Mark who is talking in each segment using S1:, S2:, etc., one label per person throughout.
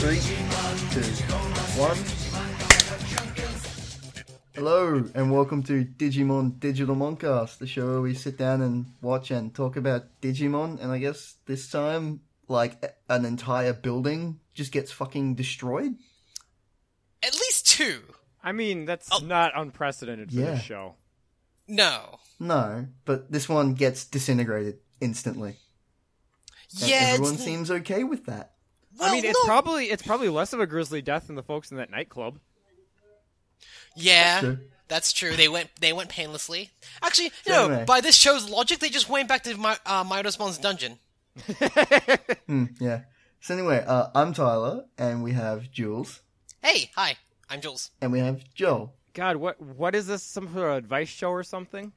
S1: Three, two, one. Hello, and welcome to Digimon Digital Moncast, the show where we sit down and watch and talk about Digimon. And I guess this time, like, a- an entire building just gets fucking destroyed.
S2: At least two.
S3: I mean, that's
S2: Oh.
S3: not unprecedented for
S1: Yeah.
S3: this show.
S2: No.
S1: No, but this one gets disintegrated instantly. And
S2: Yeah.
S1: everyone
S2: it's,
S1: seems okay with that.
S2: well,
S3: I mean, it's
S2: no.
S3: probably it's probably less of a grisly death than the folks in that nightclub.
S2: Yeah,
S1: Sure.
S2: that's true. They went they went painlessly. Actually, you
S1: So
S2: know,
S1: anyway.
S2: by this show's logic, they just went back to my uh, Myrosmon's dungeon.
S1: Hmm, yeah. So anyway, uh, I'm Tyler, and we have Jules,
S2: Hey, hi, I'm Jules.
S1: and we have Joel.
S3: God, what what is this? Some sort of advice show or something?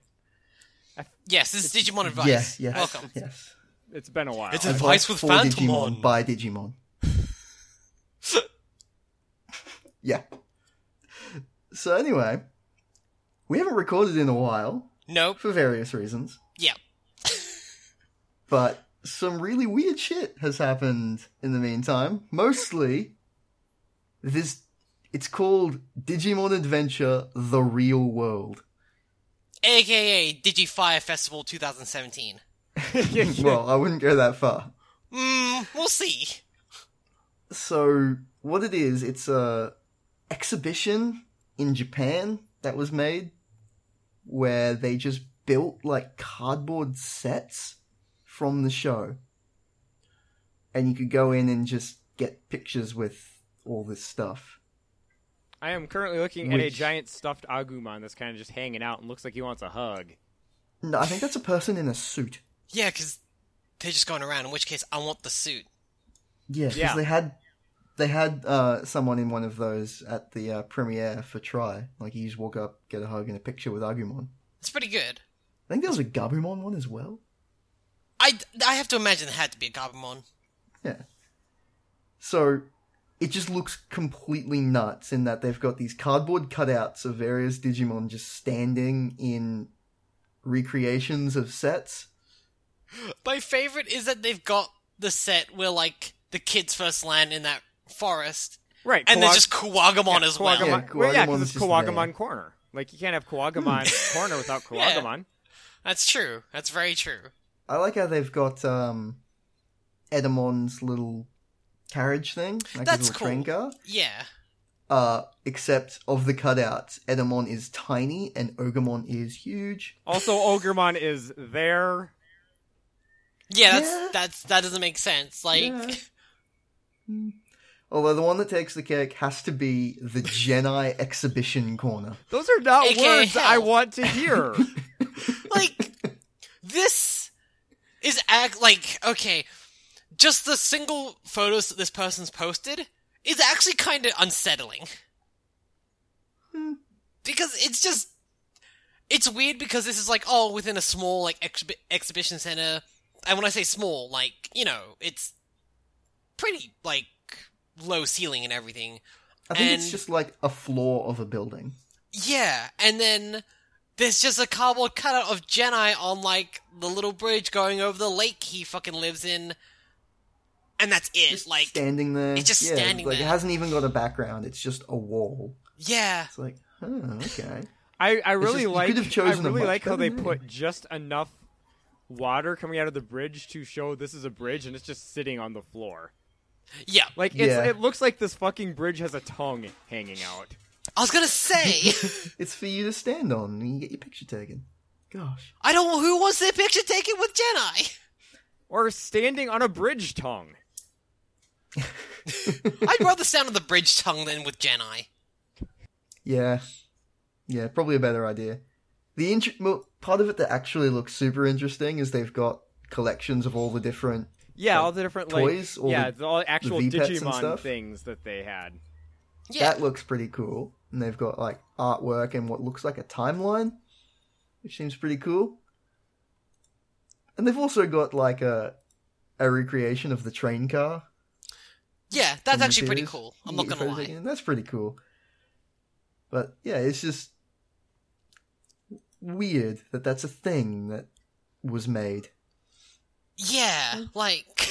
S2: Yes, this is Digimon Advice.
S1: Yes, yes,
S2: Welcome.
S1: yes.
S3: It's been a while.
S2: It's
S3: I
S2: a- Advice
S1: Advice
S2: with
S1: for
S2: Phantomon.
S1: Digimon by Digimon. yeah. So anyway, we haven't recorded in a while
S2: Nope.
S1: for various reasons,
S2: Yeah.
S1: but some really weird shit has happened in the meantime. Mostly this it's called Digimon Adventure: The Real World.
S2: AKA Digifire Festival 2017.
S1: well, I wouldn't go that far.
S2: Mmm, we'll see.
S1: so what it is it's a exhibition in japan that was made where they just built like cardboard sets from the show and you could go in and just get pictures with all this stuff
S3: am currently looking at a
S1: Which-
S3: giant stuffed Agumon that's kind of just hanging out and looks like he wants a hug.
S1: no i think that's a person in a suit
S2: Yeah, because they're just going around, in which case, I want the suit.
S1: yeah because
S3: Yeah.
S1: they had they had uh, someone in one of those at the uh, premiere for try like you just walk up get a hug and a picture with agumon
S2: It's pretty good.
S1: i think there was a gabumon one as well
S2: I, I have to imagine it had to be a Gabumon.
S1: Yeah. So it just looks completely nuts in that they've got these cardboard cutouts of various Digimon just standing in recreations of sets.
S2: My favorite is that they've got the set where like the kids first land in that forest,
S3: Right,
S2: and
S3: Kawag-
S2: there's just Kawagamon
S3: yeah,
S2: as well.
S3: Kawagamon.
S1: Yeah,
S3: well, yeah, 'cause
S1: Kawagamon's
S3: it's
S1: just
S3: Kawagamon
S1: there. Hmm.
S3: Corner. Like you can't have Kawagamon Corner without
S2: Yeah.
S3: Kawagamon.
S2: That's true. That's very true.
S1: I like how they've got um Edamon's little carriage thing, like
S2: That's
S1: his little train
S2: cool.
S1: car.
S2: Yeah.
S1: Uh, except of the cutouts, Edamon is tiny and Ogamon is huge.
S3: Also, Ogremon is there.
S2: Yeah, that's
S1: Yeah.
S2: that's that doesn't make sense. Like
S1: Yeah. Hmm. Although the one that takes the cake has to be the Genai exhibition corner.
S3: Those are not
S2: AKA
S3: words I
S2: hell.
S3: want to hear.
S2: like this is act like okay, just the single photos that this person's posted is actually kind of unsettling. Because it's just it's weird because this is like oh within a small like exhibi- exhibition center and when I say small like you know it's pretty like low ceiling and everything
S1: I think
S2: And-
S1: it's just like a floor of a building.
S2: Yeah, and then there's just a cardboard cutout of Jedi on like the little bridge going over the lake he fucking lives in, and that's it.
S1: Just
S2: like,
S1: standing there.
S2: it's just
S1: yeah,
S2: standing
S1: like,
S2: there.
S1: It hasn't even got a background. It's just a wall.
S2: yeah,
S1: It's like, oh, okay.
S3: I, I really
S1: just- you
S3: like
S1: could have chosen
S3: I
S1: a
S3: really
S1: much
S3: like how
S1: better
S3: they
S1: name.
S3: put just enough water coming out of the bridge to show this is a bridge and it's just sitting on the floor.
S2: yeah.
S3: Like it's,
S1: Yeah.
S3: it looks like this fucking bridge has a tongue hanging out.
S2: I was gonna say,
S1: It's for you to stand on and you get your picture taken. Gosh.
S2: I don't. Who wants their picture taken with Jedi?
S3: Or standing on a bridge tongue.
S2: I'd rather stand on the bridge tongue than with Jedi.
S1: Yeah. Yeah, probably a better idea. The int- well, part of it that actually looks super interesting is they've got collections of all the different
S3: Yeah, all the different like
S1: toys? All
S3: yeah,
S1: the-
S3: the, all actual
S1: V-Pets and
S3: Digimon
S1: stuff?
S3: things that they had.
S2: Yeah,
S1: That looks pretty cool. And they've got like artwork and what looks like a timeline, which seems pretty cool. And they've also got like a a recreation of the train car.
S2: yeah, that's
S1: from the
S2: actually pretty
S1: series.
S2: cool. I'm
S1: You
S2: not
S1: get
S2: gonna
S1: photos
S2: lie.
S1: again. That's pretty cool. But yeah, it's just weird that that's a thing that was made.
S2: Yeah, like,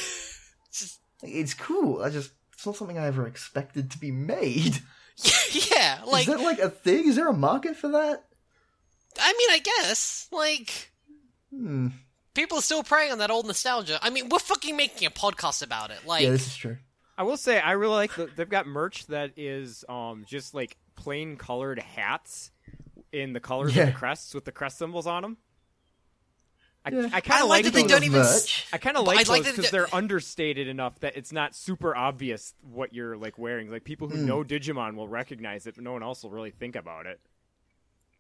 S2: just
S1: It's cool. I just it's not something I ever expected to be made.
S2: yeah,
S1: Is
S2: like
S1: that like a thing? Is there a market for that?
S2: I mean, I guess like
S1: Hmm.
S2: people are still preying on that old nostalgia. I mean, we're fucking making a podcast about it. Like,
S1: yeah, this is true.
S3: I will say I really like that they've got merch that is um just like plain colored hats in the colors of
S1: Yeah.
S3: the crests with the crest symbols on them. I,
S1: Yeah.
S3: I
S2: I
S3: kind of
S2: like
S3: like
S2: that they
S3: those.
S2: don't even. s-
S1: merch.
S3: I kind of
S2: but I
S3: like
S2: like
S3: those
S2: that
S3: because
S2: they-
S3: they're understated enough that it's not super obvious what you're like wearing. Like people who know Digimon will recognize it, but no one else will really think about it.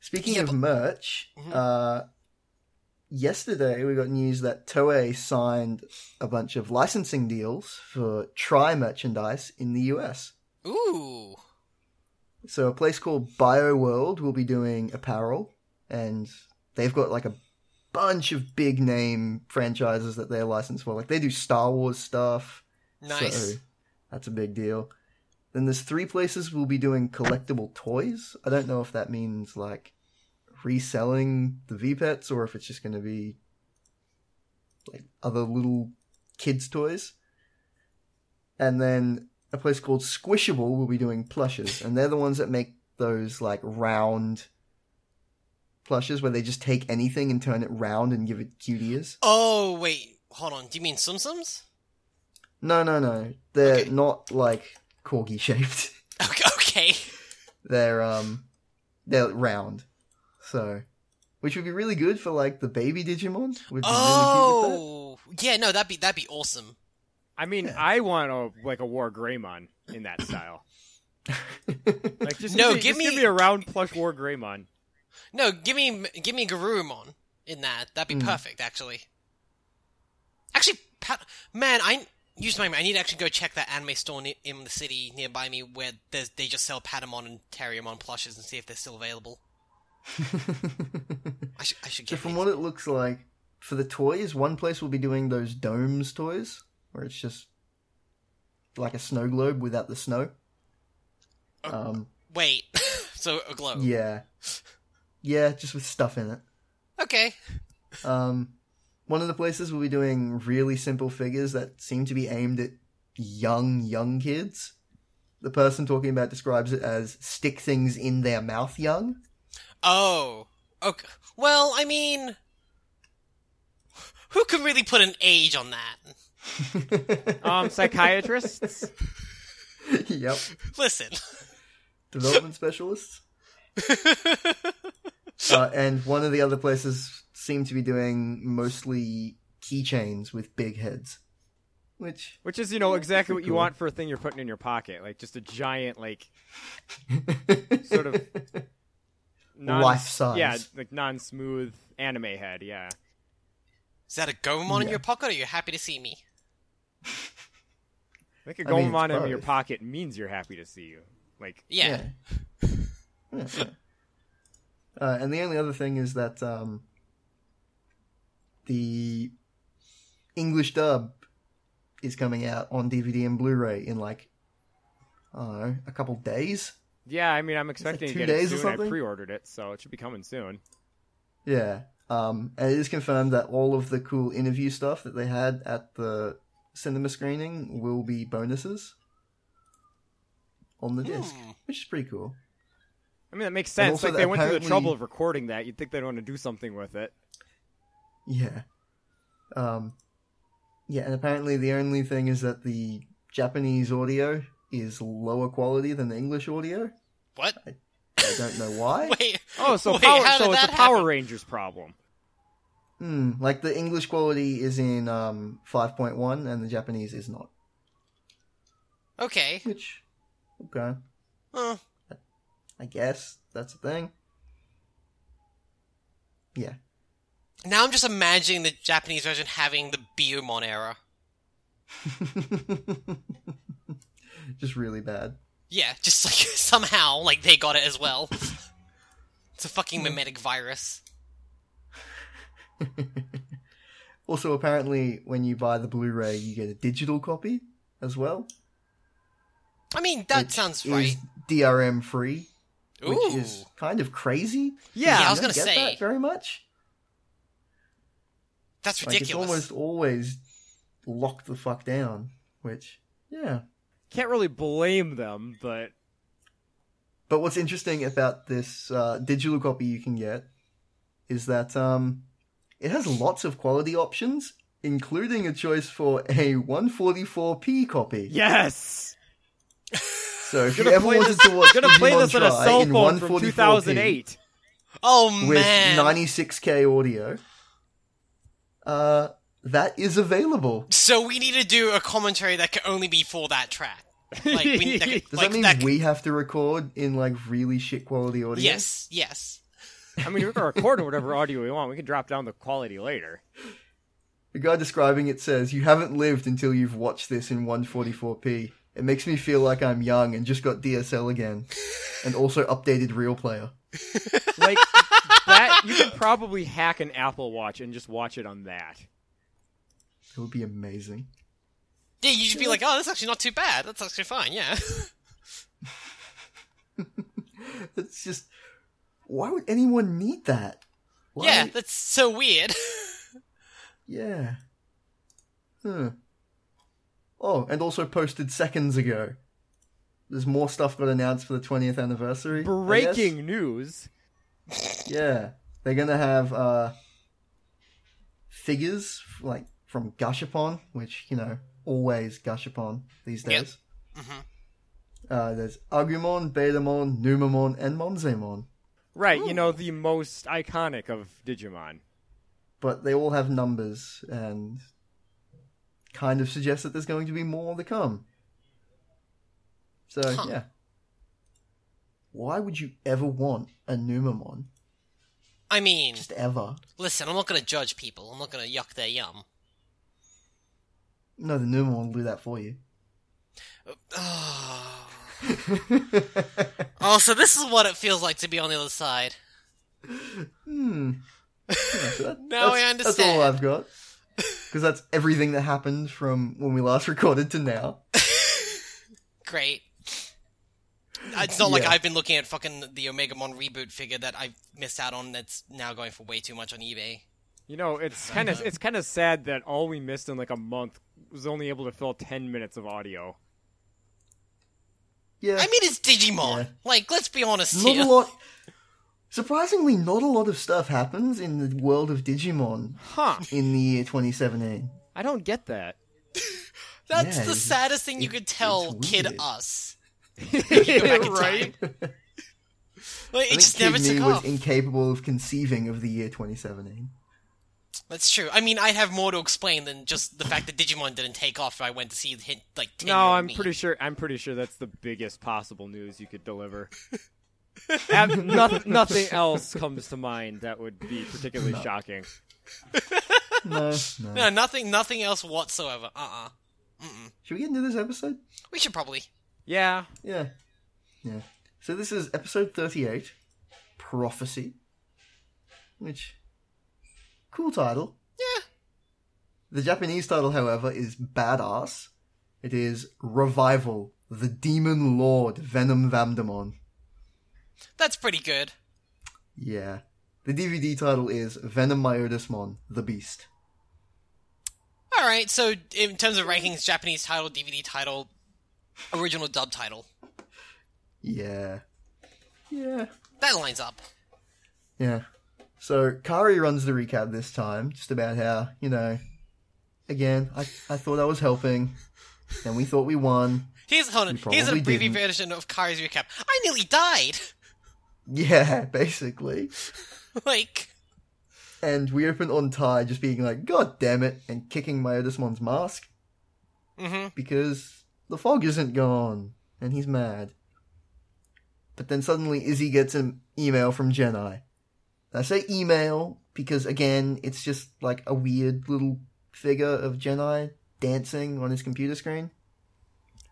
S1: Speaking
S2: Yeah,
S1: of
S2: but-
S1: merch,
S2: Mhm.
S1: uh, yesterday we got news that Toei signed a bunch of licensing deals for Tri merchandise in the US.
S2: Ooh,
S1: So a place called BioWorld will be doing apparel, and they've got like a bunch of big name franchises that they're licensed for. Like they do Star Wars stuff.
S2: nice.
S1: So that's a big deal. Then there's three places we'll be doing collectible toys. I don't know if that means like reselling the V-Pets or if it's just going to be like other little kids' toys. And then a place called Squishable will be doing plushes, and they're the ones that make those like round plushes where they just take anything and turn it round and give it cute ears.
S2: Oh wait, hold on. Do you mean sumsums?
S1: No, no, no. They're
S2: Okay.
S1: not like corgi shaped.
S2: Okay, okay.
S1: they're um they're round. So which would be really good for like the baby Digimon. Would be really cute with
S2: Oh, yeah. No, that'd be that'd be awesome.
S3: I mean,
S1: Yeah.
S3: I want a like a War Greymon in that style. like just
S2: No,
S3: give me,
S2: give
S3: just give
S2: me-
S3: me a round plush War Greymon.
S2: No, give me give me Garurumon in that. That'd be
S1: Mm.
S2: perfect, actually. Actually, Pat, man, I use my. I need to actually go check that anime store ne- in the city nearby me where there's, they just sell Patamon and Terriermon plushes and see if they're still available. I should I should
S1: so
S2: get.
S1: from
S2: these.
S1: what it looks like, for the toys, one place will be doing those domes toys, where it's just like a snow globe without the snow. Um,
S2: Wait, so a glow.
S1: yeah, yeah, just with stuff in it.
S2: Okay.
S1: Um, one of the places we'll be doing really simple figures that seem to be aimed at young, young kids. The person talking about describes it as stick things in their mouth young.
S2: Oh. Okay. Well, I mean, who can really put an age on that?
S3: Um, psychiatrists.
S1: yep.
S2: Listen.
S1: Development specialists. Uh, and one of the other places seem to be doing mostly keychains with big heads. Which,
S3: Which is, you know, exactly what you
S1: Cool.
S3: want for a thing you're putting in your pocket, like just a giant, like sort of non-
S1: Life size.
S3: Yeah, like non-smooth anime head. Yeah,
S2: Is that a Gomon in
S1: Yeah.
S2: your pocket? Or are you happy to see me?
S3: like a
S1: I mean, it's
S3: Gomon in your
S1: both.
S3: pocket means you're happy to see you. Like,
S2: Yeah.
S1: Yeah. Yeah. Uh, and the only other thing is that um, the English dub is coming out on DVD and Blu-ray in like I don't know a couple days.
S3: yeah, I mean, I'm expecting
S1: two
S3: to get it
S1: days or
S3: soon. I
S1: something?
S3: pre-ordered it, so it should be coming soon.
S1: Yeah. Um, and it is confirmed that all of the cool interview stuff that they had at the cinema screening will be bonuses on the disc,
S2: Hmm.
S1: which is pretty cool.
S3: I mean, that makes sense.
S1: also
S3: Like
S1: that
S3: they went through the
S1: apparently-
S3: trouble of recording that. You'd think they'd want to do something with it.
S1: Yeah. Um, yeah, and apparently the only thing is that the Japanese audio is lower quality than the English audio.
S2: What?
S1: I don't know why.
S2: Wait.
S3: Oh, so
S2: Wait,
S3: power,
S2: how did
S3: so it's a
S2: that
S3: Power
S2: happen?
S3: Rangers problem.
S1: Hmm, like the English quality is in um, 5.1 and the Japanese is not.
S2: Okay.
S1: Which, okay,
S2: Huh.
S1: I guess that's a thing. Yeah.
S2: Now I'm just imagining the Japanese version having the Biomon era.
S1: just really bad.
S2: Yeah, just like somehow like they got it as well. it's a fucking mimetic virus.
S1: Also, apparently, when you buy the Blu-ray, you get a digital copy as well.
S2: I mean, that
S1: which
S2: sounds
S1: is
S2: right.
S1: DRM free,
S2: Ooh.
S1: which is kind of crazy.
S2: Yeah, I
S1: You
S2: was
S1: don't
S2: gonna
S1: get
S2: say.
S1: that very much.
S2: That's
S1: Like it's
S2: ridiculous.
S1: almost always locked the fuck down. Which yeah.
S3: Can't really blame them, but
S1: But what's interesting about this uh, digital copy you can get is that um, it has lots of quality options, including a choice for a 144p copy.
S3: yes,
S1: So if you
S3: Gonna
S1: ever
S3: play
S1: wanted
S3: this-
S1: to watch
S3: gonna play
S1: Digimon
S3: this on a
S1: Try
S3: cell
S1: in
S3: phone from
S1: 144p
S3: 2008.
S2: Oh
S1: with
S2: man.
S1: 96k audio, uh, that is available.
S2: So we need to do a commentary that can only be for that track. Like, we need, that,
S1: Does
S2: like,
S1: that mean
S2: that-
S1: we have to record in like really shit quality audio?
S2: Yes, yes.
S3: I mean, we can record whatever audio we want. We can drop down the quality later.
S1: The guy describing it says, You haven't lived until you've watched this in 144p. It makes me feel like I'm young and just got DSL again. And also updated Real Player.
S3: Like that, you could probably hack an Apple Watch and just watch it on that.
S1: It would be amazing.
S2: Yeah, you should be like, oh, that's actually not too bad. That's actually fine. Yeah.
S1: It's just. Why would anyone need that? Why-
S2: Yeah, that's so weird.
S1: Yeah. Hmm. Oh, and also posted seconds ago. There's more stuff got announced for the 20th anniversary. I guess.
S3: Breaking news.
S1: Yeah, they're gonna have uh, figures like from Gushapon, which you know always Gushapon these
S2: Yep.
S1: days.
S2: Mhm.
S1: Uh, there's Agumon, Betamon, Numamon, and Monzemon,
S3: Right, you know, the most iconic of Digimon.
S1: but they all have numbers and kind of suggests that there's going to be more to come. So
S2: Huh.
S1: yeah, why would you ever want a Numamon?
S2: I mean,
S1: Just ever?
S2: listen, I'm not gonna judge people. I'm not gonna yuck their yum.
S1: No, the Numamon will do that for you.
S2: Oh. oh, so this is what it feels like to be on the other side.
S1: Hmm. Yeah, so that-
S2: Now
S1: that's-
S2: I
S1: That's all
S2: understand.
S1: I've got. Because that's everything that happened from when we last recorded to now.
S2: Great. It's not like
S1: Yeah.
S2: I've been looking at fucking the Omega Mon reboot figure that I missed out on. That's now going for way too much on eBay.
S3: You know, it's kind of it's kind of sad that all we missed in like a month was only able to fill 10 minutes of audio.
S1: Yeah.
S2: I mean, it's Digimon.
S1: Yeah.
S2: Like, let's be honest
S1: not
S2: here.
S1: a lot. Surprisingly, not a lot of stuff happens in the world of Digimon
S3: Huh.
S1: in the year 2017.
S3: I don't get that.
S2: That's
S1: Yeah,
S2: the
S1: it's-
S2: saddest thing you
S1: it-
S2: could tell
S1: it's
S2: Kid
S1: weird.
S2: Us. back in
S3: right?
S2: Like,
S1: I
S2: it
S1: think
S2: just
S1: Kid
S2: never
S1: Me
S2: took
S1: was
S2: off.
S1: incapable of conceiving of the year 2017.
S2: That's true. I mean, I have more to explain than just the fact that Digimon didn't take off. I went to see the hint like ten.
S3: No, I'm pretty sure I'm pretty sure that's the biggest possible news you could deliver. Ab- noth- nothing else comes to mind that would be particularly shocking.
S1: No, no.
S2: No, nothing, nothing else whatsoever. Uh, uh
S1: Should we get into this episode?
S2: We should probably.
S3: Yeah.
S1: Yeah. Yeah. So this is episode 38, Prophecy, which cool title.
S2: Yeah.
S1: The Japanese title, however, is Badass. It is Revival, the Demon Lord, Venom Vamdemon.
S2: That's pretty good.
S1: Yeah. The DVD title is Venom Myotismon, The Beast.
S2: All right. So, in terms of rankings, Japanese title, DVD title, original dub title,
S1: Yeah. Yeah.
S2: that lines up.
S1: Yeah. So Kari runs the recap this time, just about how, you know, again, I, I thought I was helping, and we thought we won.
S2: Here's hold on,
S1: We
S2: Here's an
S1: probably
S2: abbreviated
S1: didn't.
S2: version of Kari's recap. I nearly died.
S1: Yeah, basically.
S2: like,
S1: And we open on Ty just being like, God damn it, and kicking Myotismon's mask
S2: hmm
S1: because the fog isn't gone, and he's mad. But then suddenly Izzy gets an email from Jedi. I say email because, again, it's just like a weird little figure of Jedi dancing on his computer screen.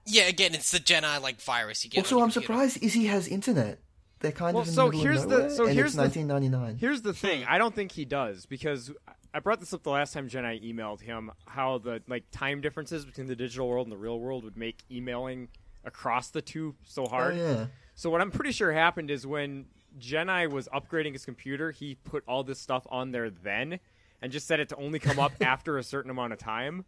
S2: Yeah, again, it's the Jedi like virus you get.
S1: also,
S2: on your
S1: I'm
S2: computer.
S1: surprised Izzy has internet. They're kind
S3: Well,
S1: of in
S3: so
S1: the middle
S3: here's
S1: of
S3: the-
S1: nowhere,
S3: so
S1: and
S3: here's
S1: it's
S3: the-
S1: 1999.
S3: Here's the thing: I don't think he does because I brought this up the last time Jenna emailed him how the like time differences between the digital world and the real world would make emailing across the two so
S1: oh
S3: hard.
S1: yeah,
S3: So what I'm pretty sure happened is when Jedi was upgrading his computer, he put all this stuff on there then, and just said it to only come up after a certain amount of time.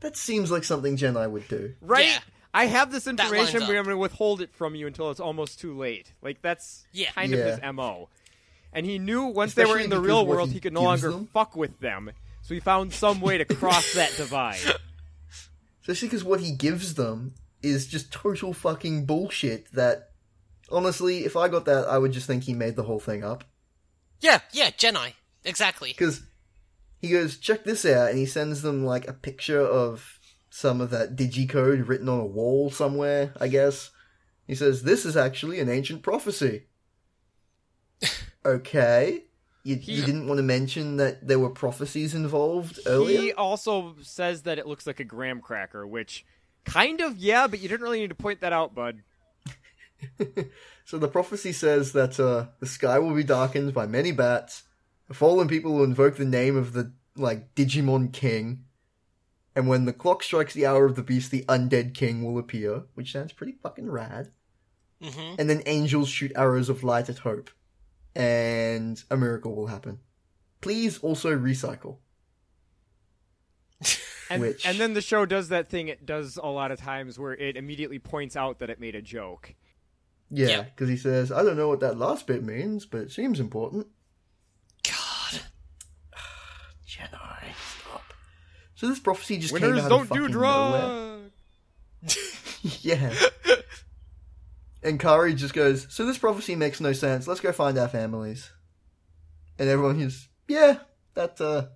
S1: that seems like something Jedi would do.
S3: Right?
S2: Yeah.
S3: I have this
S2: lines
S3: information, but
S2: up.
S3: I'm going to withhold it from you until it's almost too late. Like that's
S2: Yeah.
S3: kind
S1: Yeah.
S3: of his mo. And he knew once they were
S1: Especially
S3: in the
S1: because
S3: real
S1: what
S3: world,
S1: he
S3: he could no
S1: gives
S3: longer
S1: them.
S3: fuck with them. So he found some way to cross that divide.
S1: Especially because what he gives them is just total fucking bullshit. That honestly, if I got that, I would just think he made the whole thing up.
S2: Yeah, yeah, Jedi. Exactly.
S1: Because he goes, check this out, and he sends them like a picture of some of that digicode written on a wall somewhere, I guess. He says, this is actually an ancient prophecy. okay. You, you didn't want to mention that there were prophecies involved earlier?
S3: He also says that it looks like a graham cracker, which kind of yeah, but you didn't really need to point that out, bud.
S1: So the prophecy says that uh, the sky will be darkened by many bats. The fallen people will invoke the name of the like Digimon King, and when the clock strikes the hour of the beast, the undead king will appear, which sounds pretty fucking rad.
S2: hmm
S1: And then angels shoot arrows of light at hope, and a miracle will happen. Please also recycle.
S3: And,
S1: Which-
S3: and then the show does that thing it does a lot of times where it immediately points out that it made a joke.
S1: Yeah,
S2: Yeah.
S1: because he says, "I don't know what that last bit means, but it seems important."
S2: God.
S1: Jedi, stop. So this prophecy just came out
S3: Winners
S1: of
S3: don't
S1: fucking
S3: do
S1: nowhere.
S3: drugs.
S1: Yeah. and Kari just goes, So this prophecy makes no sense. Let's go find our families. And everyone goes, Yeah, that uh,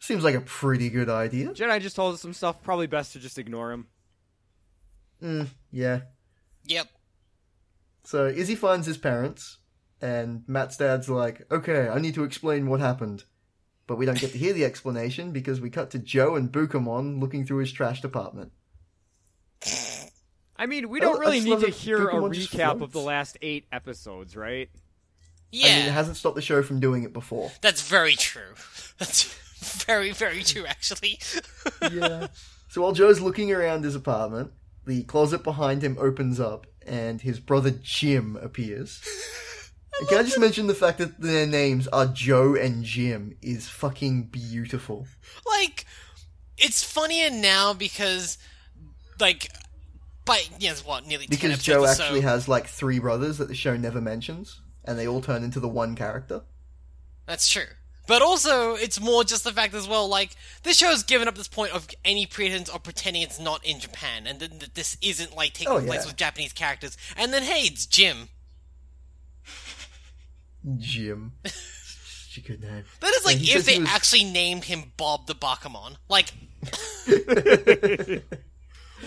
S1: seems like a pretty good idea.
S3: Jedi just told us some stuff. Probably best to just ignore him.
S1: Mm, yeah.
S2: Yep.
S1: So Izzy finds his parents, and Matt's dad's like, Okay, I need to explain what happened. But we don't get to hear the explanation because we cut to Joe and Bukamon looking through his trash department.
S3: I mean, we
S1: I
S3: don't
S1: l- I
S3: really
S1: just
S3: need
S1: love
S3: to
S1: that
S3: hear a
S1: Pokemon just
S3: recap of
S1: floats.
S3: the last eight episodes, right?
S2: Yeah.
S1: I mean, it hasn't stopped the show from doing it before.
S2: That's very true. That's very, very true, actually.
S1: yeah. So while Joe's looking around his apartment, the closet behind him opens up and his brother Jim appears. And Can I just mention the fact that their names are Joe and Jim is fucking beautiful.
S2: like, it's funnier now because, like, by, yes, what, nearly 10
S1: Because
S2: episodes
S1: Joe
S2: or so-
S1: actually has like three brothers that the show never mentions, and they all turn into the one character.
S2: That's true. But also, it's more just the fact as well, like, this show's given up this point of any pretense of pretending it's not in Japan, and then that this isn't, like, taking
S1: Oh,
S2: place
S1: yeah.
S2: with Japanese characters, and then, hey, it's Jim.
S1: Jim. Such a good name.
S2: That is like
S1: Yeah, he
S2: if
S1: says he
S2: they
S1: was-
S2: actually named him Bob the Bakamon. Like,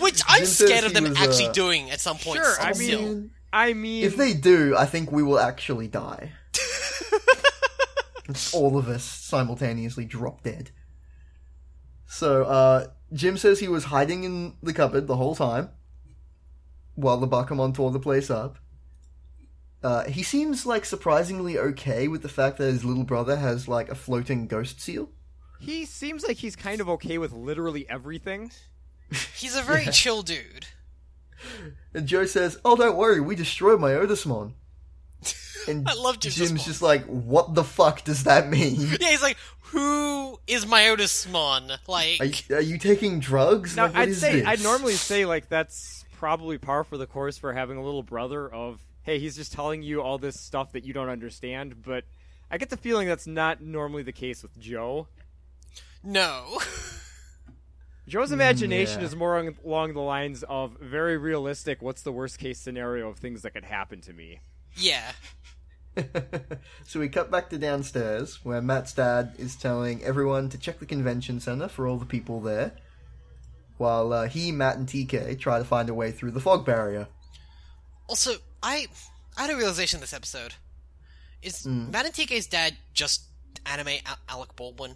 S2: which I'm
S1: Jim says
S2: scared of
S1: he
S2: them
S1: was,
S2: actually
S1: uh,
S2: doing at some point.
S3: Sure, I
S2: still.
S3: mean, I mean,
S1: If they do, I think we will actually die. Just all of us simultaneously drop dead. So, uh, Jim says he was hiding in the cupboard the whole time while the Bakamon tore the place up. Uh, he seems like surprisingly okay with the fact that his little brother has like a floating ghost seal.
S3: he seems like he's kind of okay with literally everything.
S2: he's a very chill dude.
S1: And Joe says, "Oh, don't worry, we destroyed my Otismon." And
S2: I love Jim's
S1: Jim's
S2: response.
S1: just like, "What the fuck does that mean?"
S2: Yeah, he's like, who is Myotismon? Like,
S1: Are you, are you taking drugs?
S3: Now,
S1: Like, what
S3: I'd
S1: is
S3: say
S1: this?
S3: I'd normally say like that's probably par for the course for having a little brother of hey, he's just telling you all this stuff that you don't understand, but I get the feeling that's not normally the case with Joe.
S2: no.
S3: Joe's imagination
S1: Mm, yeah.
S3: is more on, along the lines of very realistic. What's the worst case scenario of things that could happen to me?
S2: yeah.
S1: so we cut back to downstairs where Matt's dad is telling everyone to check the convention center for all the people there, while uh, he, Matt, and TK try to find a way through the fog barrier.
S2: Also, I I had a realization this episode. Is
S1: Hmm.
S2: Matt and TK's dad just anime Al- Alec Baldwin?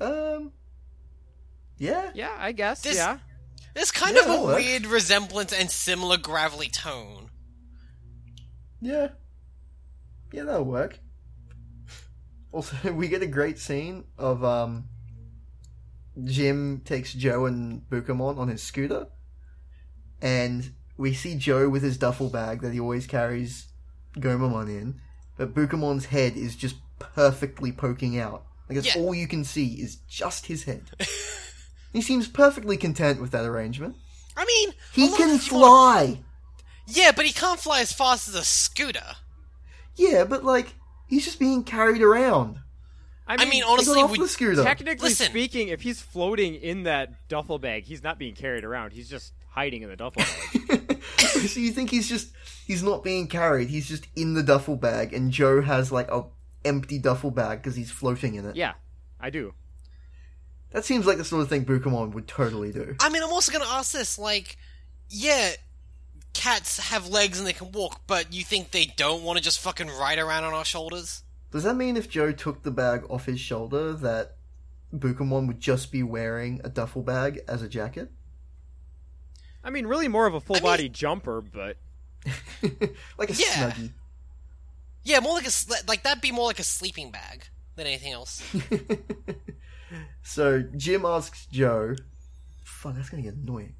S1: Um, yeah,
S3: Yeah, I guess.
S2: This-
S3: yeah.
S2: There's kind
S1: Yeah,
S2: of
S1: that
S2: a
S1: works.
S2: weird resemblance and similar gravelly tone.
S1: yeah, yeah, that'll work. Also, we get a great scene of um, Jim takes Joe and Bukamon on his scooter, and we see Joe with his duffel bag that he always carries Gomamon in, but Bukamon's head is just perfectly poking out. Like that's
S2: Yeah.
S1: all you can see is just his head. he seems perfectly content with that arrangement.
S2: I mean, a
S1: He
S2: lot
S1: can
S2: of Pokemon-
S1: fly.
S2: Yeah, but he can't fly as fast as a scooter.
S1: Yeah, but like he's just being carried around.
S2: I mean, honestly,
S1: he got off
S2: we-
S1: the scooter.
S3: technically
S2: Listen.
S3: speaking, if he's floating in that duffel bag, he's not being carried around. He's just hiding in the duffel bag.
S1: so you think he's just he's not being carried? He's just in the duffel bag, and Joe has like a empty duffel bag because he's floating in it.
S3: yeah, I do.
S1: That seems like the sort of thing Bukamon would totally do.
S2: I mean, I'm also gonna ask this, like, yeah, cats have legs and they can walk, but you think they don't want to just fucking ride around on our shoulders?
S1: Does that mean if Joe took the bag off his shoulder that Bukamon would just be wearing a duffel bag as a jacket?
S3: I mean, really more of a full body jumper, but
S1: like a
S2: Yeah.
S1: snuggie.
S2: Yeah, more like a sl- like that'd be more like a sleeping bag than anything else.
S1: so Jim asks Joe, "Fuck, that's gonna get annoying."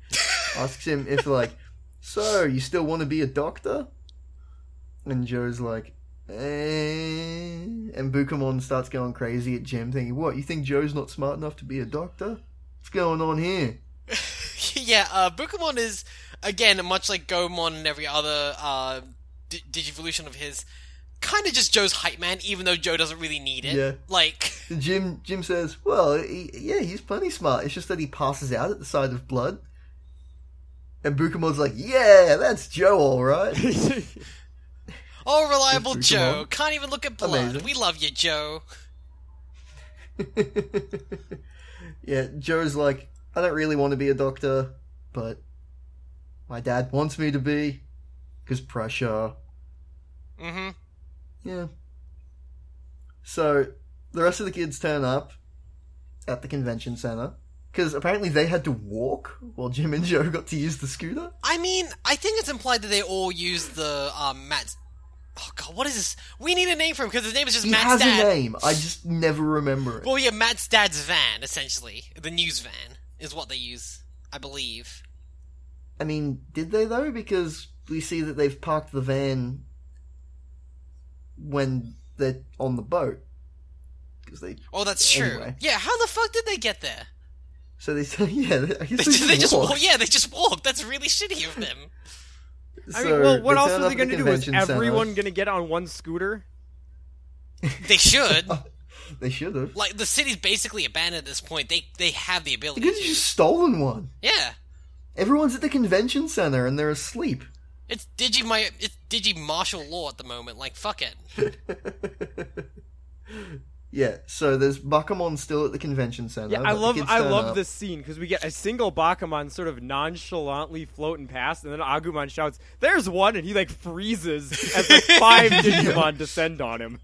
S1: asks him if like, so you still want to be a doctor? And Joe's like, eh. and Bukamon starts going crazy at Jim, thinking, "What? You think Joe's not smart enough to be a doctor? What's going on here?"
S2: yeah, uh, Bukamon is again much like Gomon and every other uh, D- Digivolution of his, kind of just Joe's hype man, even though Joe doesn't really need it.
S1: Yeah.
S2: Like,
S1: And Jim Jim says, "Well, he, yeah, he's plenty smart. It's just that he passes out at the sight of blood." And Bukamon's like, "Yeah, that's Joe, all right."
S2: oh, reliable
S1: Bukamon.
S2: Joe can't even look at blood.
S1: Amazing.
S2: We love you, Joe.
S1: yeah, Joe's like, I don't really want to be a doctor, but my dad wants me to be because pressure.
S2: hmm
S1: Yeah. So the rest of the kids turn up at the convention center because apparently they had to walk while Jim and Joe got to use the scooter.
S2: I mean, I think it's implied that they all use the um, Matt's. Oh God, what is this? We need a name for him because his name is just
S1: He
S2: Matt's
S1: has
S2: dad.
S1: a name. I just never remember it.
S2: Well, yeah, Matt's dad's van, essentially the news van, is what they use, I believe.
S1: I mean, did they though? Because we see that they've parked the van when they're on the boat. Because they
S2: Oh, that's true.
S1: Anyway.
S2: Yeah, how the fuck did they get there?
S1: So they say, yeah, they- I
S2: They,
S1: guess they,
S2: just, they just
S1: walk.
S2: walk. Yeah, they just walk. That's really shitty of them.
S3: I
S1: So
S3: mean, well, what else
S1: turn
S3: are they
S1: up at
S3: going
S1: the
S3: to do? Is
S1: convention center.
S3: everyone going to get on one scooter?
S2: They should.
S1: They should have.
S2: like the city's basically abandoned at this point. They they have the
S1: They
S2: ability.
S1: could have
S2: To.
S1: just stolen one.
S2: Yeah,
S1: Everyone's at the convention center and they're asleep.
S2: it's digi my it's digi martial law at the moment. Like fuck it.
S1: Yeah, so there's Buckamon still at the convention center.
S3: Yeah,
S1: but
S3: I
S1: the
S3: love
S1: kids
S3: I
S1: turn
S3: love
S1: up.
S3: this scene because we get a single Bakuman sort of nonchalantly floating past, and then Agumon shouts, "There's one!" and he like freezes as like five Digimon descend on him.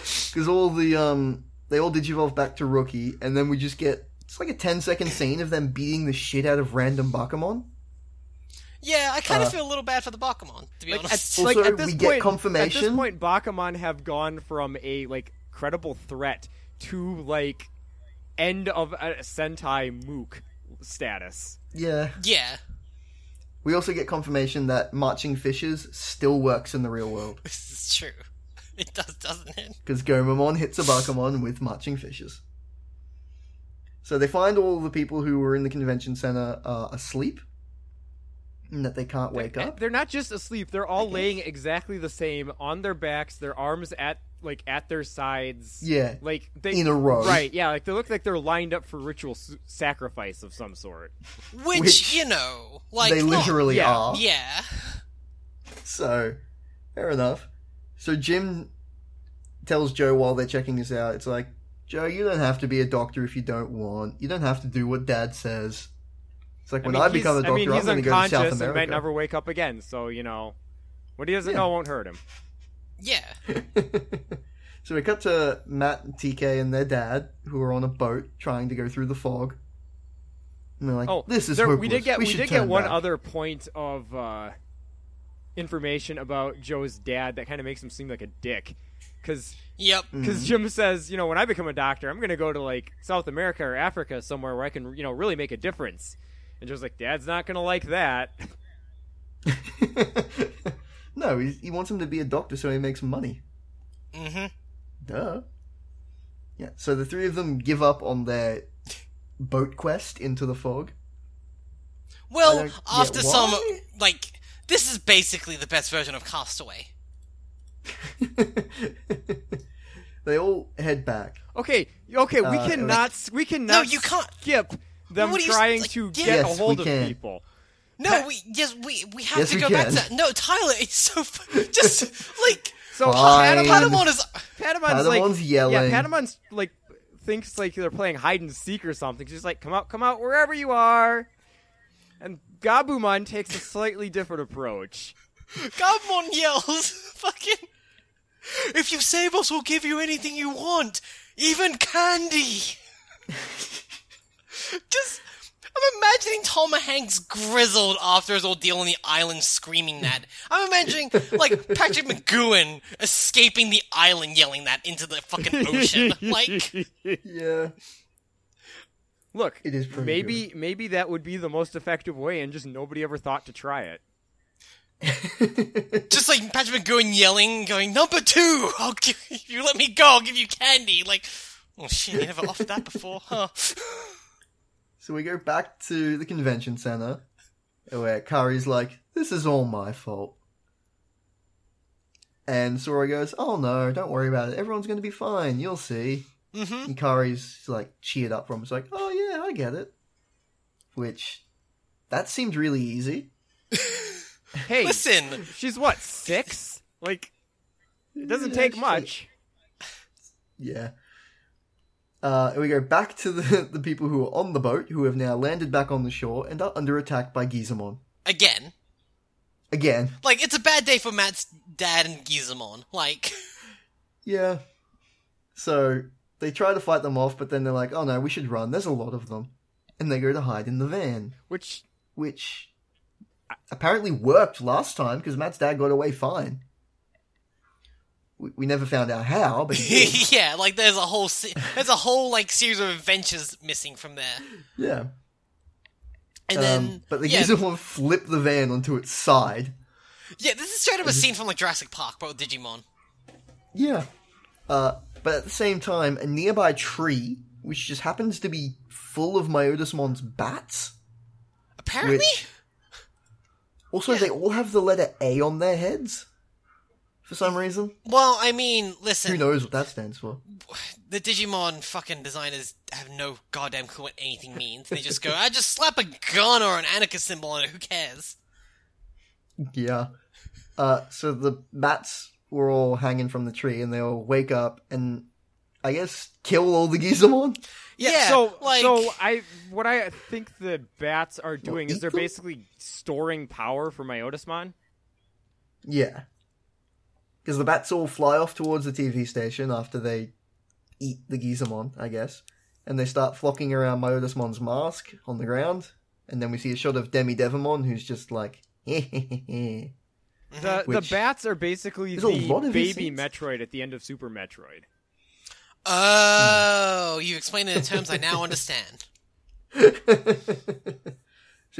S1: because all the um they all digivolve back to rookie, and then we just get it's like a 10 second scene of them beating the shit out of random Bakamon.
S2: Yeah, I kind of
S1: Uh,
S2: feel a little bad for the Pokemon to be
S3: Like at,
S2: honest.
S1: Also,
S3: like, at this
S1: we
S3: point,
S1: get
S3: At this
S1: confirmation-
S3: point, Bakuman have gone from a like credible threat to like end of a Sentai Mook status.
S1: Yeah,
S2: yeah,
S1: we also get confirmation that marching fishes still works in the real world
S2: this is true. It does, doesn't it?
S1: because Gomamon hits a Bakamon with marching fishes. So they find all the people who were in the convention center uh, asleep, and that they can't wake
S3: And
S1: up.
S3: They're not just asleep; they're all laying exactly the same on their backs, their arms at like at their sides.
S1: Yeah,
S3: like they
S1: In a row.
S3: right? Yeah, like they look like they're lined up for ritual s- sacrifice of some sort.
S2: Which,
S1: Which
S2: you know, like
S1: they
S2: not-
S1: literally
S3: yeah,
S1: are.
S2: yeah,
S1: So, fair enough. So Jim tells Joe while they're checking this out, it's like, Joe, you don't have to be a doctor if you don't want. You don't have to do what Dad says. It's like
S3: I
S1: when
S3: mean,
S1: I become a
S3: he's-
S1: doctor,
S3: I mean,
S1: am
S3: he's
S1: going to go to
S3: unconscious
S1: South
S3: and
S1: America.
S3: might never wake up again. So you know, what he doesn't
S1: Yeah.
S3: know won't hurt him.
S2: yeah.
S1: So we cut to Matt and TK and their dad, who are on a boat trying to go through the fog. And they're like,
S3: Oh,
S1: "This is
S3: there-
S1: hopeless.
S3: we did get we,
S1: should
S3: did get
S1: turn
S3: one
S1: back."
S3: other point of uh, information about Joe's dad that kind of makes him seem like a dick, because
S2: Yep.
S1: Mm. Mm-hmm.
S3: Jim says, you know, when I become a doctor, I'm gonna go to like South America or Africa somewhere where I can you know really make a difference. And Joe's like, Dad's not gonna like that.
S1: no, he, he wants him to be a doctor so he makes money.
S2: Mm-hmm.
S1: Duh. Yeah. So the three of them give up on their boat quest into the fog. I
S2: Well,
S1: don't get
S2: after some
S1: why.
S2: like this is basically the best version of Castaway.
S1: they all head back.
S3: Okay, okay, we
S1: Uh,
S3: cannot s- we cannot
S2: you can't.
S3: skip them
S2: What do you s-
S3: trying
S2: like,
S3: to
S2: yeah.
S3: get
S1: Yes,
S3: a hold
S1: we
S3: of
S1: can.
S3: people.
S2: No, we yes we we have
S1: Yes,
S2: to
S1: we
S2: go back to
S1: can.
S2: that. No, Tyler, it's so f- just like
S3: So
S1: Fine.
S3: Panama-
S2: Patamon is
S3: Padamon's
S1: Padamon's
S3: like
S1: yelling.
S3: Yeah, Padamon's like thinks like they're playing hide and seek or something. She's like, "Come out, come out, wherever you are." And Gabumon takes a slightly different approach.
S2: Gabumon yells, "Fucking! If you save us, we'll give you anything you want, even candy." Just, I'm imagining Tom Hanks grizzled after his ordeal on the island, screaming that. I'm imagining like Patrick McGowan escaping the island, yelling that into the fucking ocean. Like,
S1: Yeah.
S3: Look,
S1: It is pretty
S3: maybe maybe that would be the most effective way, and just nobody ever thought to try it.
S2: just like Patrick McGowan yelling, going number two. I'll give if you let me go. I'll give you candy. Like, oh shit, you never offered that before, huh?
S1: So we go back to the convention center, where Kari's like, "This is all my fault." And Sora goes, "Oh no, don't worry about it. Everyone's going to be fine. You'll see."
S2: hmm
S1: And Kari's like cheered up from. It's like, "Oh yeah, I get it." Which that seemed really easy.
S3: Hey,
S2: Listen,
S3: she's what six? Like, it doesn't
S1: Yeah,
S3: take
S1: she's like-
S3: much.
S1: Yeah. Uh, and we go back to the, the people who are on the boat, who have now landed back on the shore and are under attack by Gizamon.
S2: again,
S1: Again.
S2: like it's a bad day for Matt's dad and Gizamon. Like,
S1: Yeah. So they try to fight them off, but then they're like, oh no, we should run. There's a lot of them. And they go to hide in the van,
S3: Which
S1: which apparently worked last time because Matt's dad got away fine. We, we never found out how, but he did.
S2: yeah, like there's a whole se- there's a whole like series of adventures missing from there,
S1: yeah.
S2: and
S1: Um,
S2: then
S1: but the
S2: yeah,
S1: Gizamon flip the van onto its side.
S2: yeah, this is straight up a scene from like Jurassic Park, but with Digimon.
S1: Yeah. Uh, but at the same time, a nearby tree, which just happens to be full of Myotismon's bats,
S2: Apparently,
S1: Which- also they all have the letter A on their heads. For some reason.
S2: well, I mean,
S1: Who
S2: listen,
S1: knows what that stands for?
S2: the Digimon fucking designers have no goddamn clue what anything means. They just go, I just slap a gun or an anarchist symbol on it. Who cares?
S1: Yeah. Uh, so the bats were all hanging from the tree and they all wake up and I guess kill all the Gizamon?
S2: Yeah.
S3: so
S2: like,
S3: so I what I think the bats are doing is they're
S1: eco-
S3: basically storing power for Myotismon.
S1: Yeah. Because the bats all fly off towards the TV station after they eat the Gizamon, I guess. And they start flocking around Myotismon's mask on the ground. And then we see a shot of Demi Devamon, who's just like,
S3: The
S1: Which-
S3: the bats are basically
S1: There's a
S3: the
S1: lot of these
S3: baby
S1: things.
S3: Metroid at the end of Super Metroid.
S1: Hmm.
S2: oh, you explained it in terms I now understand.
S1: so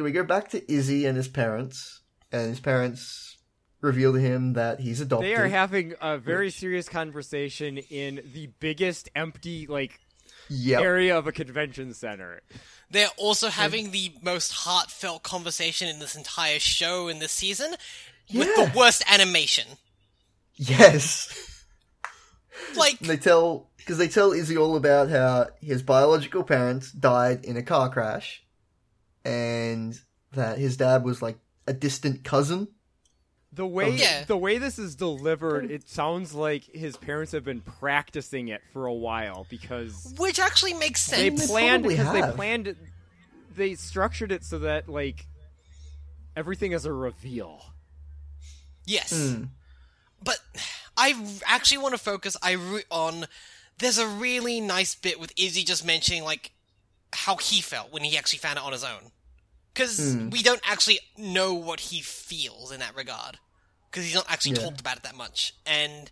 S1: we go back to Izzy and his parents. And his parents reveal to him that he's adopted.
S3: They are having a very serious conversation in the biggest empty like
S1: Yep.
S3: area of a convention center.
S2: They're also having the most heartfelt conversation in this entire show in this season with
S1: Yeah.
S2: the worst animation.
S1: Yes.
S2: Like,
S1: And they tell because they tell Izzy all about how his biological parents died in a car crash, and that his dad was like a distant cousin.
S3: The way
S2: Yeah.
S3: the way this is delivered, it sounds like his parents have been practicing it for a while because
S2: which actually makes
S3: they
S2: sense.
S1: they
S3: planned
S1: probably
S3: because they
S1: have.
S3: planned it- they structured it so that like
S1: Hmm.
S3: everything is a reveal.
S2: yes. But I actually want to focus I re- on. There's a really nice bit with Izzy just mentioning like how he felt when he actually found out on his own, because we don't actually know what he feels in that regard, because he's not actually
S1: Yeah.
S2: talked about it that much, and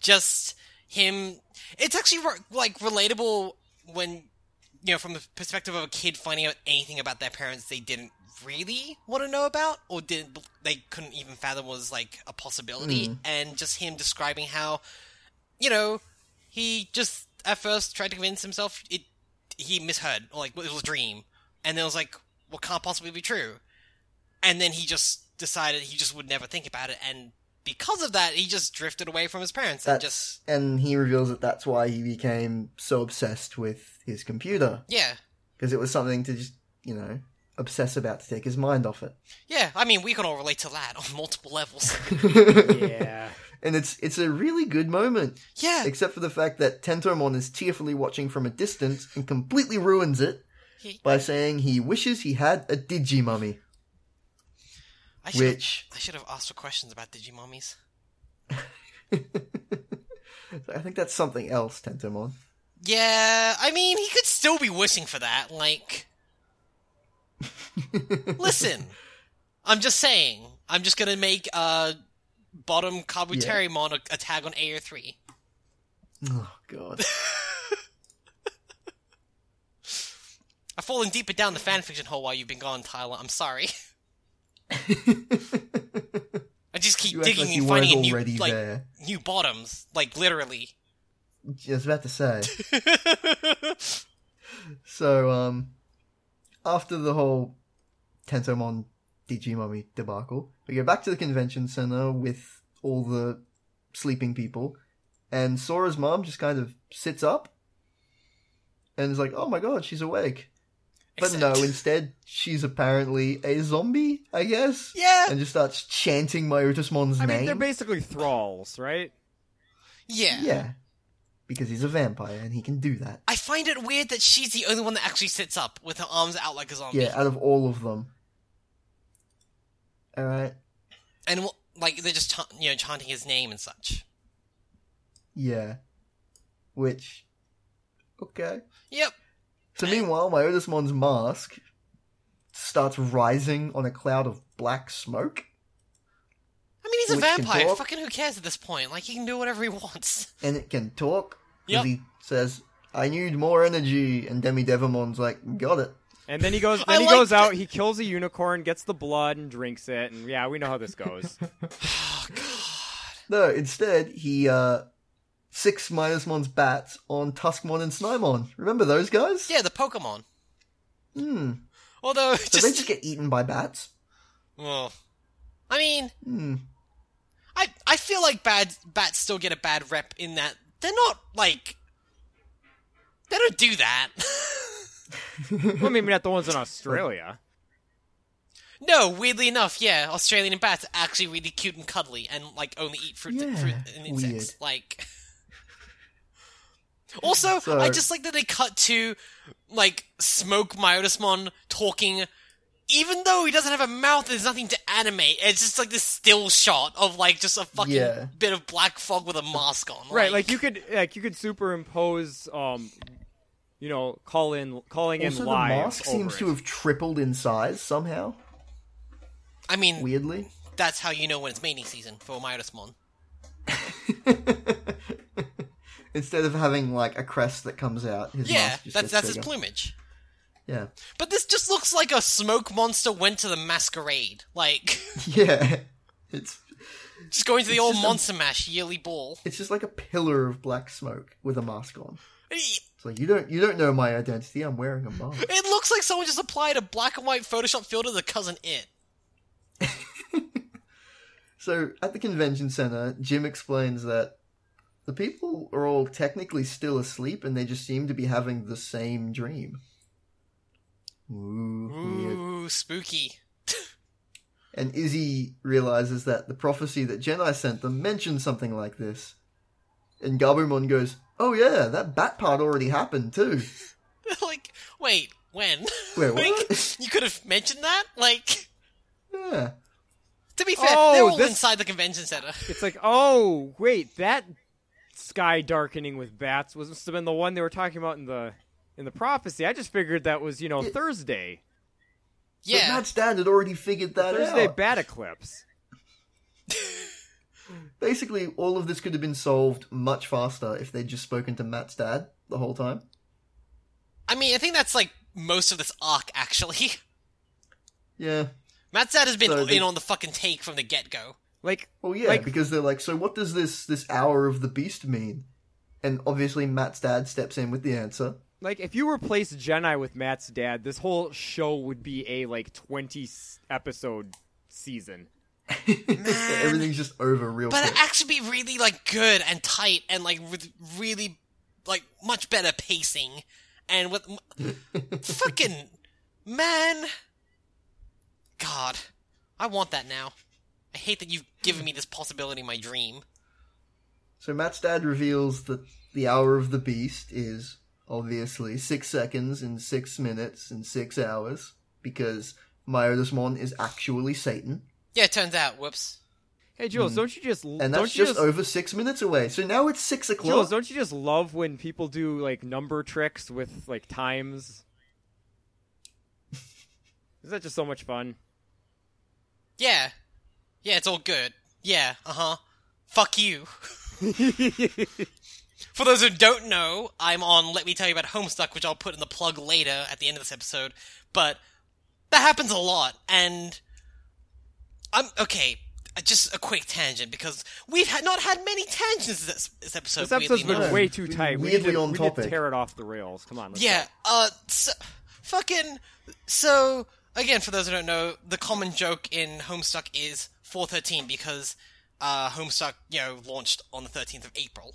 S2: just him. It's actually re- like relatable when you know, from the perspective of a kid finding out anything about their parents they didn't really want to know about or didn't they couldn't even fathom was like a possibility and just him describing how you know he just at first tried to convince himself it he misheard or like it was a dream and then it was like what can't possibly be true and then he just decided he just would never think about it and because of that he just drifted away from his parents and
S1: That's,
S2: just
S1: and he reveals that that's why he became so obsessed with his computer
S2: yeah
S1: because it was something to just you know obsess about to take his mind off it.
S2: yeah i mean we can all relate to that on multiple levels
S3: yeah.
S1: And it's it's a really good moment,
S2: yeah
S1: except for the fact that Tentomon is tearfully watching from a distance and completely ruins it
S2: He-
S1: by saying he wishes he had a Digimummy,
S2: I should have
S1: which
S2: I should have asked for questions about Digimummies.
S1: I think that's something else, Tentomon.
S2: Yeah, I mean, he could still be wishing for that. Like, listen, I'm just saying. I'm just gonna make uh bottom Kabuterimon a, a tag on AO3.
S1: Oh god.
S2: I've fallen deeper down the fanfiction hole while you've been gone, Tyler. I'm sorry. I just keep
S1: You act
S2: digging
S1: like
S2: and
S1: you weren't
S2: finding a new
S1: already
S2: like
S1: there.
S2: new bottoms, like literally.
S1: I was about to say. So, um, after the whole Tentomon Digimummy debacle, we go back to the convention center with all the sleeping people, and Sora's mom just kind of sits up and is like, oh my god, she's awake. But no,
S2: Except-
S1: instead, she's apparently a zombie, I guess?
S2: yeah,
S1: And just starts chanting Myotismon's
S3: I
S1: name.
S3: mean, they're basically thralls, right?
S2: yeah,
S1: yeah. Because he's a vampire and he can do that.
S2: I find it weird that she's the only one that actually sits up with her arms out like a zombie.
S1: Yeah, out of all of them. Alright.
S2: And well, like they're just cha- you know chanting his name and such.
S1: Yeah. Which. Okay.
S2: Yep.
S1: So meanwhile, my Otismon's mask starts rising on a cloud of black smoke,
S2: I mean, he's a
S1: Which can
S2: vampire.
S1: talk.
S2: Fucking who cares at this point? Like he can do whatever he wants.
S1: and it can talk. 'cause
S2: Yep.
S1: He says, "I need more energy," and Demi Devimon's like, "Got it."
S3: And then he goes.
S2: I
S3: Then he
S2: like
S3: goes
S2: that-
S3: out. He kills a unicorn, gets the blood, and drinks it. And yeah, we know how this goes.
S1: No, instead he uh, six Minusmon's bats on Tuskmon and Snymon. Remember those guys?
S2: Yeah, the Pokemon.
S1: Hmm.
S2: Although
S1: So they
S2: just,
S1: just get eaten by bats.
S2: well, I mean,
S1: Hmm.
S2: I I feel like bad bats still get a bad rep in that they're not like they don't do that.
S3: well, maybe not the ones in Australia.
S2: no, weirdly enough, yeah, Australian bats are actually really cute and cuddly and like only eat fruit,
S1: Yeah,
S2: fruit and insects.
S1: weird.
S2: Like. Also,
S1: So-
S2: I just like that they cut to like Smoke Myotismon talking, even though he doesn't have a mouth. There's nothing to animate. It's just like this still shot of like just a fucking
S1: Yeah.
S2: bit of black fog with a mask on.
S3: Right, like you could like you could superimpose um you know, call in calling
S1: Also,
S3: in
S1: the
S3: live.
S1: mask
S3: over
S1: seems
S3: it.
S1: to have tripled in size somehow.
S2: I mean,
S1: Weirdly.
S2: that's how you know when it's mating season for Myotismon.
S1: Instead of having like a crest that comes out, his
S2: Yeah,
S1: mask just
S2: that's
S1: gets
S2: that's his
S1: bigger.
S2: plumage.
S1: Yeah,
S2: But this just looks like a smoke monster went to the masquerade. Like
S1: yeah. It's
S2: just going to the old
S1: just a-
S2: Monster Mash yearly ball.
S1: it's just like a pillar of black smoke with a mask on.
S2: It
S1: It's like you don't you don't know my identity. I'm wearing a mask.
S2: it looks like someone just applied a black and white Photoshop filter to Cousin It.
S1: So at the convention center, Jim explains that the people are all technically still asleep, and they just seem to be having the same dream. Ooh, weird.
S2: Ooh, spooky.
S1: And Izzy realizes that the prophecy that Jedi sent them mentioned something like this. And Gabumon goes, Oh yeah, that bat part already happened too.
S2: like, wait, when?
S1: Wait,
S2: Like,
S1: what?
S2: you could have mentioned that? Like,
S1: yeah.
S2: To be fair,
S3: Oh,
S2: they're all
S3: this-
S2: inside the convention center.
S3: It's like, oh wait, that sky darkening with bats was must have been the one they were talking about in the in the prophecy. I just figured that was you know Thursday,
S1: But
S2: Yeah,
S1: Matt's dad had already figured that
S3: Thursday
S1: out.
S3: bat eclipse.
S1: Basically, all of this could have been solved much faster if they'd just spoken to Matt's dad the whole time.
S2: I mean, I think that's like most of this arc actually.
S1: Yeah.
S2: Matt Sad has been
S1: So they-
S2: in on the fucking take from the get go.
S3: Like,
S1: Well, yeah,
S3: Like-
S1: because they're like, so what does this this hour of the beast mean? And obviously, Matt's dad steps in with the answer.
S3: like if you replace Jedi with Matt's dad, this whole show would be a like twenty s- episode season.
S1: Everything's just over real
S2: But
S1: quick.
S2: it'd actually be really like good and tight and like with really like much better pacing and with fucking man. God, I want that now. I hate that you've given me this possibility in my dream.
S1: So Matt's dad reveals that the hour of the beast is obviously six seconds and six minutes and six hours because Myodasmon is actually Satan,
S2: Yeah, it turns out. Whoops.
S3: Hey Jules, don't you just
S1: and
S3: don't
S1: that's
S3: you
S1: just, over six minutes away. So now it's six
S3: Jules,
S1: o'clock.
S3: don't you just love when people do like number tricks with like times? Is that just so much fun?
S2: Yeah, yeah, it's all good. Yeah, uh huh. Fuck you. For those who don't know, I'm on Let Me Tell You About Homestuck, which I'll put in the plug later at the end of this episode, but that happens a lot, and I'm okay. uh, Just a quick tangent because we've had not had many tangents this, this episode.
S3: This episode's
S2: weirdly
S3: been
S2: enough.
S3: way too tight. We
S1: Weirdly
S3: need, to,
S1: on
S3: we need to
S1: topic.
S3: tear it off the rails. Come on. Let's
S2: Yeah. Uh. So, fucking. So again, for those who don't know, the common joke in Homestuck is 413 because uh, Homestuck, you know, launched on the 13th of April,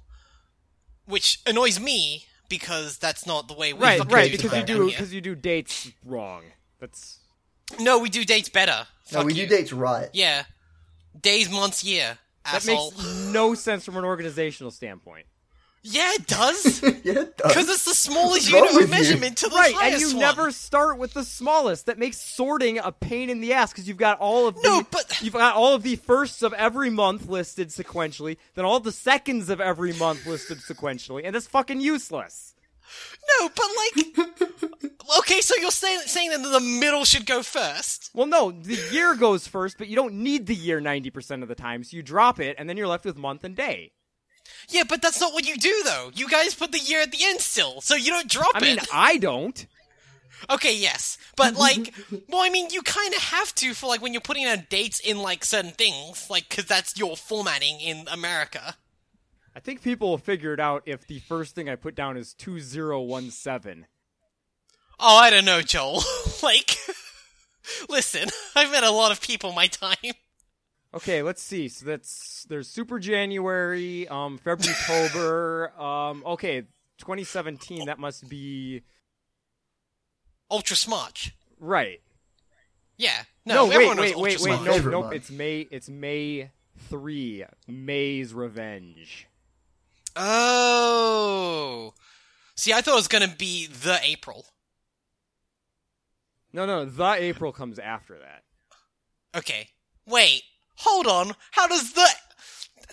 S2: which annoys me because that's not the way we
S3: go. Right,
S2: fucking
S3: right.
S2: do
S3: Because you
S2: things
S3: do
S2: around
S3: because you do dates wrong. That's
S2: here. No, we do dates better.
S1: no,
S2: Fuck
S1: we do
S2: you.
S1: dates right.
S2: Yeah. Days, months, year.
S3: that
S2: Asshole.
S3: makes no sense from an organizational standpoint.
S2: Yeah, it does.
S1: yeah, it does.
S2: Because it's the smallest
S1: What's wrong
S2: unit of
S1: with you?
S2: measurement to the
S3: Right, and
S2: highest
S3: you
S2: one.
S3: never start with the smallest. That makes sorting a pain in the ass because you've got all of the,
S2: No, but-
S3: you've got all of the firsts of every month listed sequentially, then all the seconds of every month listed sequentially, and it's fucking useless.
S2: No, but like, okay, so you're saying saying that the middle should go first.
S3: Well, no, the year goes first, but you don't need the year ninety percent of the time, so you drop it, and then you're left with month and day.
S2: Yeah, but that's not what you do though. You guys put the year at the end still, so you don't drop
S3: I mean,
S2: it.
S3: I don't.
S2: Okay, yes, but like, well, I mean, you kind of have to for like when you're putting down dates in like certain things, like because that's your formatting in America.
S3: I think people will figure it out if the first thing I put down is two zero one seven.
S2: Oh, I don't know, Joel. like, listen, I've met a lot of people in my time.
S3: Okay, let's see. So that's there's Super January, um, February, October. um, okay, 2017. That must be
S2: Ultra smart.
S3: right.
S2: Yeah. No, everyone
S3: wait,
S2: knows
S3: wait,
S2: ultra
S3: wait,
S2: smart.
S3: wait. Nope,
S1: Favorite
S3: nope.
S1: month.
S3: It's May. It's May three. May's Revenge.
S2: Oh. See, I thought it was going to be the April.
S3: No, no. The April comes after that.
S2: Okay. Wait. Hold on. How does the.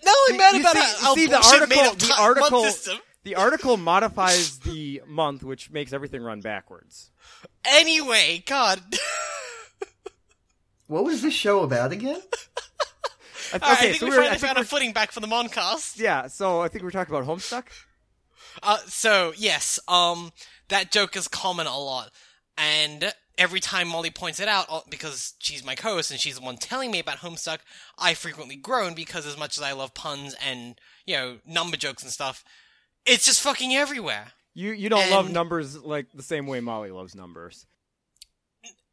S2: Now I'm mad
S3: you
S2: about
S3: see,
S2: how, how
S3: you see the
S2: bullshit
S3: article.
S2: made up
S3: The
S2: time-
S3: article.
S2: month system.
S3: The article modifies the month, which makes everything run backwards.
S2: Anyway, God.
S1: What was this show about again?
S3: I-
S2: Alright,
S3: okay,
S2: I think
S3: so
S2: we
S3: we were,
S2: finally
S3: I think
S2: found
S3: we're,
S2: our footing back for the Moncast.
S3: yeah. So I think we're talking about Homestuck.
S2: Uh, so, yes, um, that joke is common a lot. And every time Molly points it out, uh, because she's my co host and she's the one telling me about Homestuck, I frequently groan because as much as I love puns and, you know, number jokes and stuff, it's just fucking everywhere.
S3: You you don't love
S2: And-
S3: numbers like the same way Molly loves numbers.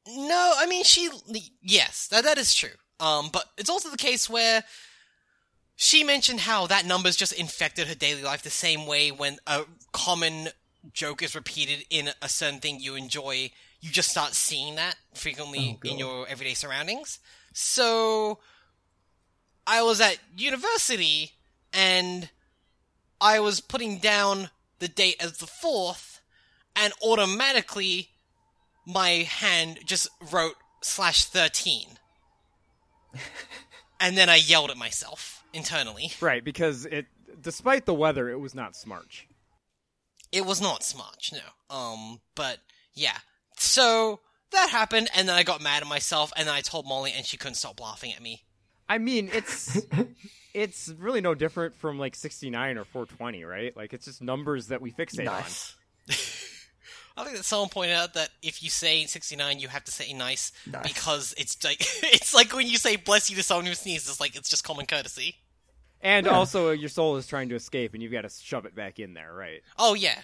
S2: No, I mean she. Yes, that that is true. Um, but it's also the case where she mentioned how that number's just infected her daily life the same way when a common joke is repeated in a certain thing you enjoy, you just start seeing that frequently
S1: Oh, God.
S2: in your everyday surroundings. So I was at university and I was putting down the date as the fourth, and automatically my hand just wrote slash 13. and then I yelled at myself internally.
S3: Right, because it, despite the weather, it was not smarch.
S2: It was not smart, no. Um, but yeah. So that happened, and then I got mad at myself, and then I told Molly, and she couldn't stop laughing at me.
S3: I mean, it's it's really no different from like 69 or 420, right? Like it's just numbers that we fixate on.
S1: Nice.
S2: I think that someone pointed out that if you say 69, you have to say nice,
S1: Nice.
S2: because it's like it's like when you say bless you to someone who sneezes, it's like it's just common courtesy.
S3: And also, your soul is trying to escape, and you've got to shove it back in there, right?
S2: Oh yeah.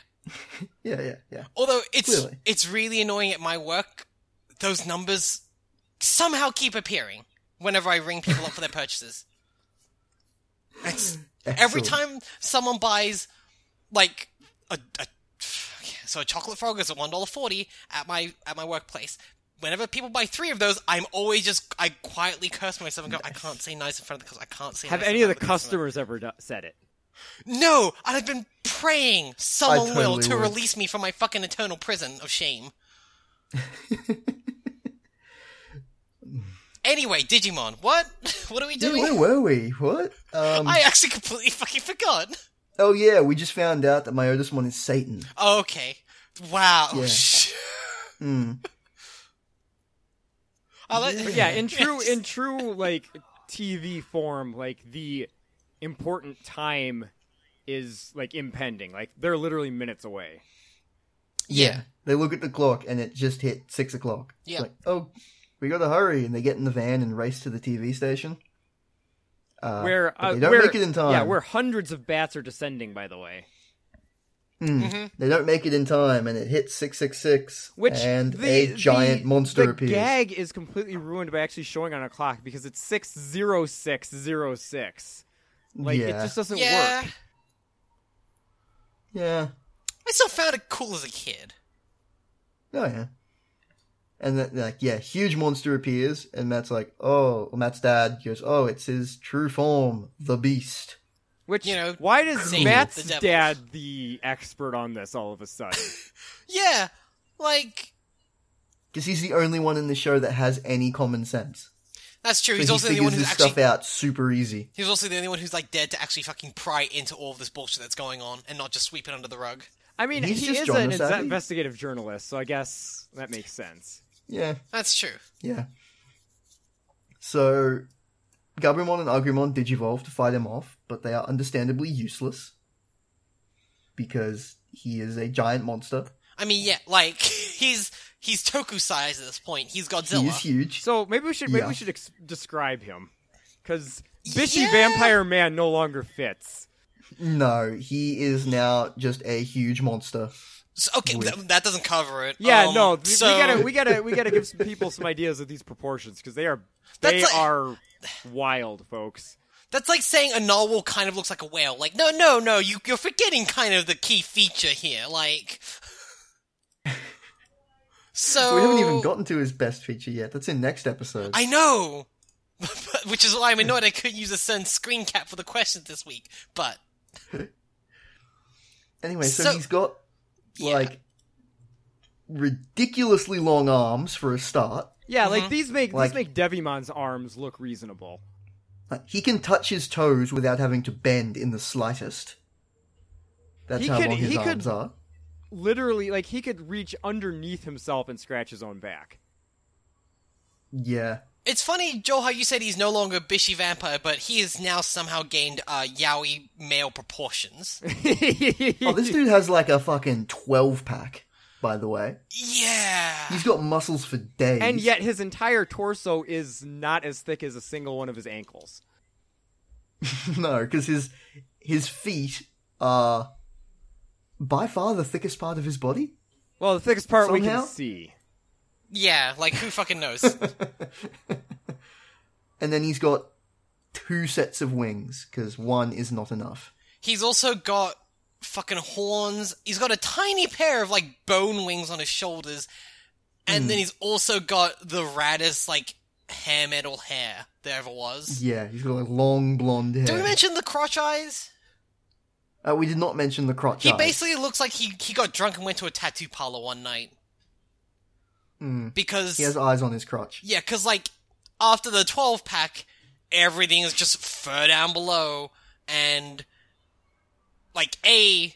S1: Yeah, yeah, yeah.
S2: Although it's
S1: Clearly.
S2: it's really annoying at my work, those numbers somehow keep appearing whenever I ring people up for their purchases. It's- every
S1: Excellent.
S2: time someone buys like a, a so a chocolate frog is at one dollar forty at my at my workplace. Whenever people buy three of those, I'm always just I quietly curse myself and go, I can't say nice in front of the customer. I can't say.
S3: Have
S2: nice
S3: any
S2: in
S3: of the
S2: front customer."
S3: customers ever do- said it?
S2: No, and I've been praying someone will
S1: totally
S2: to
S1: would.
S2: release me from my fucking eternal prison of shame. anyway, Digimon, what? What are we
S1: Yeah,
S2: doing?
S1: where were we? What? Um,
S2: I actually completely fucking forgot.
S1: oh yeah, we just found out that my oldest one is Satan.
S2: Okay. Wow.
S1: Yeah. Mm.
S2: I like-
S3: But yeah, in true in true like TV form, like the important time is like impending. Like they're literally minutes away.
S2: yeah.
S1: They look at the clock and it just hit six o'clock. It's
S2: Yeah.
S1: Like, oh, we gotta hurry, and they get in the van and race to the TV station. Uh,
S3: where
S1: but
S3: uh,
S1: they don't
S3: where-
S1: make it in time.
S3: Yeah, where hundreds of bats are descending. By the way,
S1: They don't make it in time, and it hits six six six,
S3: which
S1: and
S3: the,
S1: a
S3: the-
S1: giant monster
S3: the
S1: appears.
S3: gag is completely ruined by actually showing on a clock because it's six zero six zero six. Like it
S1: Yeah.
S3: just doesn't
S2: Yeah.
S3: work.
S1: Yeah.
S2: I still found it cool as a kid.
S1: Oh yeah. And then like yeah, huge monster appears, and Matt's like, oh, well, Matt's dad goes, oh, it's his true form, the beast.
S3: Which
S2: You know,
S3: why does
S2: Satan,
S3: Matt's
S2: the devil.
S3: dad the expert on this all of a sudden?
S2: Yeah. Like
S1: Because he's the only one in the show that has any common sense.
S2: that's true.
S1: So
S2: He's
S1: he
S2: also the
S1: figures
S2: one who's
S1: this
S2: actually
S1: stuff out super easy.
S2: He's also the only one who's like dared to actually fucking pry into all of this bullshit that's going on and not just sweep it under the rug.
S3: I mean,
S1: He's
S3: he
S1: just
S3: is
S1: John
S3: an
S1: Rosati.
S3: investigative journalist, so I guess that makes sense.
S1: Yeah,
S2: That's true.
S1: yeah. So, Gabumon and Agumon digivolve to fight him off, but they are understandably useless because he is a giant monster.
S2: I mean, yeah, like he's he's Toku size at this point. He's Godzilla.
S1: He is huge.
S3: So maybe we should maybe
S1: Yeah.
S3: we should ex- describe him because bitchy
S2: Yeah.
S3: vampire man no longer fits.
S1: No, he is now just a huge monster.
S2: So- okay, th- that doesn't cover it.
S3: Yeah,
S2: Um,
S3: no, th-
S2: so
S3: we gotta we gotta we gotta give some people some ideas of these proportions because they are they
S2: That's like-
S3: are wild, folks.
S2: that's like saying a narwhal kind of looks like a whale. Like, no, no, no, you you're forgetting kind of the key feature here. Like, so
S1: We haven't even gotten to his best feature yet. That's in next episode.
S2: I know, But- which is why I'm annoyed I couldn't use a certain screen cap for the questions this week. But
S1: Anyway, so,
S2: So-
S1: he's got
S2: yeah.
S1: like ridiculously long arms for a start.
S3: Yeah,
S2: Mm-hmm.
S3: like these make
S1: Like-
S3: these make Devimon's arms look reasonable.
S1: Like, he can touch his toes without having to bend in the slightest. That's
S3: He
S1: how
S3: could-
S1: long his
S3: he could-
S1: arms are.
S3: Literally, like he could reach underneath himself and scratch his own back.
S1: Yeah.
S2: It's funny, Joel, how you said he's no longer a Bishy vampire, but he has now somehow gained uh, yaoi male proportions.
S1: Oh, this dude has like a fucking 12 pack, by the way.
S2: yeah.
S1: He's got muscles for days.
S3: and yet his entire torso is not as thick as a single one of his ankles.
S1: no, because his, his feet are by far the thickest part of his body.
S3: Well, the thickest part we
S1: Somehow?
S3: can see.
S2: Yeah, like who fucking knows?
S1: And then he's got two sets of wings, because one is not enough.
S2: he's also got fucking horns. He's got a tiny pair of like bone wings on his shoulders.
S1: Mm.
S2: And then he's also got the raddest like hair metal hair there ever was.
S1: Yeah, he's got like long blonde hair.
S2: Did we mention the crotch eyes?
S1: uh, we did not mention the crotch
S2: He
S1: eyes.
S2: basically looks like he, he got drunk and went to a tattoo parlor one night. Because
S1: Hmm. He has eyes on his crotch.
S2: Yeah, because like after the twelve pack, everything is just fur down below, and like A,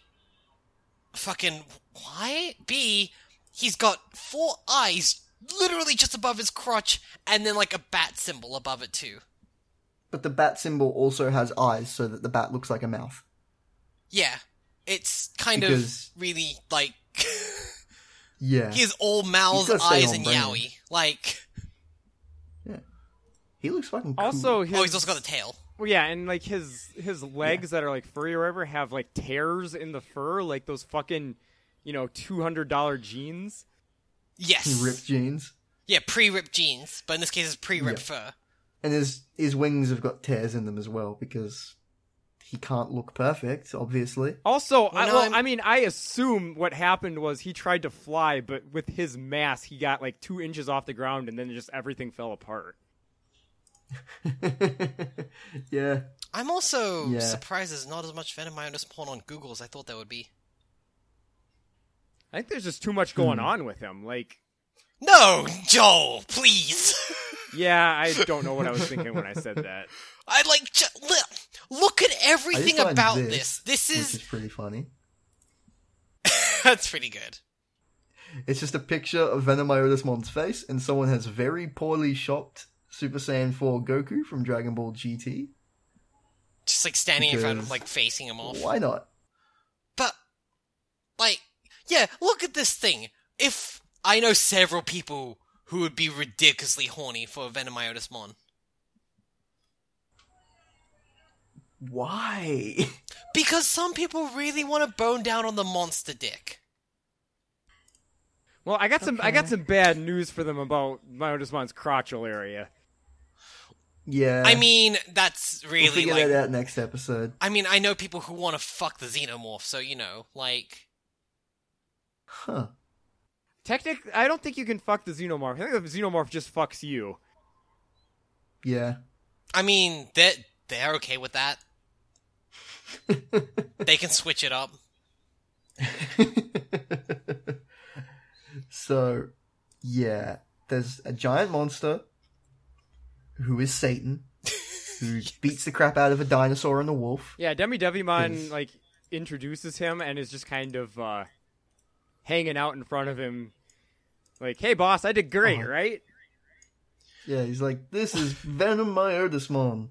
S2: fucking why B, he's got four eyes literally just above his crotch, and then like a bat symbol above it too.
S1: But the bat symbol also has eyes, so that the bat looks like a mouth.
S2: Yeah, it's kind
S1: Because-
S2: of really like
S1: Yeah,
S2: he has all mouths,
S1: gotta stay
S2: eyes,
S1: on
S2: and
S1: brand.
S2: Yowie. Like
S1: he looks fucking cool.
S3: Also, his,
S2: oh, he's also got a tail.
S3: Well, yeah, and like his his legs that are like furry or whatever have like tears in the fur, like those fucking, you know, two hundred dollar jeans.
S2: Yes.
S1: ripped jeans,
S2: Yeah, pre-ripped jeans, but in this case, it's pre-ripped
S1: Yeah.
S2: fur.
S1: and his his wings have got tears in them as well because he can't look perfect, obviously.
S3: Also, I,
S2: no,
S3: well,
S2: I'm-
S3: I mean, I assume what happened was he tried to fly, but with his mass, he got like two inches off the ground, and then just everything fell apart.
S1: yeah,
S2: I'm also
S1: Yeah.
S2: surprised there's not as much Venomiotus porn on Google as I thought there would be.
S3: I think there's just too much going on with him. Like,
S2: No, Joel, please.
S3: yeah, I don't know what I was thinking when I said that.
S2: I like ju- li- look at
S1: I just
S2: everything
S1: find
S2: about
S1: this,
S2: this. This,
S1: which
S2: is
S1: is pretty funny.
S2: that's pretty good.
S1: It's just a picture of Venomiotus Mon's face, and someone has very poorly shopped Super Saiyan 4 Goku from Dragon Ball GT.
S2: Just like standing in front of
S1: Because-
S2: him, like facing him off.
S1: Why not?
S2: But like, yeah, look at this thing. If I know several people who would be ridiculously horny for Venomiotus Mon.
S1: Why?
S2: Because some people really want to bone down on the monster dick.
S3: Well, I got some I got
S1: Okay.
S3: some bad news for them about Myotismon's crotchal area.
S1: yeah.
S2: I mean, that's
S1: we'll
S2: really
S1: figure
S2: like.
S1: that out next episode.
S2: I mean, I know people who want to fuck the xenomorph, so you know, like,
S1: Huh.
S3: Technic, I don't think you can fuck the xenomorph. I think the xenomorph just fucks you.
S1: Yeah.
S2: I mean, they're they're okay with that. they can switch it up.
S1: so, yeah. There's a giant monster who is Satan, who beats the crap out of a dinosaur and a wolf.
S3: Yeah, Demi Devimon
S1: Yes.
S3: like introduces him and is just kind of uh, hanging out in front of him, like, "Hey, boss, I did great,
S1: Uh-huh.
S3: right?"
S1: Yeah, he's like, this is Venom Myotismon,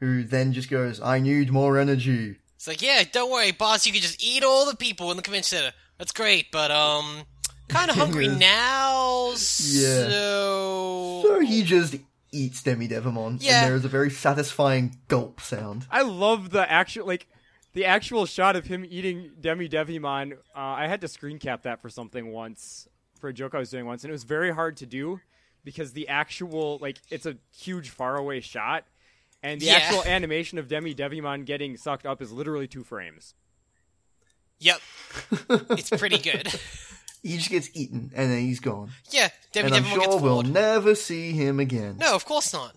S1: who then just goes, I need more energy.
S2: It's like, yeah, don't worry, boss. You can just eat all the people in the convention center. That's great, but um, kind of hungry
S1: Yeah.
S2: now. So,
S1: So he just eats Demi Devimon,
S2: Oh. Yeah.
S1: and there is a very satisfying gulp sound.
S3: I love the actual like the actual shot of him eating Demi Devimon. Uh, I had to screen cap that for something once for a joke I was doing once, and it was very hard to do because the actual like it's a huge faraway shot, and the
S2: Yeah.
S3: actual animation of Demi Devimon getting sucked up is literally two frames.
S2: yep, it's pretty good.
S1: He just gets eaten, and then he's gone.
S2: yeah, Debbie
S1: and I'm
S2: Devimon gets
S1: sure
S2: bored.
S1: we'll never see him again.
S2: No, of course not.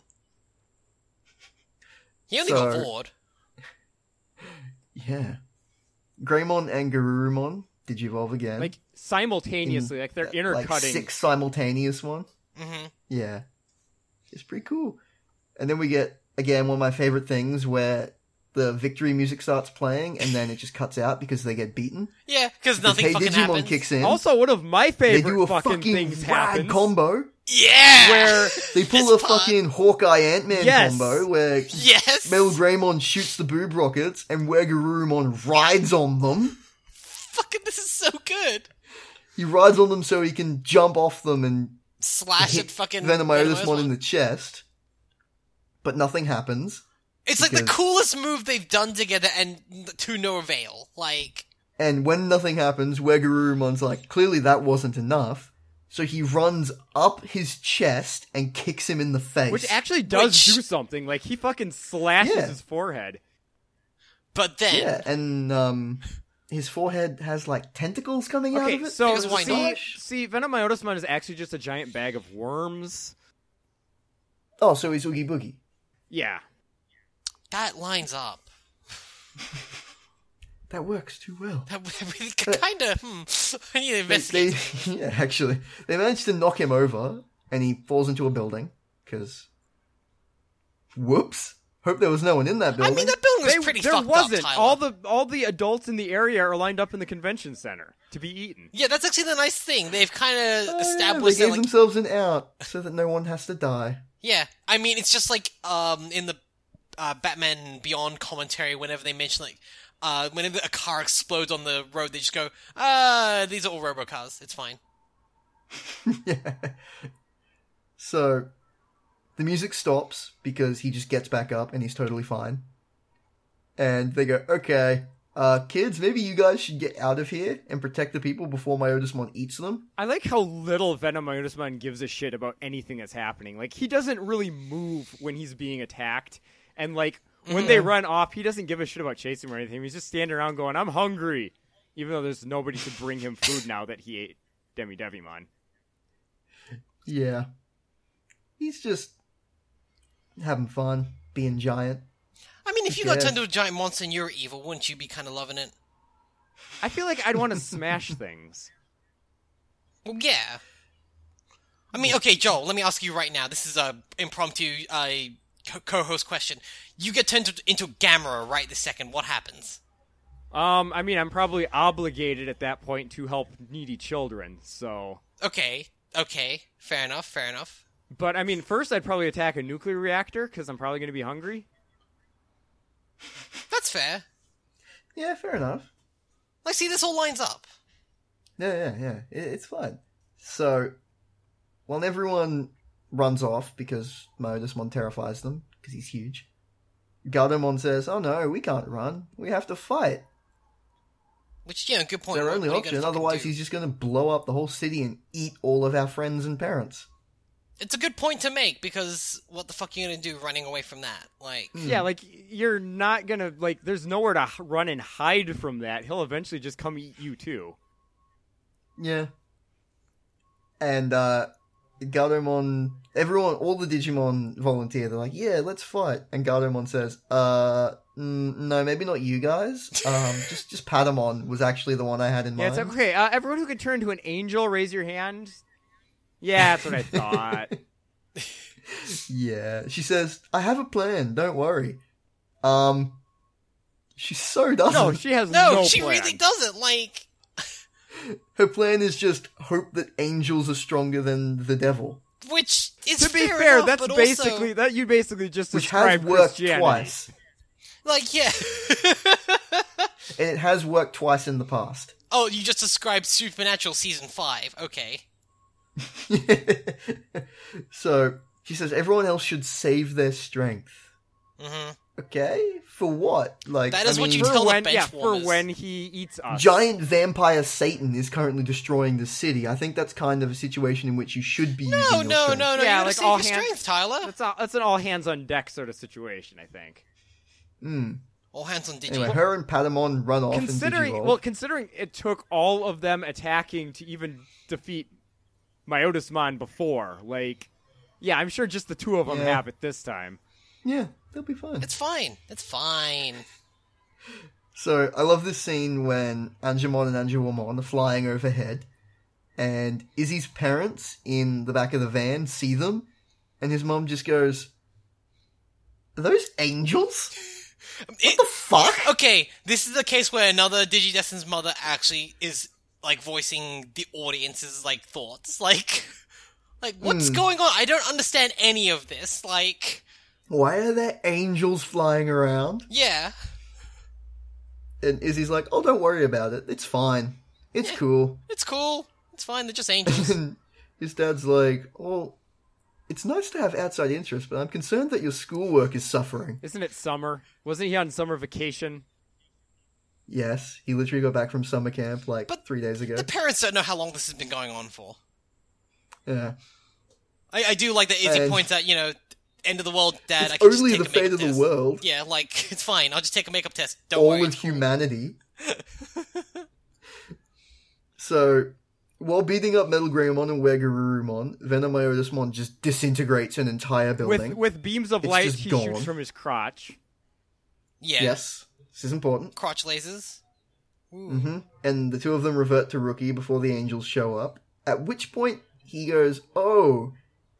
S2: He only
S1: So-
S2: got bored.
S1: Yeah. Greymon and Garurumon digivolve again.
S3: like simultaneously, like they're intercutting.
S1: Like six simultaneous one.
S2: hmm
S1: Yeah. It's pretty cool. And then we get, again, one of my favorite things where the victory music starts playing and then it just cuts out because they get beaten.
S2: Yeah, because
S1: Because
S2: nothing
S1: hey,
S2: fucking
S1: Digimon
S2: happens.
S1: kicks in.
S3: Also, one of my
S1: they
S3: favorite
S1: do a
S3: fucking,
S1: fucking
S3: things
S1: rad
S3: happens
S1: combo.
S2: Yeah.
S3: where
S1: They pull
S2: This
S1: a
S2: part.
S1: fucking Hawkeye Ant-Man
S3: Yes.
S1: combo where
S2: yes.
S1: Mel Greymon shoots the boob rockets and Wegarurumon rides on them.
S2: fucking this is so good.
S1: He rides on them so he can jump off them and
S2: Slash
S1: hit
S2: it fucking
S1: Venomiotus
S2: Venomiotus
S1: one in
S2: one.
S1: the chest, but nothing happens.
S2: It's like the
S1: because-
S2: coolest move they've done together and n- to no avail. Like
S1: And when nothing happens, Wegarumon's like, clearly that wasn't enough. So he runs up his chest and kicks him in the face.
S3: which actually does
S2: Which-
S3: do something. Like he fucking slashes
S1: Yeah.
S3: his forehead.
S2: but then
S1: yeah, and um, his forehead has like tentacles coming out of
S3: Okay,
S1: it.
S3: so
S2: Because why
S3: see,
S2: not?
S3: see, Venomiotismon is actually just a giant bag of worms.
S1: oh, so he's Oogie Boogie.
S3: Yeah,
S2: that lines up.
S1: That works too well.
S2: That really kind of. Hmm, I need to
S1: They,
S2: investigate.
S1: they, yeah, actually, they managed to knock him over, and he falls into a building because Whoops. Hope there was no one in that
S2: I
S1: building.
S2: mean, that building was
S3: They-
S2: pretty
S3: there
S2: fucked
S3: wasn't.
S2: up, Tyler.
S3: all the all the adults in the area are lined up in the convention center to be eaten.
S2: Yeah, that's actually the nice thing. They've kind of
S1: Oh, yeah,
S2: established
S1: they
S2: that,
S1: gave
S2: like,
S1: themselves an out so that no one has to die.
S2: yeah. I mean, it's just like um in the uh, Batman Beyond commentary, whenever they mention like, uh, whenever a car explodes on the road, they just go, "Ah, these are all robocars. It's fine."
S1: yeah. So the music stops because he just gets back up and he's totally fine. And they go, okay, uh, kids, maybe you guys should get out of here and protect the people before my Otismon eats them.
S3: I like how little Venom Ionisman gives a shit about anything that's happening. Like he doesn't really move when he's being attacked, and like when they run off, he doesn't give a shit about chasing or anything. He's just standing around going, "I'm hungry," even though there's nobody to bring him food now that he ate Demi Devimon.
S1: Yeah. He's just having fun, being giant.
S2: I mean, if you got
S1: guess.
S2: turned into a giant monster and you're evil, wouldn't you be kind of loving it?
S3: I feel like I'd want to smash things.
S2: Well, yeah. I mean, okay, Joel. Let me ask you right now. This is a impromptu uh, co- co-host question. You get turned to- into Gamera right this second. What happens?
S3: Um, I mean, I'm probably obligated at that point to help needy children. So,
S2: Okay, okay, fair enough, fair enough.
S3: but I mean, first I'd probably attack a nuclear reactor because I'm probably going to be hungry.
S2: That's fair.
S1: Yeah, fair enough.
S2: Like, see, this all lines up.
S1: Yeah, yeah, yeah. It, it's fine. So, while everyone runs off because Modusmon terrifies them because he's huge, Gardomon says, "Oh no, we can't run. We have to fight.
S2: Which, yeah, good point.
S1: Their
S2: What-
S1: only
S2: what are you gonna
S1: option.
S2: fucking
S1: Otherwise,
S2: do?
S1: he's just going to blow up the whole city and eat all of our friends and parents."
S2: It's a good point to make because what the fuck are you gonna do running away from that? Like,
S1: Mm,
S3: Yeah, like you're not gonna like. There's nowhere to h- run and hide from that. He'll eventually just come eat you too.
S1: Yeah. And uh Gardomon everyone all the Digimon volunteer, they're like, Yeah, let's fight and Gardomon says, Uh mm, no, maybe not you guys. Um just just Patamon was actually the one I had in
S3: Yeah,
S1: mind.
S3: it's like, okay. Uh, everyone who can turn to an angel, raise your hand. Yeah, that's what I thought.
S1: Yeah. She says, I have a plan, don't worry. Um She so doesn't
S3: no, she has
S2: no,
S3: no.
S2: she
S3: plan.
S2: really doesn't. Like,
S1: her plan is just hope that angels are stronger than the devil.
S2: which is
S3: To be
S2: fair,
S3: fair,
S2: enough,
S3: that's
S2: but also-
S3: basically that you basically just
S1: Which has
S3: described
S1: worked
S3: Christianity.
S1: twice.
S2: like, yeah.
S1: And it has worked twice in the past.
S2: oh, you just described Supernatural season five. Okay.
S1: so she says everyone else should save their strength.
S2: Mm-hmm.
S1: Okay, for what? Like
S2: That
S1: I
S2: is what you
S1: mean,
S2: tell-
S3: For
S2: the
S3: when,
S2: bench
S3: yeah, for
S2: warmers.
S3: when he eats us.
S1: Giant vampire Satan is currently destroying the city. I think that's kind of a situation in which you should be. using
S2: No,
S1: your
S2: no, no,
S1: strength.
S2: no. you
S3: Yeah,
S2: gotta
S3: like,
S2: save
S3: all
S2: your
S3: hands-
S2: strength, Tyler.
S3: That's all, that's an all hands on deck sort of situation, I think.
S1: Mm.
S2: All hands on Digi.
S1: Anyway, her and Patamon run off.
S3: considering
S1: and
S3: well, considering it took all of them attacking to even defeat Myotismon before, like, yeah, I'm sure just the two of them
S1: Yeah.
S3: have it this time.
S1: yeah, they'll be fine.
S2: It's fine. It's fine.
S1: So I love this scene when Angemon and Anjewomon are flying overhead, and Izzy's parents in the back of the van see them, and his mom just goes, "Are those angels?
S2: It-
S1: What the fuck?"
S2: okay, this is the case where another Digidestin's mother actually is like voicing the audience's like thoughts. Like, like
S1: Hmm.
S2: what's going on? I don't understand any of this. Like,
S1: Why are there angels flying around?
S2: yeah,
S1: And Izzy's like, "Oh, don't worry about it. It's fine. It's cool."
S2: it's cool. It's fine. They're just angels.
S1: And his dad's like, "Well, it's nice to have outside interests, but I'm concerned that your schoolwork is suffering."
S3: Isn't it summer? Wasn't he on summer vacation?
S1: Yes, he literally got back from summer camp like
S2: But
S1: three days ago.
S2: the parents don't know how long this has been going on for.
S1: yeah.
S2: I, I do like that Izzy
S1: And-
S2: points out. You know, end of the world, Dad. I
S1: it's
S2: can just
S1: only
S2: take a
S1: the
S2: makeup
S1: fate of the
S2: test.
S1: world.
S2: Yeah, like it's fine. I'll just take a makeup test. Don't
S1: all
S2: worry.
S1: of humanity. so, while beating up Metal Greymon and Wegarurumon, Venomiotismon just disintegrates an entire building.
S3: With with beams of
S1: It's
S3: light,
S1: just
S3: he
S1: gone.
S3: shoots from his crotch.
S2: Yeah.
S1: Yes, this is important.
S2: Crotch lasers.
S1: hmm And the two of them revert to Rookie before the angels show up. At which point, he goes, Oh,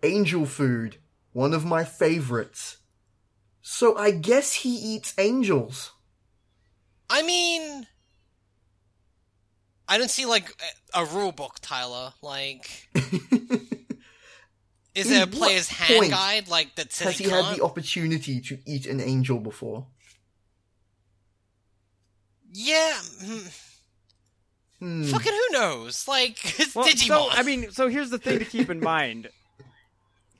S1: angel food, one of my favorites. So I guess he eats angels.
S2: I mean, I don't see like a a rule book, Tyler. Like, is there a
S1: Dude, what
S2: player's hand
S1: point
S2: guide like that says
S1: Has
S2: he,
S1: he
S2: can't?
S1: had the opportunity to eat an angel before?
S2: yeah, hmm.
S1: Hmm.
S2: fucking who knows? Like, it's
S3: Well,
S2: Digimon.
S3: so I mean, so here's the thing to keep in mind.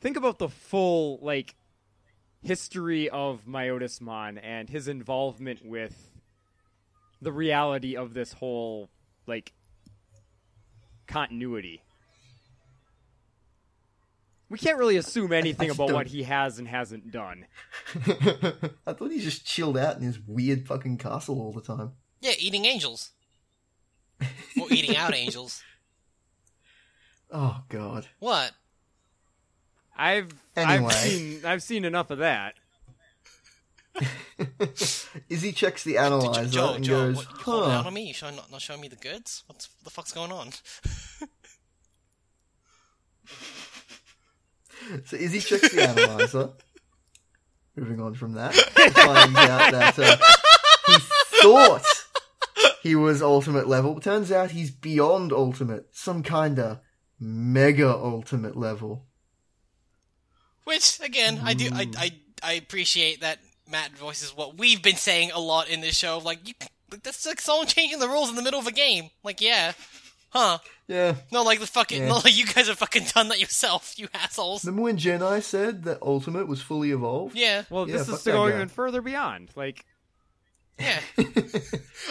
S3: Think about the full like history of Myotismon and his involvement with the reality of this whole like continuity. We can't really assume anything
S1: I
S3: about
S1: don't-
S3: what he has and hasn't done.
S1: I thought he just chilled out in his weird fucking castle all the time.
S2: yeah, eating angels or eating out angels.
S1: Oh god.
S2: What?
S3: I've
S1: Anyway.
S3: I've seen I've seen enough of that.
S1: Izzy checks the
S2: Did
S1: analyzer
S2: you, Joe,
S1: and
S2: Joe,
S1: goes,
S2: what, you holding out
S1: huh.
S2: on me? You showing not, not showing me the goods? What the fuck's going on?
S1: So Izzy checks the analyzer. Moving on from that, finds out that uh, he thought he was ultimate level, but turns out he's beyond ultimate, some kind of mega ultimate level.
S2: Which again, I do, I, I, I appreciate that Matt voices what we've been saying a lot in this show. of, Like, you, like that's like someone changing the rules in the middle of a game. Like, yeah, huh?
S1: Yeah.
S2: Not like the fucking,
S1: Yeah.
S2: not like you guys have fucking done that yourself, you assholes.
S1: Remember when Jedi said that ultimate was fully evolved?
S2: Yeah,
S3: Well,
S1: Yeah,
S3: this
S1: fuck
S3: is
S1: that
S3: to go
S1: guy.
S3: even further beyond. Like
S2: yeah.
S3: See?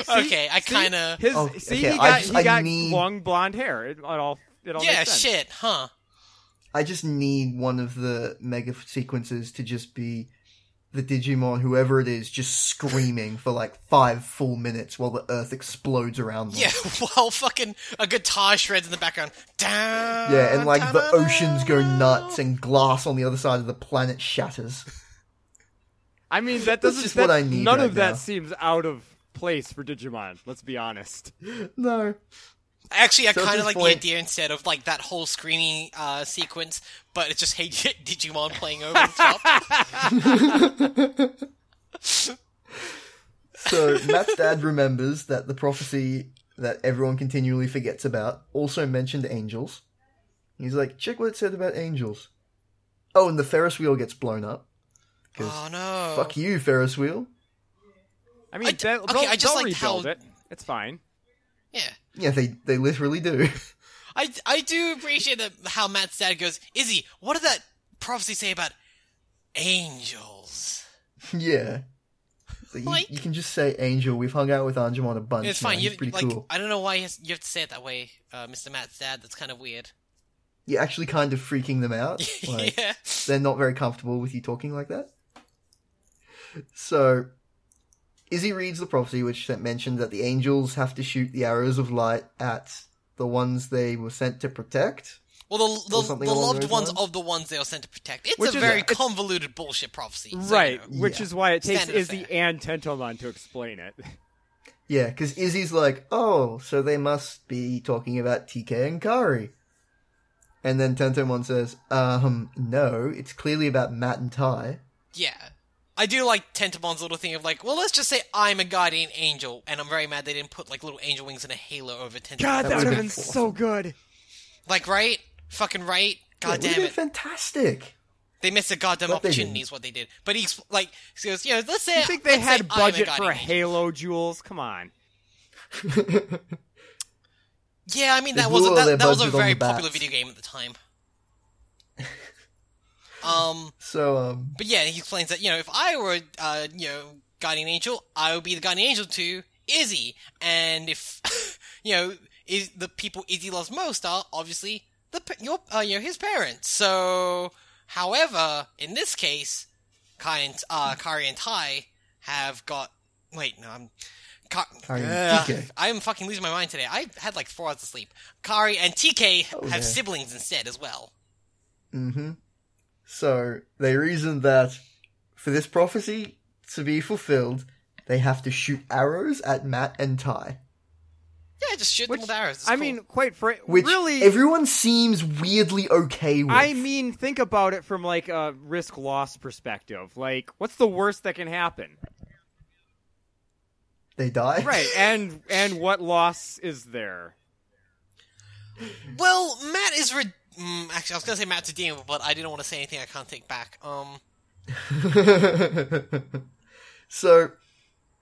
S2: okay, I
S3: See?
S2: kind of.
S3: his
S1: Oh,
S3: see
S1: okay,
S3: he
S1: I
S3: got
S1: just-
S3: he
S1: I
S3: got
S1: need-
S3: long blonde hair. It, it all it all
S2: Yeah,
S3: makes sense.
S2: shit, huh?
S1: I just need one of the mega sequences to just be the Digimon, whoever it is, just screaming for like five full minutes while the Earth explodes around them.
S2: Yeah, while fucking a guitar shreds in the background. Down.
S1: Yeah, and like the
S2: da-da-da.
S1: oceans go nuts and glass on the other side of the planet shatters.
S3: I mean that
S1: That's
S3: doesn't
S1: just
S3: that-
S1: what I need
S3: None
S1: right
S3: of
S1: now.
S3: that seems out of place for Digimon. Let's be honest.
S1: No.
S2: Actually, I
S1: So at
S2: kind of
S1: this
S2: like
S1: point-
S2: the idea instead of like that whole screening uh, sequence, but it's just hey Digimon playing over the top.
S1: So Matt's dad remembers that the prophecy that everyone continually forgets about also mentioned angels. He's like, check what it said about angels. Oh, and the Ferris wheel gets blown up. 'Cause
S2: oh no!
S1: Fuck you, Ferris wheel.
S3: I mean,
S2: I d-
S3: they'll,
S2: okay,
S3: they'll-
S2: I just
S3: they'll
S2: liked how-
S3: rebuild it. It's fine.
S2: Yeah,
S1: Yeah, they they literally do.
S2: I I do appreciate that how Matt's dad goes. Izzy, what did that prophecy say about angels?
S1: yeah. So you,
S2: Like-
S1: you can just say angel. We've hung out with Anjumon a bunch.
S2: It's fine.
S1: man.
S2: You
S1: He's pretty
S2: like
S1: cool.
S2: I don't know why you has- you have to say it that way, uh, Mr. Matt's dad. That's kind of weird.
S1: You're actually kind of freaking them out. Like,
S2: yeah.
S1: they're not very comfortable with you talking like that. So, Izzy reads the prophecy, which that mentioned that the angels have to shoot the arrows of light at the ones they were sent to protect.
S2: Well, the
S1: Or
S2: the,
S1: something
S2: the
S1: along
S2: loved
S1: those
S2: ones
S1: lines.
S2: of the ones they were sent to protect. It's
S3: Which
S2: a
S3: is-
S2: very
S3: it's-
S2: convoluted bullshit prophecy, so, you
S3: right,
S2: know.
S3: which
S1: Yeah.
S3: is why it takes
S2: Standard
S3: Izzy
S2: affair.
S3: and Tentomon to explain it.
S1: Yeah, because Izzy's like, oh, so they must be talking about TK and Kari. And then Tentomon says, um, no, it's clearly about Matt and Ty.
S2: Yeah. I do like Tentamon's little thing of like, well, let's just say I'm a guardian angel, and I'm very mad they didn't put like little angel wings and a halo over Tentamon.
S3: God, that,
S1: would've
S3: would have
S1: been
S3: been so good.
S2: Like, right? Fucking right? God damn
S1: Yeah, would've
S2: it.
S1: been fantastic.
S2: They missed a goddamn
S1: But they
S2: opportunity,
S1: didn't.
S2: is what they did. But he, expl- like, he goes, you know, let's say
S3: You think they
S2: let's say
S3: had
S2: I'm
S3: budget
S2: guardian
S3: for a
S2: angel.
S3: Halo, Jules? Come on.
S2: Yeah, I mean,
S1: They
S2: that
S1: blew
S2: was, a,
S1: all their
S2: that, that was a
S1: budget on
S2: very
S1: the bats.
S2: popular video game at the time. um,
S1: So, um,
S2: But yeah, he explains that, you know, if I were, uh, you know, Guardian Angel, I would be the Guardian Angel to Izzy. And if, you know, is the people Izzy loves most are obviously the pa- your, uh, you know, his parents. So, however, in this case, Kai and, uh, Kari and Tai have got, wait, no, I'm, Ka-
S1: Kari and
S2: Ugh,
S1: TK.
S2: I'm fucking losing my mind today. I had like four hours of sleep. Kari and TK
S1: Oh,
S2: have
S1: yeah.
S2: siblings instead as well.
S1: Mm-hmm. So they reason that for this prophecy to be fulfilled, they have to shoot arrows at Matt and Ty.
S2: Yeah, just shoot
S3: Which
S2: them with arrows. It's
S3: I
S2: cool.
S3: mean, quite frank,
S1: Which
S3: really,
S1: everyone seems weirdly okay with.
S3: I mean, think about it from like a risk loss perspective. Like, what's the worst that can happen?
S1: they die.
S3: Right, and and what loss is there?
S2: well, Matt is re- mm, actually. I was gonna say Matt's redeemable, but I didn't want to say anything I can't take back. Um,
S1: so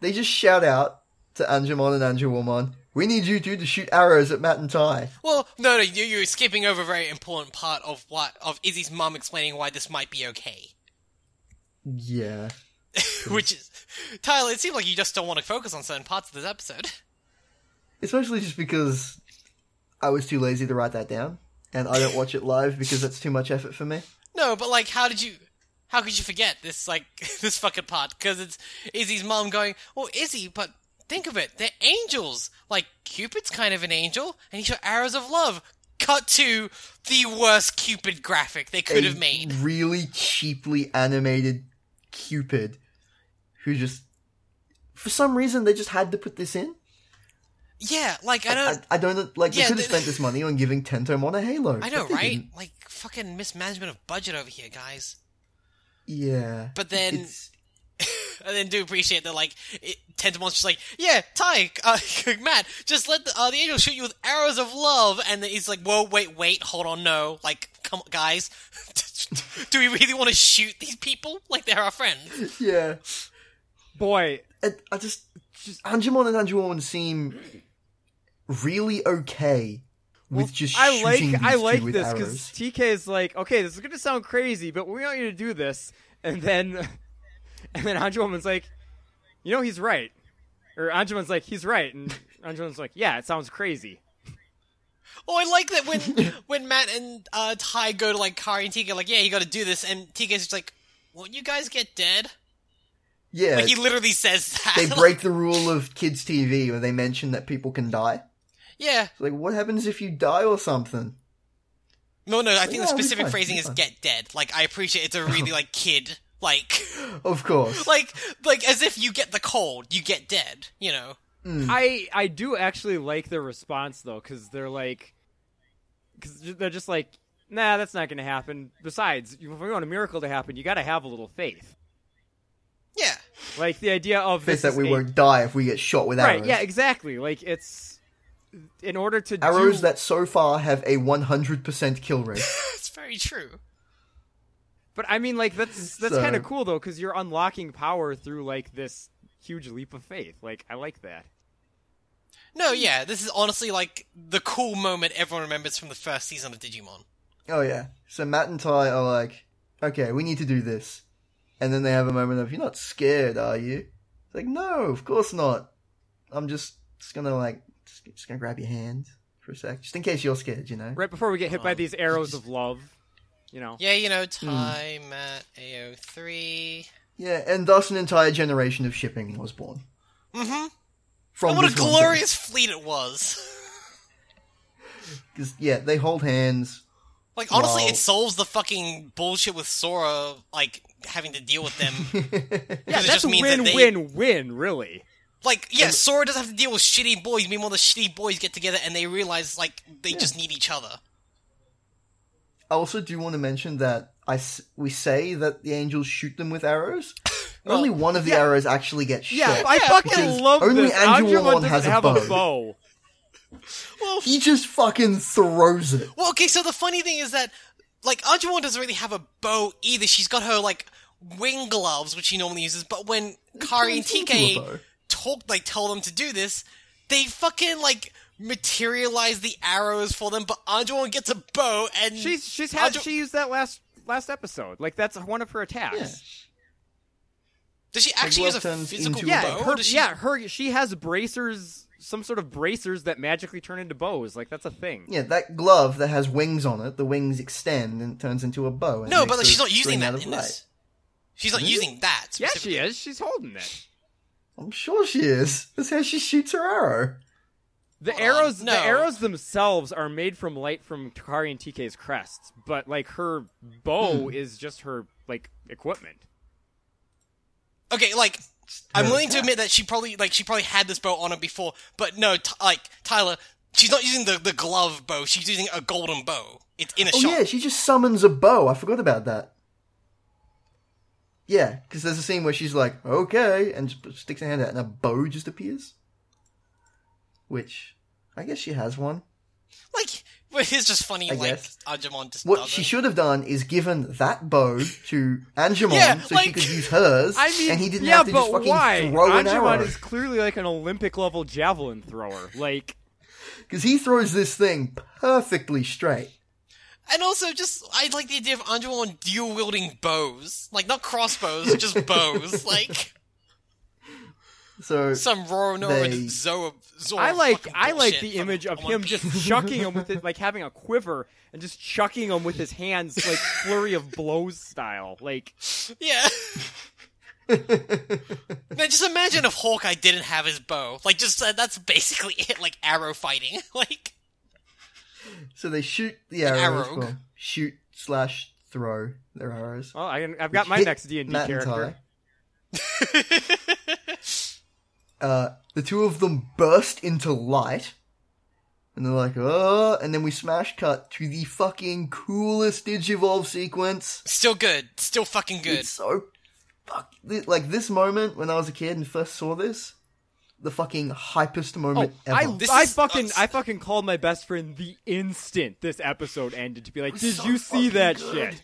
S1: they just shout out to Anjumon and Anjuwoman, we need you two to shoot arrows at Matt and Ty.
S2: well, no, no, you, you're skipping over a very important part of what of Izzy's mum explaining why this might be okay.
S1: Yeah.
S2: Which is, Tyler, it seems like you just don't want to focus on certain parts of this episode.
S1: It's mostly just because I was too lazy to write that down, and I don't watch it live because that's too much effort for me.
S2: No, but like, how did you? How could you forget this like this fucking part? Because it's Izzy's mom going, "Well, Izzy, but think of it, they're angels. Like Cupid's kind of an angel, and he shot arrows of love." Cut to the worst Cupid graphic they could
S1: A
S2: have made.
S1: Really cheaply animated Cupid, who just. For some reason, they just had to put this in.
S2: Yeah, like I
S1: I,
S2: don't,
S1: I don't like. They
S2: Uh, Yeah,
S1: could have
S2: they-
S1: spent this money on giving Tentomon a Halo.
S2: I know,
S1: but they
S2: right?
S1: didn't.
S2: Like fucking mismanagement of budget over here, guys.
S1: Yeah.
S2: But then-
S1: It's-
S2: And then do appreciate that, like, it, Tentamon's just like, yeah, Ty, uh, Matt, just let the, uh, the angel shoot you with arrows of love. And then he's like, whoa, wait, wait, hold on, no. Like, come on, guys. do we really want to shoot these people? Like, they're our friends.
S1: yeah.
S3: Boy,
S1: And I just.
S3: just
S1: Anjumon and Anjuwoman seem really okay with
S3: Well,
S1: just
S3: I like
S1: shooting these
S3: I
S1: two
S3: like
S1: with
S3: this because
S1: arrows.
S3: TK is like, okay, this is gonna sound crazy, but we want you to do this, and then and then Anjuman's like, you know, he's right, or Anjuman's like, he's right, and Anjuman's like, yeah, it sounds crazy.
S2: Oh, I like that when, when Matt and, uh, Ty go to, like, Kari and Tika, like, yeah, you gotta do this. And Tika's just like, won't you guys get dead?
S1: Yeah.
S2: Like, he literally says that.
S1: they break the rule of kids TV where they mention that people can die.
S2: yeah.
S1: It's like, what happens if you die or something?
S2: No, no, I think
S1: Yeah,
S2: the
S1: it'll be
S2: specific
S1: fine,
S2: phrasing
S1: it'll be
S2: is
S1: fine.
S2: get dead. Like, I appreciate it's a really, like, kid, like,
S1: Of course.
S2: like like as if you get the cold, you get dead. You know.
S1: Hmm.
S3: I I do actually like their response though, because they're like, because they're just like, nah, that's not gonna happen. Besides, you- if we want a miracle to happen, you gotta have a little faith.
S2: Yeah.
S3: Like the idea of
S1: Faith
S3: this
S1: that
S3: is
S1: we
S3: a-
S1: won't die if we get shot with
S3: right,
S1: arrows.
S3: yeah, exactly. Like it's in order to
S1: Arrows
S3: do,
S1: that so far have a 100% kill rate.
S2: That's very true.
S3: But I mean, like that's that's
S1: So-
S3: kind of cool though, because you're unlocking power through like this huge leap of faith. Like I like that.
S2: No,
S1: Hmm.
S2: yeah, this is honestly like the cool moment everyone remembers from the first season of Digimon.
S1: oh, yeah. So Matt and Ty are like, okay, we need to do this. And then they have a moment of, you're not scared, are you? It's like, no, of course not. I'm just, just gonna like, just, just gonna grab your hand for a sec, just in case you're scared, you know?
S3: Right before we get hit by
S2: Oh.
S3: these arrows of love, you know.
S2: Yeah, you know,
S1: Hmm.
S2: Ty, Matt, AO3.
S1: Yeah, and thus an entire generation of shipping was born.
S2: Mm-hmm.
S1: From
S2: what a
S1: this one thing.
S2: glorious fleet it was.
S1: 'Cause, yeah, they hold hands.
S2: Like honestly,
S1: Wow.
S2: it solves the fucking bullshit with Sora like having to deal with them.
S3: Yeah,
S2: it
S3: that's
S2: just
S3: a
S2: means that they-
S3: win-win-win, really.
S2: like, yeah, Sora doesn't have to deal with shitty boys. Meanwhile, the shitty boys get together and they realize like they just need each other.
S1: I also do want to mention that I s- we say that the angels shoot them with arrows.
S2: Well,
S1: Only one of the arrows actually gets
S3: Yeah,
S1: shot.
S3: I
S1: because
S3: fucking love
S1: only
S3: this.
S1: Anjumon
S3: Anjumon
S1: has
S3: doesn't
S1: a
S3: have
S1: bow.
S3: a bow.
S1: he just fucking throws it.
S2: Well, okay, so the funny thing is that, like, Anjuman doesn't really have a bow either. She's got her, like, wing gloves, which she normally uses, but when Kari and
S1: turns into a
S2: TK
S1: bow.
S2: talk, like, tell them to do this, they fucking, like, materialize the arrows for them, but Anjuman gets a bow and.
S3: She's she's had
S2: Anju-
S3: she used that last last episode. Like that's one of her attacks.
S2: Does she actually
S1: glove
S2: use a
S1: turns
S2: physical
S1: into a
S3: Yeah,
S2: bow? or
S3: her
S2: does she-
S3: yeah her she has bracers, some sort of bracers that magically turn into bows. Like that's a thing.
S1: Yeah, that glove that has wings on it, the wings extend and it turns into a bow. and
S2: No,
S1: makes
S2: but, like,
S1: a
S2: she's not using
S1: string out
S2: that
S1: of
S2: in
S1: light.
S2: this. She's not using that.
S3: Yeah,
S2: specifically.
S3: she is. She's holding it.
S1: I'm sure she is. That's how she shoots her arrow.
S3: The
S2: Hold on,
S3: arrows,
S2: no.
S3: the arrows themselves are made from light from Takari and TK's crests, but like her
S1: Hmm.
S3: bow is just her like equipment.
S2: Okay, like, I'm willing to admit that she probably like she probably had this bow on her before, but no, t- like Tyler, she's not using the the glove bow. She's using a golden bow. It's in a
S1: Oh
S2: shot.
S1: yeah, she just summons a bow. I forgot about that. Yeah, because there's a scene where she's like, "Okay," and just sticks her hand out, and a bow just appears. Which, I guess she has one.
S2: Like but it's just funny.
S1: I
S2: like
S1: guess.
S2: Ajumon just
S1: What
S2: doesn't.
S1: she should have done is given that bow to Anjumon
S2: Yeah,
S1: so she
S2: like-
S1: could use hers,
S3: I mean,
S1: and he didn't
S3: yeah,
S1: have to
S3: but
S1: just fucking
S3: why?
S1: throw an
S3: Anjuman
S1: arrow
S3: is clearly like an Olympic level javelin thrower. Like,
S1: because he throws this thing perfectly straight.
S2: And also, just I like the idea of Anjumon dual wielding bows, like not crossbows, just bows, like
S1: So
S2: some Roronoa
S1: They-
S2: and Zoa. Zoa
S3: I like
S2: Oh, fucking
S3: I like
S2: bullshit
S3: the
S2: from
S3: image of
S2: One
S3: him
S2: Piece.
S3: just chucking him with it, like having a quiver and just chucking him with his hands, like flurry of blows style. Like,
S2: yeah. now just imagine if Hawkeye didn't have his bow. Like just uh, that's basically it. Like arrow fighting. Like
S1: So they shoot the arrows.
S2: arrow.
S1: well, shoot slash throw their arrows.
S3: oh, I, I've got my
S1: Hit
S3: next D and D
S1: Matt and
S3: character.
S1: Ty. uh, the two of them burst into light, and they're like, "Oh!" And then we smash cut to the fucking coolest Digivolve sequence.
S2: still good, still fucking good.
S1: It's so fuck th- like this moment when I was a kid and first saw this, the fucking hypest
S3: Oh,
S1: moment ever.
S3: I,
S2: This
S3: I
S2: is-
S3: fucking
S2: uh,
S3: I fucking called my best friend the instant this episode ended to be like,
S1: was
S3: did
S1: so
S3: you see
S1: fucking
S3: that
S1: good."
S3: shit?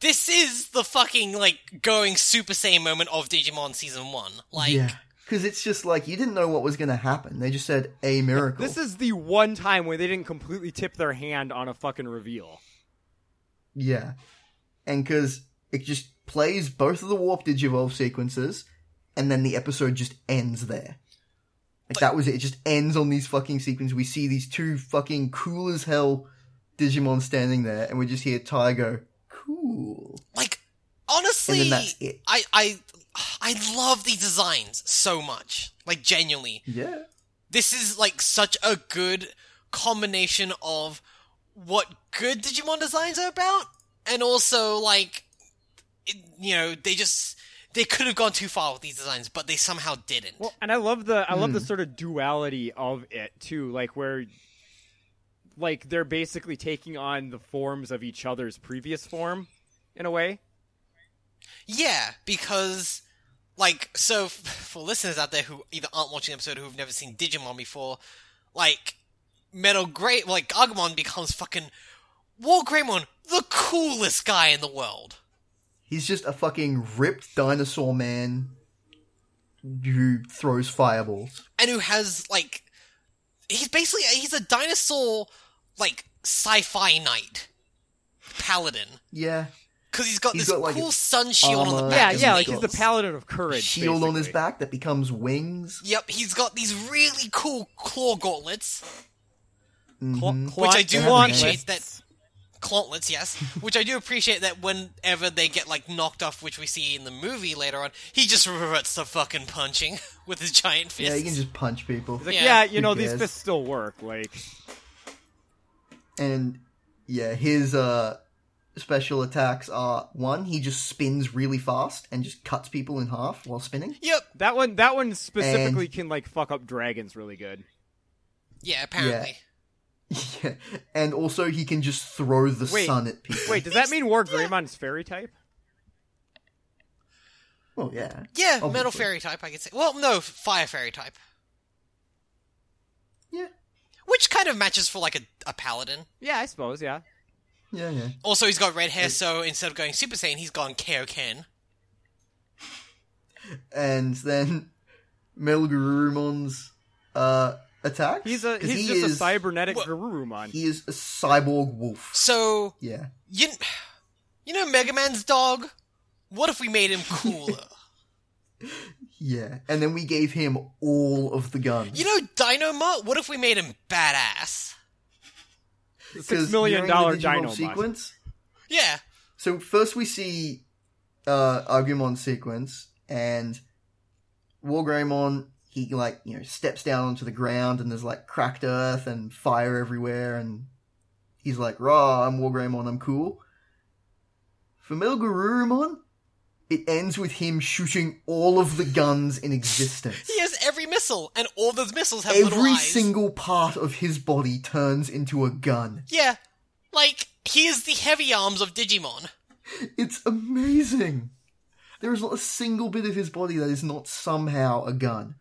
S2: This is the fucking like going Super Saiyan moment of Digimon season one. Like
S1: yeah, because it's just like you didn't know what was gonna happen. They just said a miracle.
S3: This is the one time where they didn't completely tip their hand on a fucking reveal.
S1: Yeah. And because it just plays both of the Warp Digivolve sequences, and then the episode just ends there. Like, that was it. It just ends on these fucking sequences. We see these two fucking cool as hell Digimon standing there, and we just hear Ty go, cool.
S2: like honestly
S1: And then that's it.
S2: I I I love these designs so much. Like genuinely.
S1: Yeah.
S2: This is like such a good combination of what good Digimon designs are about and also like it, you know, they just they could have gone too far with these designs, but they somehow didn't.
S3: Well, and I love the I love the sort of duality of it too, like where like they're basically taking on the forms of each other's previous form in a way.
S2: Yeah, because like so f- for listeners out there who either aren't watching the episode or who've never seen Digimon before, like Metal Great, like Agumon becomes fucking War Greymon, the coolest guy in the world.
S1: He's just a fucking ripped dinosaur man who throws fireballs.
S2: and who has like he's basically he's a dinosaur like sci-fi knight paladin
S1: Yeah.
S2: because he's got
S1: He's
S2: this
S1: got, like,
S2: cool
S1: his
S2: sun shield on
S1: armor
S2: the
S1: Yeah,
S3: Yeah,
S2: back.
S1: and
S2: isn't
S3: yeah,
S2: he?
S3: like he's the paladin of courage.
S1: Shield on his
S3: basically.
S1: back that becomes wings.
S2: Yep, he's got these really cool claw gauntlets,
S3: Cla-
S1: Mm-hmm.
S3: claw-
S2: Which I do
S3: claw
S2: appreciate
S3: lists.
S2: gauntlets, yes, which I do appreciate that whenever they get like knocked off, which we see in the movie later on, he just reverts to fucking punching with his giant fists.
S1: Yeah, you can just punch people.
S3: Like,
S2: Yeah.
S3: yeah. you
S1: Who
S3: know these
S1: cares?
S3: fists still work. Like
S1: and yeah, his uh special attacks are one, he just spins really fast and just cuts people in half while spinning.
S2: Yep.
S3: that one, that one specifically can like fuck up dragons really good.
S2: Yeah. Apparently.
S1: Yeah. And also he can just throw the
S3: Wait.
S1: sun at people.
S3: Wait, does that mean War Greymon is fairy type?
S1: Well, yeah.
S2: Yeah. metal
S1: Obviously.
S2: fairy type, I could say. Well, no, fire fairy type.
S1: Yeah.
S2: Which kind of matches for like a, a paladin.
S3: Yeah, I suppose. Yeah,
S1: Yeah, yeah.
S2: Also, he's got red hair, so instead of going Super Saiyan, he's gone Kaioken.
S1: And then Melgurumon's uh attacks.
S3: he's a
S1: 'cause
S3: he's
S1: he
S3: just
S1: is,
S3: a cybernetic
S2: Well-
S3: Garurumon.
S1: He is a cyborg wolf.
S2: So
S1: Yeah.
S2: you, you know Mega Man's dog. What if we made him cooler?
S1: Yeah. And then we gave him all of the guns.
S2: you know Dynamut. What if we made him badass?
S3: The
S1: Because
S3: Six
S1: during
S3: million
S1: the
S3: dollar
S1: Digimon
S3: Dino
S1: sequence.
S2: Yeah,
S1: So first we see uh Agumon sequence and Wargreymon he like, you know, steps down onto the ground and there's like cracked earth and fire everywhere and he's like, Rah, I'm Wargreymon, I'm cool. For Melgururumon, It ends with him shooting all of the guns in existence.
S2: He has every missile, and all those missiles have little
S1: Every
S2: eyes.
S1: single part of his body turns into a gun.
S2: Yeah, like he is the heavy arms of Digimon.
S1: It's amazing. There is not a single bit of his body that is not somehow a gun.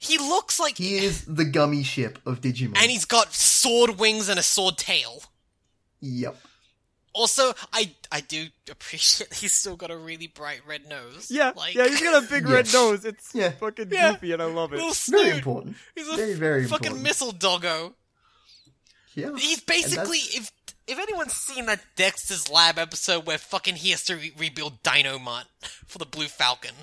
S2: He looks like
S1: He is the gummy ship of Digimon.
S2: and he's got sword wings and a sword tail.
S1: yep.
S2: Also, I I do appreciate he's still got a really bright red nose.
S3: Yeah,
S2: like,
S3: yeah, he's got a big red
S1: Yes.
S3: nose. It's
S1: Yeah.
S3: fucking
S2: Yeah.
S3: goofy, and I love it.
S2: little
S1: Very
S2: snoot.
S1: important.
S2: He's a
S1: very, very
S2: fucking
S1: important.
S2: missile doggo. He's
S1: Yeah. And that's-
S2: basically if if anyone's seen that Dexter's Lab episode where fucking he has to re- rebuild Dynamite for the Blue Falcon.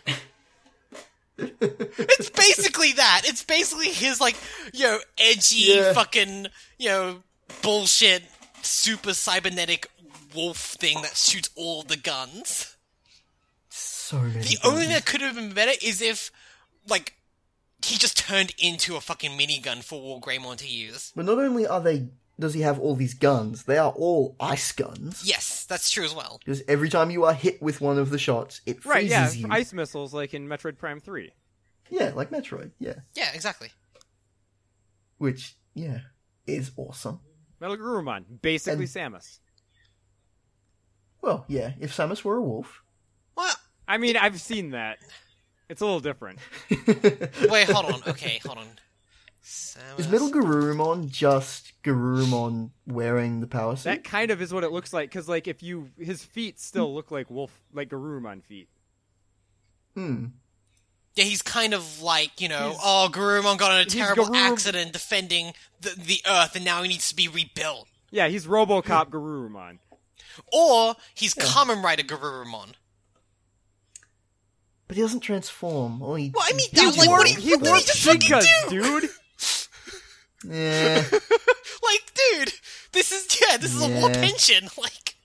S2: it's basically that. It's basically his like, you know, edgy
S1: Yeah.
S2: fucking, you know, bullshit super cybernetic wolf thing that shoots all the guns.
S1: so many.
S2: The only thing that could have been better is if, like, he just turned into a fucking minigun for War Greymon to use.
S1: But not only are they does he have all these guns, they are all ice guns.
S2: Yes, that's true as well.
S1: Because every time you are hit with one of the shots, it freezes
S3: right? Yeah,
S1: you.
S3: ice missiles like in Metroid Prime Three.
S1: Yeah, like Metroid. Yeah,
S2: Yeah, exactly.
S1: which yeah is awesome.
S3: Metal Groomon, basically
S1: And-
S3: Samus.
S1: Well, yeah, if Samus were a wolf.
S2: What?
S3: I mean, I've seen that. It's a little different.
S2: Wait, hold on. Okay, hold on. Samus.
S1: Is Metal Garurumon just Garurumon wearing the power suit?
S3: That kind of is what it looks like because, like, if you his feet still look like wolf, like Garurumon feet.
S1: Hmm.
S2: Yeah, he's kind of like you know.
S3: He's-
S2: oh, Garurumon got in a
S3: he's
S2: terrible
S3: Garum-
S2: accident defending the the Earth, and now he needs to be rebuilt.
S3: Yeah, he's RoboCop Garurumon.
S2: Or he's Kamen Rider Garurumon.
S1: But he doesn't transform. Well, he,
S2: Well, I mean,
S1: he
S2: that- like,
S1: wore-
S2: what do you-
S3: He
S2: did
S3: wore
S2: he just fucking
S3: Shinkas,
S2: do?
S3: dude.
S1: Yeah.
S2: Like, dude, this is yeah, this is a war
S1: Yeah.
S2: pension. Like,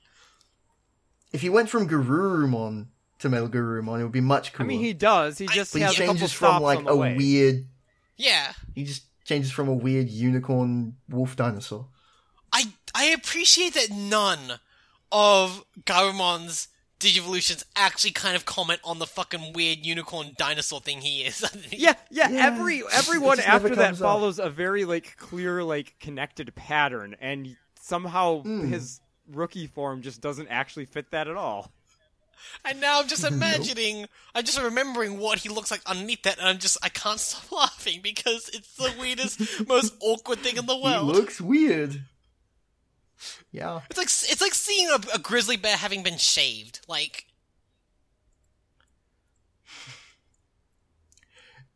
S1: if he went from Garurumon to Metal Garurumon, it would be much
S3: I
S1: cooler.
S3: mean, he does. He just
S1: but he
S3: has a couple
S1: changes
S3: stops
S1: from like
S3: on the
S1: a
S3: way.
S1: weird.
S2: yeah.
S1: He just changes from a weird unicorn wolf dinosaur.
S2: I I appreciate that none of Garumon's Digivolutions actually kind of comment on the fucking weird unicorn dinosaur thing he is.
S3: Yeah, yeah,
S1: Yeah.
S3: Every
S1: It
S3: everyone
S1: just never
S3: after that
S1: comes up.
S3: follows a very like clear, like connected pattern, and somehow his rookie form just doesn't actually fit that at all.
S2: And now I'm just imagining, I'm just remembering what he looks like underneath that, and I'm just, I can't stop laughing because it's the weirdest, most awkward thing in the world.
S1: He looks weird. Yeah.
S2: it's like it's like seeing a, a grizzly bear having been shaved. Like,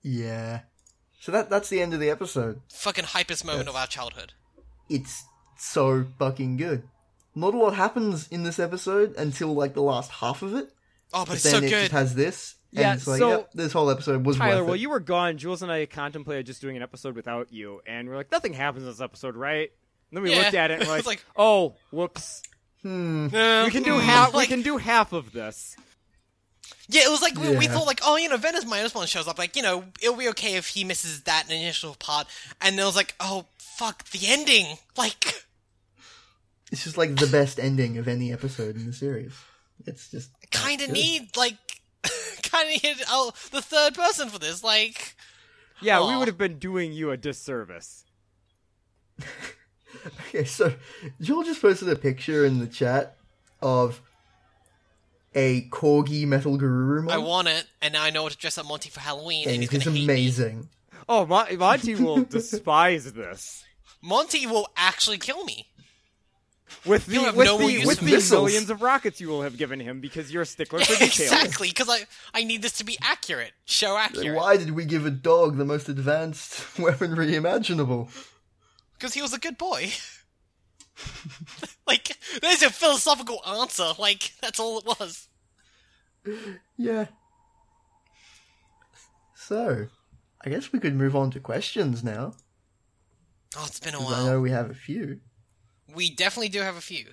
S1: Yeah. So that that's the end of the episode.
S2: fucking hypest moment of our childhood.
S1: It's so fucking good. Not a lot happens in this episode until like the last half of it.
S2: Oh, but, it's
S1: then
S2: so
S1: it
S2: good.
S1: just has this. And
S3: Yeah,
S1: it's like,
S3: so-
S1: yep, this whole episode was
S3: Tyler,
S1: worth
S3: while
S1: it.
S3: you were gone, Jules and I contemplated just doing an episode without you, and we're like, nothing happens in this episode, right? And then we
S2: Yeah.
S3: looked at it and we're like,
S2: It's like-
S3: oh, whoops.
S2: Uh,
S3: We can do
S2: mm,
S3: half.
S2: like-
S3: we can do half of this.
S2: Yeah, it was like we, we
S1: Yeah.
S2: thought like, oh, you know, Venice minus one shows up. Like, you know, it'll be okay if he misses that initial part. And then I was like, oh fuck, the ending. Like,
S1: It's just like the best ending of any episode in the series. It's just
S2: kind of
S1: good.
S2: need like, kind of need oh, the third person for this. Like,
S3: Yeah, we
S2: Aw.
S3: would have been doing you a disservice.
S1: Okay, so Joel just posted a picture in the chat of a corgi metal guru.
S2: I want it, and now I know what to dress up Monty for Halloween, and
S1: and
S2: he's gonna
S1: it is
S2: hate me.
S1: amazing.
S3: Oh, Mon- Monty will despise this.
S2: Monty will actually kill me.
S3: With the
S2: He'll have
S3: with
S2: no
S3: the
S2: use
S3: with
S2: for
S3: the
S1: missiles.
S3: millions of rockets you will have given him because you're a stickler for details.
S2: exactly, because I I need this to be accurate, show accurate,
S1: Why did we give a dog the most advanced weaponry imaginable?
S2: because he was a good boy. like, there's your philosophical answer. Like, that's all it was.
S1: Yeah. So, I guess we could move on to questions now.
S2: Oh, it's been a
S1: 'cause
S2: while.
S1: I know we have a few.
S2: We definitely do have a few.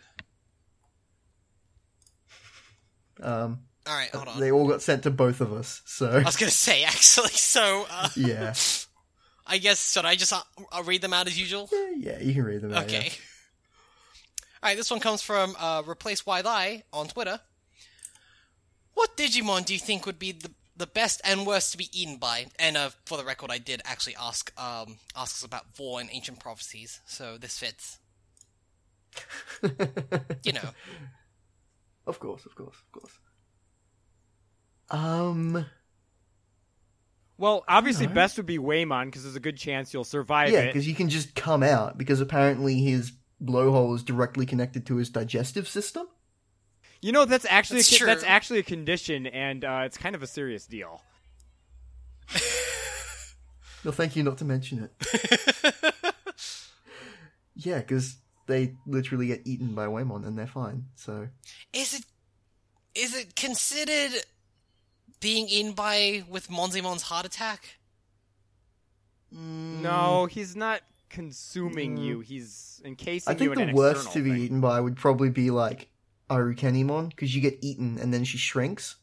S1: Um,
S2: All right, hold on.
S1: they all got sent to both of us. So,
S2: I was gonna say actually. So uh,
S1: yeah,
S2: I guess should I just uh, I'll read them out as usual?
S1: yeah, yeah, you can read them. out, yeah.
S2: Okay. All right, this one comes from uh, Replace Why Thy on Twitter. What Digimon do you think would be the the best and worst to be eaten by? And uh, for the record, I did actually ask um asks about Vor and Ancient Prophecies, so this fits. you know,
S1: Of course, of course, of course. Um,
S3: Well, obviously,
S1: know.
S3: best would be Waymon because there's a good chance you'll survive
S1: yeah,
S3: it.
S1: because you can just come out because apparently his blowhole is directly connected to his digestive system.
S3: You know, that's actually
S2: That's
S3: a, con- that's
S2: true.
S3: actually a condition, and uh, it's kind of a serious deal.
S1: No, thank you not to mention it. yeah, because they literally get eaten by Waymon and they're fine. So
S2: is it is it considered being eaten by with Monzimon's heart attack?
S1: Mm, Hmm.
S3: No, he's not consuming you. He's encasing
S1: I think
S3: you in
S1: the
S3: an
S1: worst to be
S3: external thing.
S1: eaten by would probably be like Arukenimon because you get eaten and then she shrinks.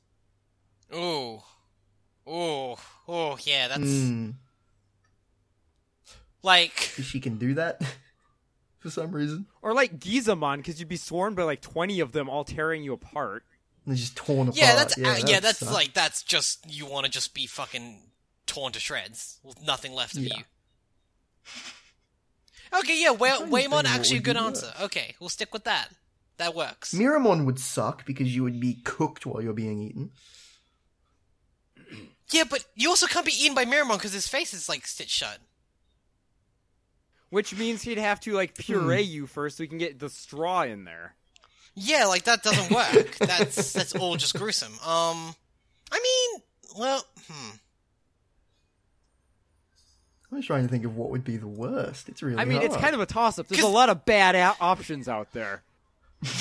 S2: Ooh, ooh, oh yeah, that's
S1: Mm,
S2: like
S1: 'cause she can do that for some reason.
S3: Or like Gizamon, because you'd be swarmed by like 20 of them all tearing you apart.
S1: They're just torn apart.
S2: yeah, that's uh,
S1: that
S2: yeah,
S1: would
S2: that's
S1: suck.
S2: like that's just you want to just be fucking torn to shreds with nothing left of
S1: Yeah.
S2: you. Okay, yeah, Way-
S1: trying to think
S2: Waymon
S1: of what uh,
S2: actually a
S1: would
S2: good
S1: be
S2: answer. Okay, we'll stick with that. That works.
S1: Miramon would suck because you would be cooked while you're being eaten.
S2: yeah, but you also can't be eaten by Miramon because his face is like stitched shut.
S3: Which means he'd have to
S1: Hmm.
S3: like puree you first so he can get the straw in there.
S2: Yeah, like that doesn't work. that's that's all just gruesome. Um, I mean, well, hmm.
S1: I'm just trying to think of what would be the worst. It's really.
S3: I mean, it's kind of a toss up. There's a
S2: 'Cause-
S3: lot of bad a- options out there.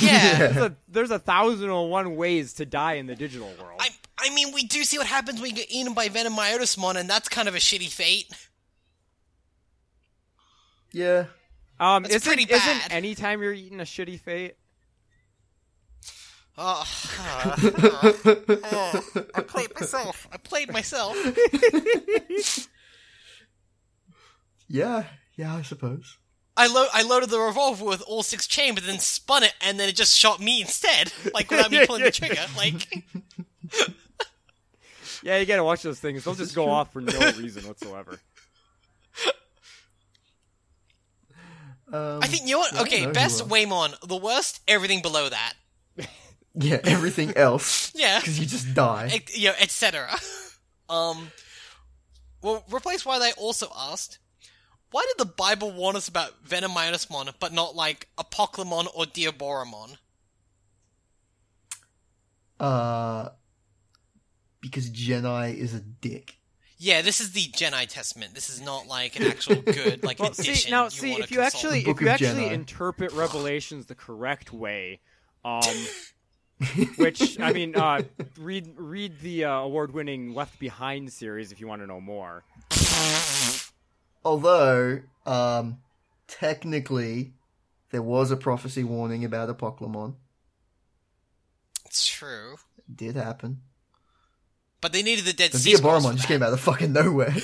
S2: yeah.
S3: There's a, there's a thousand and one ways to die in the digital world.
S2: I I mean, we do see what happens when you get eaten by Venomyotismon, and that's kind of a shitty fate.
S1: yeah.
S3: um,
S2: that's
S3: isn't,
S2: pretty bad.
S3: isn't anytime you're eating a shitty fate?
S2: Oh, ah. I played myself. I played myself.
S1: Yeah. Yeah. I suppose.
S2: I, lo- I loaded the revolver with all six chambers, then spun it, and then it just shot me instead, like without me pulling the trigger. Like,
S3: Yeah, you gotta watch those things. They'll just go off for no reason whatsoever.
S1: Um,
S2: I think you know what?
S1: Yeah,
S2: Okay,
S1: no, you
S2: best
S1: are.
S2: Waymon, the worst everything below that.
S1: Yeah. Everything else.
S2: Yeah.
S1: Because you just die.
S2: et, you know, etc. um, well, replace why they also asked, why did the Bible warn us about Venomyotismon, but not like Apoclemon or Diaboromon?
S1: Uh. Because Jedi is a dick.
S2: Yeah, this is the Jedi Testament. This is not like an actual good like
S3: Well,
S2: edition.
S3: see now,
S2: you
S3: see
S2: wanna
S3: if you
S2: consult.
S3: actually
S1: The Book
S3: if you
S1: of
S3: actually
S1: Jedi.
S3: interpret Revelations the correct way, um, which I mean, uh, read read the uh, award-winning Left Behind series if you want to know more.
S1: Although, um, technically, there was a prophecy warning about Apoclemon.
S2: it's true,
S1: It did happen.
S2: but they needed the Dead
S1: The
S2: Sea Scrolls
S1: Diaboromon
S2: for
S1: just
S2: that.
S1: came out of fucking nowhere.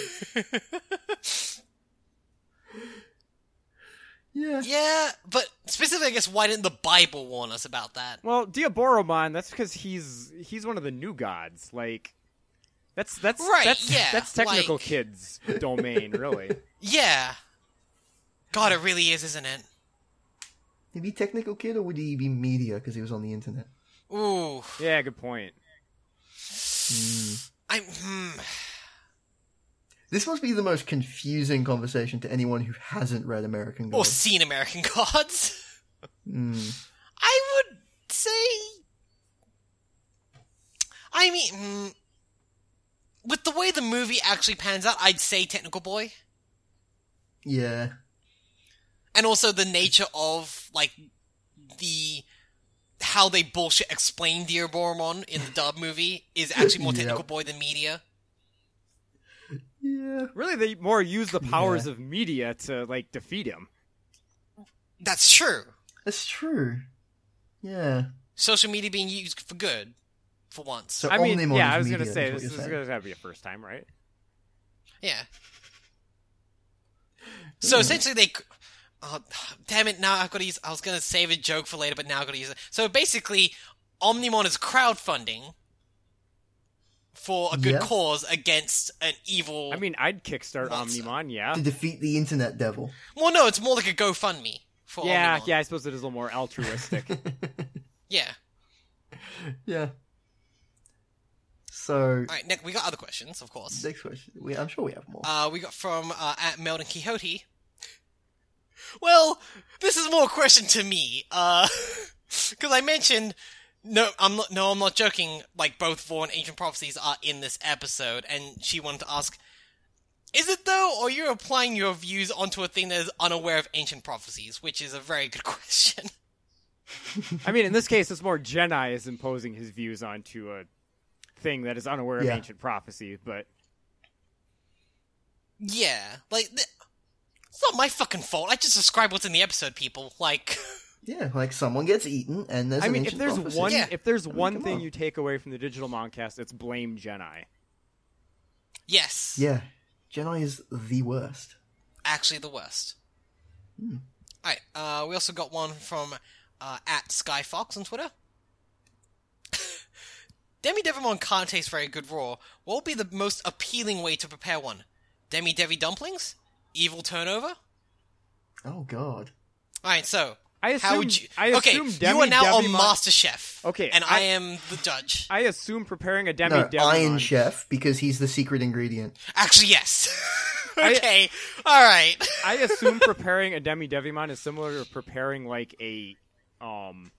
S1: yeah.
S2: Yeah, but specifically, I guess why didn't the Bible warn us about that?
S3: Well, Diaboromon, that's because he's he's one of the new gods. Like, that's that's
S2: Right,
S3: that's
S2: yeah,
S3: that's technical
S2: like-
S3: kids domain, really.
S2: Yeah, God, it really is, isn't it?
S1: Did he be technical kid or would he be media because he was on the internet?
S2: Ooh,
S3: Yeah, good point.
S2: I hmm.
S1: This must be the most confusing conversation to anyone who hasn't read American
S2: or
S1: Gods.
S2: seen American Gods.
S1: Mm.
S2: I would say. I mean, hmm, with the way the movie actually pans out, I'd say Technical Boy,
S1: Yeah.
S2: and also the nature of like the how they bullshit explain Dear Boromon in the dub movie is actually more
S1: Yep.
S2: Technical Boy than media.
S1: Yeah.
S3: Really, they more use the powers
S1: Yeah.
S3: of media to like defeat him.
S2: That's true.
S1: That's true. Yeah.
S2: Social media being used for good, for once.
S1: So
S3: I mean,
S1: Omnimon
S3: yeah,
S1: is
S3: I was
S1: media,
S3: gonna say
S1: is what
S3: this
S1: you're
S3: is
S1: saying.
S3: gonna have to be a first time, right?
S2: Yeah. So essentially, they. c- Oh, damn it! Now I've got to use. I was going to save a joke for later, but now I've got to use it. So basically, Omnimon is crowdfunding, for a good
S1: Yeah.
S2: cause against an evil.
S3: I mean, I'd kickstart
S2: Monster.
S3: Omnimon, yeah.
S1: to defeat the internet devil.
S2: well, no, it's more like a GoFundMe for
S3: Yeah,
S2: Omnimon.
S3: yeah, I suppose it is a little more altruistic.
S2: yeah.
S1: Yeah. So
S2: All right, Nick, we got other questions, of course.
S1: next question. We, I'm sure we have more.
S3: Ah.
S2: Uh, we got from uh, at Meldon Quixote. Well, this is more a question to me, because I mentioned no, I'm not. No, I'm not joking. Like both Vor and Ancient Prophecies are in this episode, and she wanted to ask, "Is it though, or you're applying your views onto a thing that is unaware of Ancient Prophecies?" Which is a very good question.
S3: I mean, in this case, it's more Jedi is imposing his views onto a thing that is unaware of
S1: Yeah.
S3: ancient prophecy, but
S2: yeah, like th- it's not my fucking fault. I just describe what's in the episode, people. Like,
S1: yeah, like someone gets eaten, and there's
S3: I
S1: an
S3: mean, if
S1: ancient
S3: there's
S1: prophecy.
S3: one,
S2: Yeah.
S3: if there's
S1: mean,
S3: one
S1: come
S3: thing
S1: on.
S3: you take away from the digital moncast, it's blame Jedi.
S2: yes,
S1: yeah, Jedi is the worst.
S2: actually the worst.
S3: Hmm.
S2: Alright, uh, we also got one from uh, at SkyFox on Twitter. Demi Devimon can't taste very good raw. What would be the most appealing way to prepare one? Demi Devi dumplings? Evil turnover?
S1: Oh God.
S2: Alright, so.
S3: I
S2: how would
S3: assume-
S2: you.
S3: I
S2: okay,
S3: assume
S2: you are
S3: Demi
S2: now on
S3: Devimon-
S2: MasterChef.
S3: Okay,
S2: And I,
S3: I-
S2: am the judge.
S3: I assume preparing a demi
S1: No, Iron
S3: Devimon-
S1: Chef because he's the secret ingredient.
S2: Actually, yes. okay, alright.
S3: I assume preparing a demi devimon is similar to preparing like a um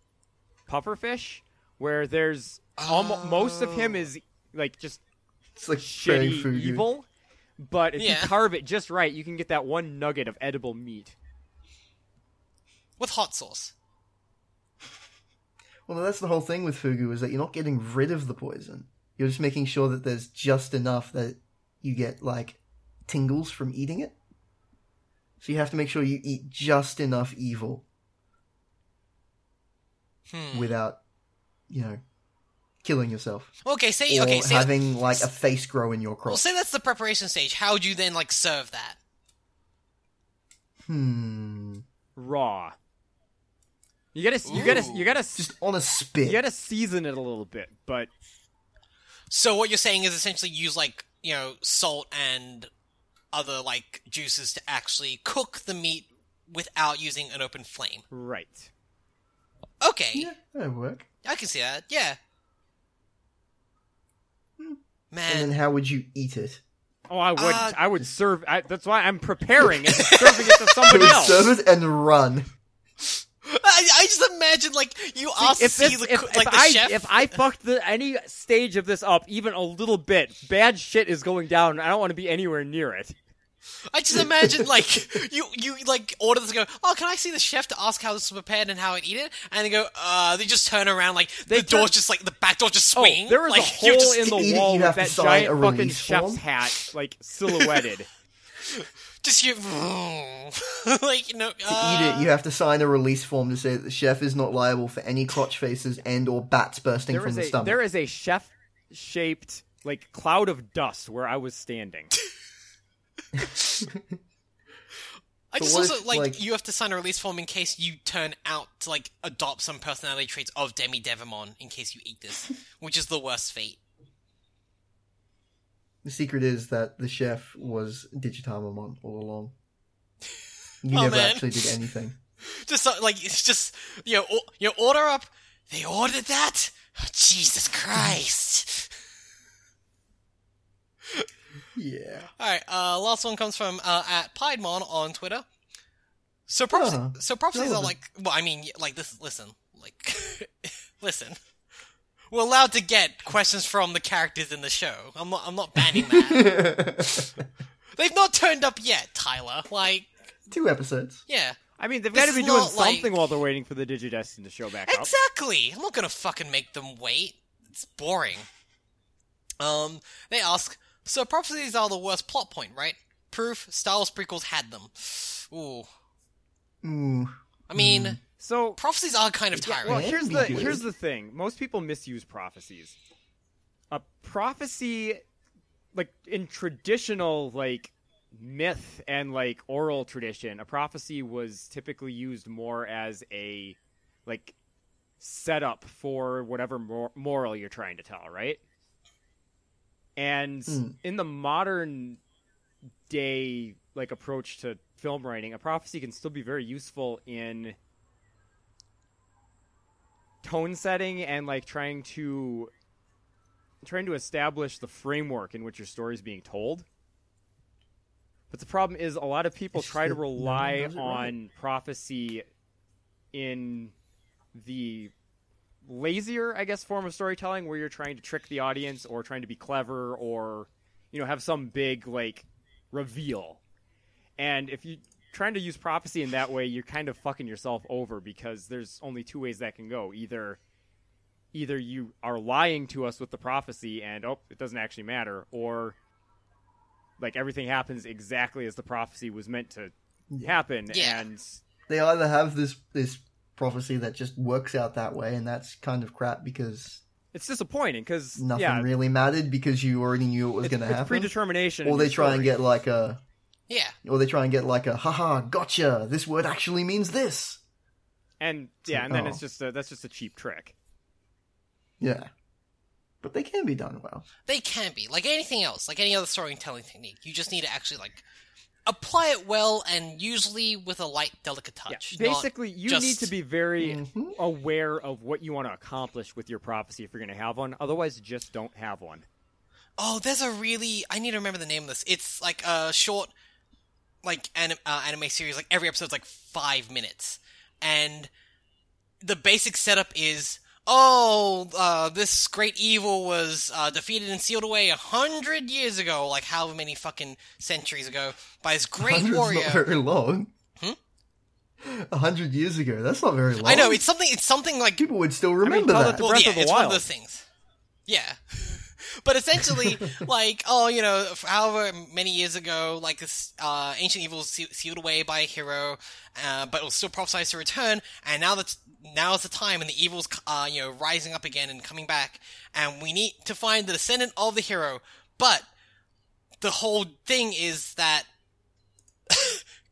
S3: pufferfish, where there's almo- most of him is like just
S1: Oh. It's like fairy
S3: shitty
S1: food.
S3: evil. But if
S2: Yeah.
S3: you carve it just right, you can get that one nugget of edible meat.
S2: With hot sauce.
S1: Well, that's the whole thing with fugu is that you're not getting rid of the poison. You're just making sure that there's just enough that you get like tingles from eating it. So you have to make sure you eat just enough evil
S3: Hmm.
S1: without, you know, killing yourself
S2: Okay, say.
S1: or
S2: okay, say.
S1: having like a face grow in your
S2: Well,
S1: crop.
S2: say that's the preparation stage. How would you then like serve that?
S1: Hmm.
S3: Raw. You gotta, you gotta,
S2: Ooh.
S3: you gotta,
S1: Just on a spit.
S3: you gotta season it a little bit. But
S2: So what you're saying is essentially use like you know salt and other like juices to actually cook the meat without using an open flame.
S3: right,
S2: Okay,
S1: Yeah, that'll work.
S2: I can see that. Yeah.
S3: Hmm.
S1: And then
S2: Man,
S1: how would you eat it?
S3: Oh, I wouldn't.
S2: Uh,
S3: I would serve. I, that's why I'm preparing it, and serving it to
S1: You
S3: somebody
S1: would
S3: else.
S1: serve it and run.
S2: I, I just imagine like you ask
S3: if,
S2: C,
S3: this-
S2: the,
S3: if-
S2: cook-
S3: if
S2: like the
S3: I,
S2: chef.
S3: if I fucked the, any stage of this up even a little bit, bad shit is going down. and I don't want to be anywhere near it.
S2: I just imagine like you you like order this and go, oh, can I see the chef to ask how this was prepared and how I eat it? And they go, uh, they just turn around like the
S3: turn-
S2: door's just like the back door just
S3: Oh,
S2: swinging.
S3: there was
S2: like,
S3: a
S2: you're
S3: hole
S2: just,
S3: in
S1: To eat it,
S3: the wall
S1: you
S3: with
S1: have to
S3: that
S1: sign
S3: giant
S1: a
S3: fucking
S1: release
S3: chef's
S1: form.
S3: hat, like silhouetted.
S2: just you like you know uh,
S1: To eat it, you have to sign a release form to say that the chef is not liable for any crotch faces and or bats bursting
S3: there
S1: from
S3: is
S1: the
S3: a
S1: stomach.
S3: there is a chef shaped like cloud of dust where I was standing.
S2: I
S1: So
S2: just
S1: what
S2: also
S1: if,
S2: like,
S1: like-
S2: you have to sign a release form in case you turn out to like adopt some personality traits of Demi Devimon in case you eat this, which is the worst fate.
S1: The secret is that the chef was Digitamamon all along. You
S2: Oh,
S1: never
S2: man.
S1: actually did anything.
S2: Just so, like it's just you know or- you know, order up. They ordered that. Oh, Jesus Christ.
S1: Yeah.
S2: All right, uh, last one comes from uh, at Piedmon on Twitter. So props,
S1: Huh,
S2: so prophecies are
S1: relevant.
S2: like. Well, I mean, like this. Listen, like, listen. We're allowed to get questions from the characters in the show. I'm not. I'm not banning that. They've not turned up yet, Tyler. Like,
S1: Two episodes.
S2: yeah,
S3: I mean, they've
S2: This
S3: got to be
S2: is
S3: doing
S2: not like-
S3: something while they're waiting for the Digidestin to show back up.
S2: exactly. I'm not gonna fucking make them wait. It's boring. Um, they ask. So prophecies are the worst plot point, right? Proof. Star Wars prequels had them. Ooh.
S1: Ooh.
S2: I mean.
S3: So
S2: prophecies are kind of
S3: Yeah,
S2: tiring.
S3: well,
S1: Right?
S3: here's the
S1: Because-
S3: here's the thing. Most people misuse prophecies. A prophecy, like in traditional like myth and like oral tradition, a prophecy was typically used more as a like setup for whatever mor- moral you're trying to tell, right? And
S1: Hmm.
S3: in the modern day like approach to film writing, a prophecy can still be very useful in tone setting and like trying to trying to establish the framework in which your story is being told. But the problem is a lot of people
S1: It's
S3: try to
S1: that no one
S3: rely
S1: does it right.
S3: on prophecy in the lazier, I guess, form of storytelling where you're trying to trick the audience or trying to be clever or, you know, have some big, like, reveal. And if you trying to use prophecy in that way, you're kind of fucking yourself over because there's only two ways that can go. Either either you are lying to us with the prophecy and oh, it doesn't actually matter, or like everything happens exactly as the prophecy was meant to
S1: Yeah.
S3: happen
S2: Yeah.
S3: and
S1: They either have this this prophecy that just works out that way, and that's kind of crap because
S3: it's disappointing because
S1: nothing
S3: yeah,
S1: really mattered because you already knew it was
S3: it's,
S1: going to
S3: it's
S1: happen.
S3: predetermination.
S1: Or
S3: in
S1: they
S3: your
S1: try and
S3: story.
S1: get like a,
S2: Yeah.
S1: or they try and get like a, haha, gotcha. This word actually means this.
S3: and yeah,
S1: like,
S3: and then
S1: oh.
S3: it's just a, that's just a cheap trick.
S1: Yeah, but they can be done well.
S2: They can be. Like anything else, like any other storytelling technique. You just need to actually like apply it well and usually with a light, delicate
S3: Yeah,
S2: touch. not-
S3: basically, you
S2: just- Mm-hmm.
S3: need to be very
S1: Mhm.
S3: aware of what you want to accomplish with your prophecy if you're going to have one. Otherwise, just don't have one.
S2: Oh, there's a really I need to remember the name of this. It's like a short, like anim- uh, anime series. Like every episode's like five minutes, and the basic setup is oh, uh, this great evil was uh, defeated and sealed away a hundred years ago, like however many fucking centuries ago, by this great
S1: Hundred's
S2: warrior. Hmm?
S1: not very long. A hundred years ago, that's not very long.
S2: I know it's something. It's something like
S1: people would still remember
S3: tell
S1: that.
S3: it to-
S2: well,
S3: Breath
S2: yeah,
S3: of the
S2: it's one of
S3: Wild.
S2: those things. Yeah. but essentially, like, oh, you know, f- however many years ago, like, this uh, ancient evil was se- sealed away by a hero, uh, but it was still prophesized to return, and now that's now's the time, and the evil's, c- uh, you know, rising up again and coming back, and we need to find the descendant of the hero, but the whole thing is that,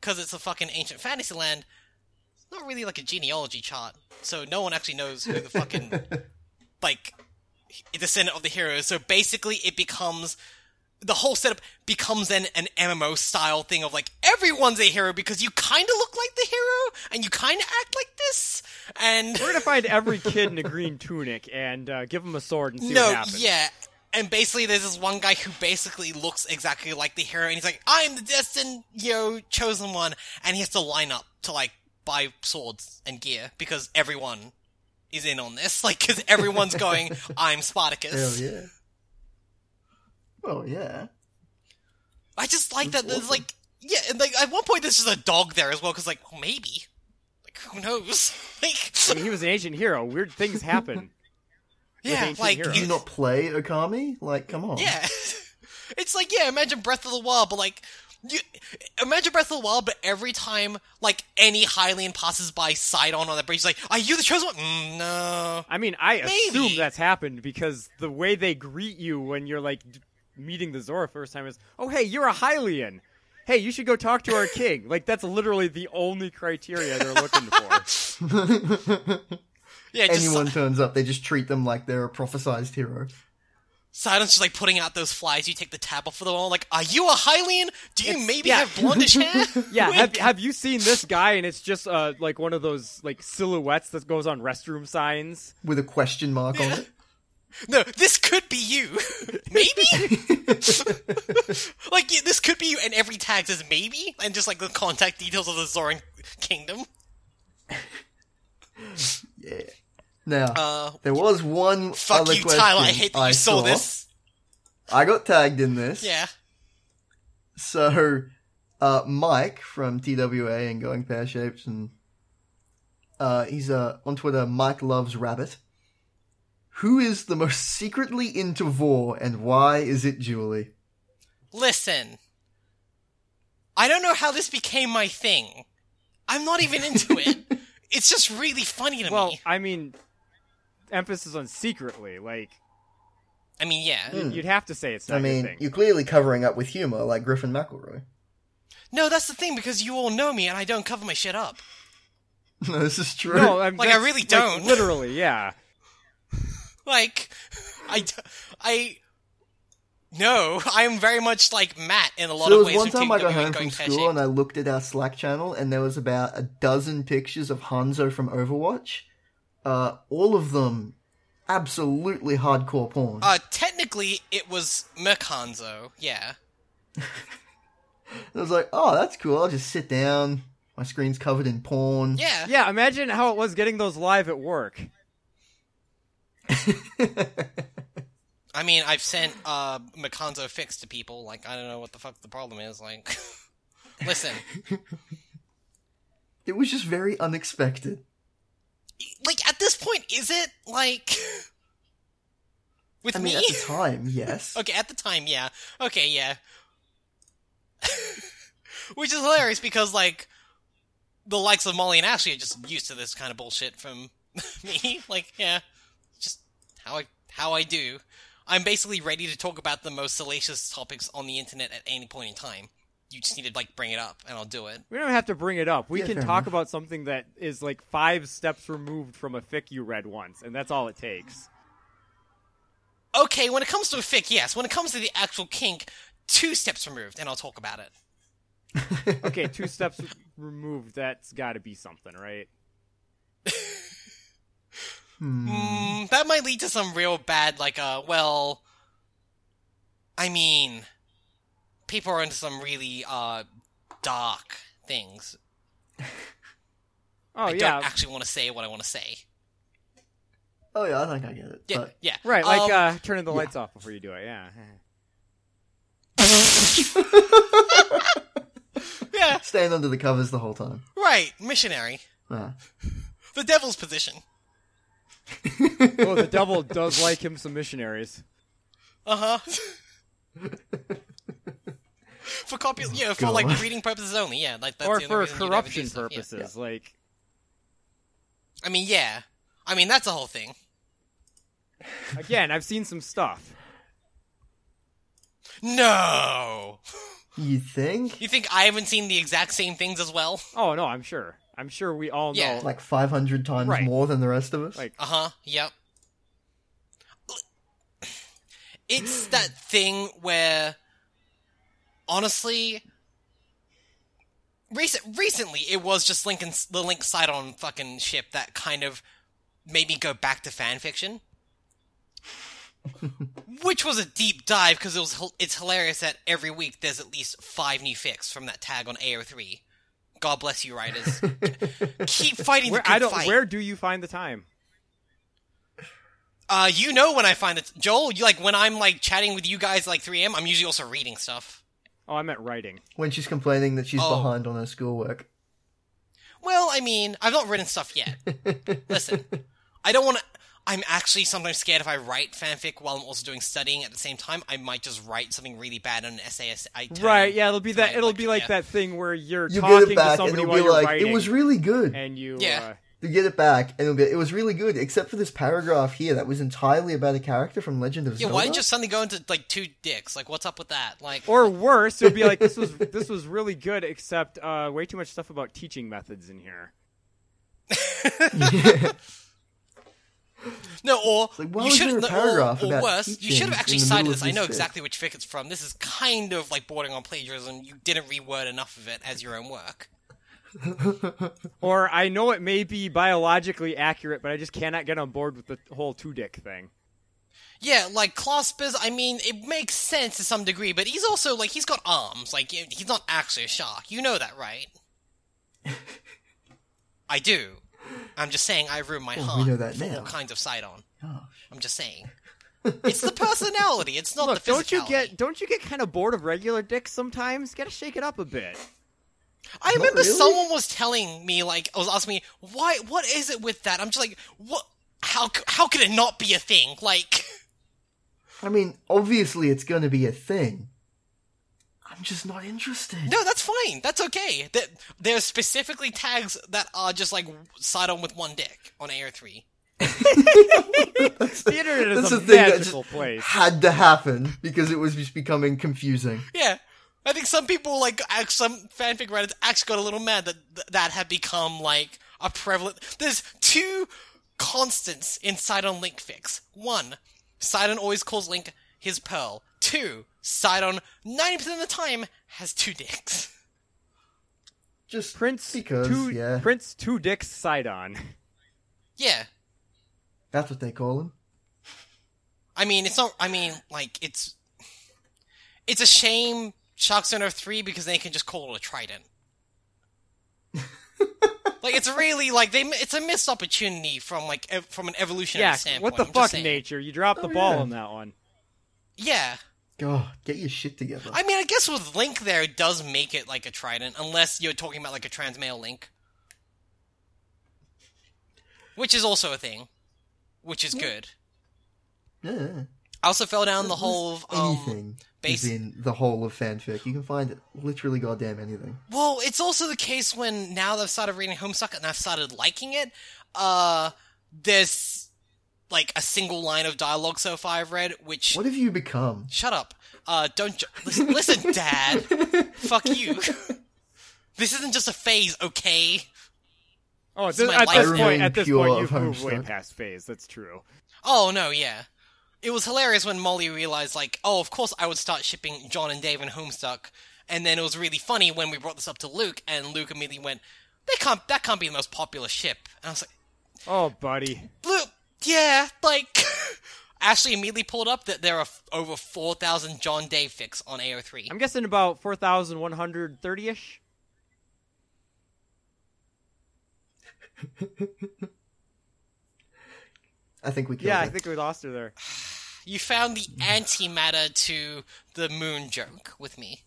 S2: because it's a fucking ancient fantasy land, it's not really like a genealogy chart, so no one actually knows who the fucking like the descendant of the hero. So basically, it becomes the whole setup becomes an, an MMO style thing of like everyone's a hero because you kind of look like the hero and you kind of act like this. And
S3: We're going to find every kid in a green tunic and uh, give him a sword and see what
S2: no,
S3: happens.
S2: yeah. And basically, there's this one guy who basically looks exactly like the hero, and he's like, "I'm the destined, you know, chosen one," and he has to line up to like buy swords and gear because everyone is in on this, like, because everyone's going, "I'm
S1: Hell
S2: Spartacus."
S1: yeah. Well, yeah.
S2: I just like
S1: That's
S2: that. There's
S1: awesome.
S2: like, yeah, and like at one point there's just a dog there as well because like oh, maybe, like who knows? like
S3: I mean, he was an ancient hero. Weird things happen.
S2: yeah,
S3: ancient
S2: like
S3: heroes.
S1: Do you
S2: it-
S1: not play Okami? Like, come on.
S2: yeah, it's like yeah. Imagine Breath of the Wild, but like you imagine Breath of the Wild, but every time like any Hylian passes by Sidon on that bridge, he's like are you the chosen one? Mm, no.
S3: I mean, I assume
S2: Maybe.
S3: that's happened because the way they greet you when you're like d- meeting the Zora first time is, "Oh, hey, you're a Hylian. Hey, you should go talk to our king." Like that's literally the only criteria they're looking for.
S2: Yeah, just
S1: Anyone
S2: Si-
S1: turns up, they just treat them like they're a prophesized hero.
S2: Sidon's just like putting out those flies. You take the tab off of the wall. Like, are you a Hylian? Do you maybe
S3: yeah.
S2: have blondish hair?
S3: Yeah,
S2: Wink.
S3: have have you seen this guy? And it's just uh like one of those like silhouettes that goes on restroom signs.
S1: With a question mark on it.
S2: No, this could be you. maybe? like, yeah, this could be you, and every tag says maybe, and just like the contact details of the Zoran Kingdom.
S1: Yeah. Now,
S2: Uh,
S1: there was one
S2: fuck
S1: other
S2: you,
S1: question
S2: Tyler. I hate that you saw
S1: saw.
S2: this.
S1: I got tagged in this.
S2: Yeah.
S1: So, uh, Mike from TWA and Going Pear Shaped, and uh, he's uh, on Twitter. Mike loves rabbit. Who is the most secretly into Vor, and why is it Julie?
S2: Listen. I don't know how this became my thing. I'm not even into it. It's just really funny to
S3: Well,
S2: me.
S3: I mean, emphasis on secretly. Like
S2: I mean, yeah.
S3: you'd have to say it's not
S1: Hmm. I
S3: your
S1: mean,
S3: thing.
S1: you're clearly covering up with humor, like Griffin McElroy.
S2: No, that's the thing, because you all know me and I don't cover my shit up.
S1: no, this is true.
S3: No, I'm,
S2: Like, I
S3: that's-
S2: really
S3: like,
S2: don't.
S3: literally, yeah.
S2: Like, I, d- I, No, I am very much like Matt in a lot
S1: So there
S2: of
S1: was
S2: ways.
S1: one
S2: with
S1: time I got
S2: TWE
S1: home
S2: going
S1: from
S2: pear-shaped.
S1: school and I looked at our Slack channel and there was about a dozen pictures of Hanzo from Overwatch. Uh, all of them absolutely hardcore porn.
S2: Uh, technically, it was Mercanzo. Yeah.
S1: I was like, oh, that's cool. I'll just sit down. My screen's covered in porn.
S2: Yeah.
S3: Yeah, imagine how it was getting those live at work.
S2: I mean, I've sent uh Mercanzo fix to people. Like, I don't know what the fuck the problem is. Like, listen,
S1: It was just very unexpected.
S2: like at this point, is it like with
S1: I mean,
S2: me?
S1: at the time, yes.
S2: Okay, at the time, yeah. Okay, yeah. Which is hilarious because like the likes of Molly and Ashley are just used to this kind of bullshit from me. Like, yeah. Just how I how I do. I'm basically ready to talk about the most salacious topics on the internet at any point in time. You just need to like bring it up and I'll do it.
S3: We don't have to bring it up. We
S1: Yeah,
S3: can
S1: fair
S3: talk
S1: enough.
S3: about something that is like five steps removed from a fic you read once, and that's all it takes.
S2: Okay, when it comes to a fic, yes. When it comes to the actual kink, two steps removed and I'll talk about it.
S3: Okay, two steps removed. That's got to be something, right?
S1: Hmm.
S2: Mm, that might lead to some real bad, like, uh, well, I mean, people are into some really, uh, dark things.
S3: Oh
S2: I
S3: yeah,
S2: don't actually want to say what I want to say.
S1: Oh, yeah, I think I get it.
S2: Yeah,
S1: But
S2: yeah.
S3: right. Like
S2: Um,
S3: uh, turning the lights off before you do it. Yeah.
S2: yeah,
S1: staying under the covers the whole time.
S2: right, missionary.
S1: Ah.
S2: The devil's position.
S3: oh, the devil does like him some missionaries.
S2: Uh huh. for copy, yeah, for, like,
S1: God.
S2: reading purposes only, yeah. Like, that's
S3: or
S2: the only
S3: for
S2: reason you'd ever do
S3: corruption
S2: stuff, yeah.
S3: purposes. Like,
S2: I mean, yeah. I mean, that's a whole thing.
S3: again, I've seen some stuff.
S2: No!
S1: You think?
S2: You think I haven't seen the exact same things as well?
S3: Oh no, I'm sure. I'm sure we all
S2: Yeah.
S3: know.
S1: Like 500 times
S3: Right.
S1: more than the rest of us?
S3: Like-
S2: Uh huh. Yep. It's that thing where, honestly, recent recently it was just Lincoln's the Link side on fucking ship that kind of made me go back to fan fiction, which was a deep dive because it was hil- it's hilarious that every week there's at least five new fics from that tag on AO3. God bless you, writers. Keep fighting
S3: where
S2: the good
S3: I don't.
S2: fight.
S3: Where do you find the time?
S2: Uh, you know when I find it, Joel. You like when I'm like chatting with you guys like 3 a.m. I'm usually also reading stuff.
S3: Oh, I meant writing.
S1: when she's complaining that she's
S2: Oh.
S1: behind on her schoolwork.
S2: Well, I mean, I've not written stuff yet. Listen, I don't want to. I'm actually sometimes scared if I write fanfic while I'm also doing studying at the same time. I might just write something really bad on an essay. I turn
S3: Right,
S2: in
S3: yeah, it'll be that.
S2: my
S3: It'll be
S2: lecture,
S3: like
S2: yeah.
S3: that thing where you're
S1: You get
S3: talking
S1: it
S3: to
S1: back, and
S3: somebody
S1: it'll
S3: while
S1: be
S3: you're
S1: like,
S3: writing,
S1: it was really good.
S3: and you. uh,
S2: Yeah.
S1: You get it back, and it'll be, it was really good, except for this paragraph here that was entirely about a character from Legend of
S2: Yeah,
S1: Zelda.
S2: why did you just suddenly go into like two dicks? Like, what's up with that? Like,
S3: Uh, or worse, it'll be like this was this was really good, except uh, way too much stuff about teaching methods in here.
S2: No, or
S1: like, why
S2: you
S1: was
S2: should
S1: there a
S2: no, or-
S1: paragraph
S2: or,
S1: about
S2: worse, you
S1: teaching
S2: should have actually
S1: in the
S2: cited
S1: middle of
S2: this. I
S1: this
S2: know
S1: fic?
S2: exactly which fic it's from. This is kind of like bordering on plagiarism. You didn't reword enough of it as your own work.
S3: Or I know it may be biologically accurate, but I just cannot get on board with the whole two dick thing.
S2: Yeah, like Claspers, I mean, it makes sense to some degree, but he's also like he's got arms. Like y- he's not actually a shark. You know that, right? I do. I'm just saying I ruined my heart.
S1: know that
S2: for
S1: now.
S2: All kinds of sight on.
S1: Gosh.
S2: I'm just saying. It's the personality. It's not
S3: Look,
S2: the physicality.
S3: don't you get don't you get kind of bored of regular dicks sometimes? Gotta shake it up a bit.
S2: I remember
S1: really?
S2: someone was telling me, like, was asking me, why, what is it with that? I'm just like, what, how, c- how could it not be a thing? Like,
S1: I mean, obviously it's going to be a thing. I'm just not interested.
S2: no, that's fine. That's okay. That there's specifically tags that are just like side on with one dick on Air 3.
S3: The internet
S1: That's
S3: is a
S1: the thing that
S3: magical
S1: just
S3: place.
S1: had to happen because it was just becoming confusing.
S2: Yeah. I think some people, like, act- some fanfic writers actually got a little mad that th- that had become, like, a prevalent. There's two constants in Sidon Link fix. One, Sidon always calls Link his pearl. Two, Sidon, 90% of the time, has two dicks.
S1: Just
S3: Prince
S1: because
S3: two
S1: yeah,
S3: Prince two dicks Sidon.
S2: Yeah.
S1: that's what they call him.
S2: I mean, it's not. I mean, like, it's. It's a shame Sharks don't have three because they can just call it a trident. like, it's really, like, they. It's a missed opportunity from, like, ev- from an evolutionary
S3: Yeah,
S2: standpoint.
S3: what the
S2: I'm just
S3: fuck,
S2: saying.
S3: nature? You dropped the
S1: Oh,
S3: ball
S1: yeah.
S3: on that one.
S2: Yeah.
S1: God, get your shit together.
S2: I mean, I guess with Link there, it does make it like a trident, unless you're talking about like a transmale Link. Which is also a thing. Which is good.
S1: yeah.
S2: I also fell down the hole of. Um,
S1: anything
S2: base-
S1: is in the whole of fanfic. You can find literally goddamn anything.
S2: Well, it's also the case when now that I've started reading Homestuck and I've started liking it, uh, there's like a single line of dialogue so far I've read, which
S1: What have you become?
S2: shut up, uh, don't ju- listen, listen, Dad, fuck you. This isn't just a phase, okay?
S3: Oh, at
S2: is
S3: this,
S2: my
S3: at
S2: life. I
S3: this point,
S1: remain
S3: at this
S1: pure
S3: point,
S1: of
S3: you've moved way
S1: Homestuck.
S3: past phase. That's true.
S2: Oh no, yeah. It was hilarious when Molly realized, like, oh, of course I would start shipping John and Dave and Homestuck, and then it was really funny when we brought this up to Luke, and Luke immediately went, "They can't, that can't be the most popular ship." And I was like.
S3: Oh, buddy.
S2: Blue, yeah, like Ashley immediately pulled up that there are f- over four thousand John Day fics on AO3.
S3: I'm guessing about 4,130 ish.
S1: I think we killed
S3: Yeah, I
S1: it.
S3: think we lost her there.
S2: You found the antimatter to the moon joke with me.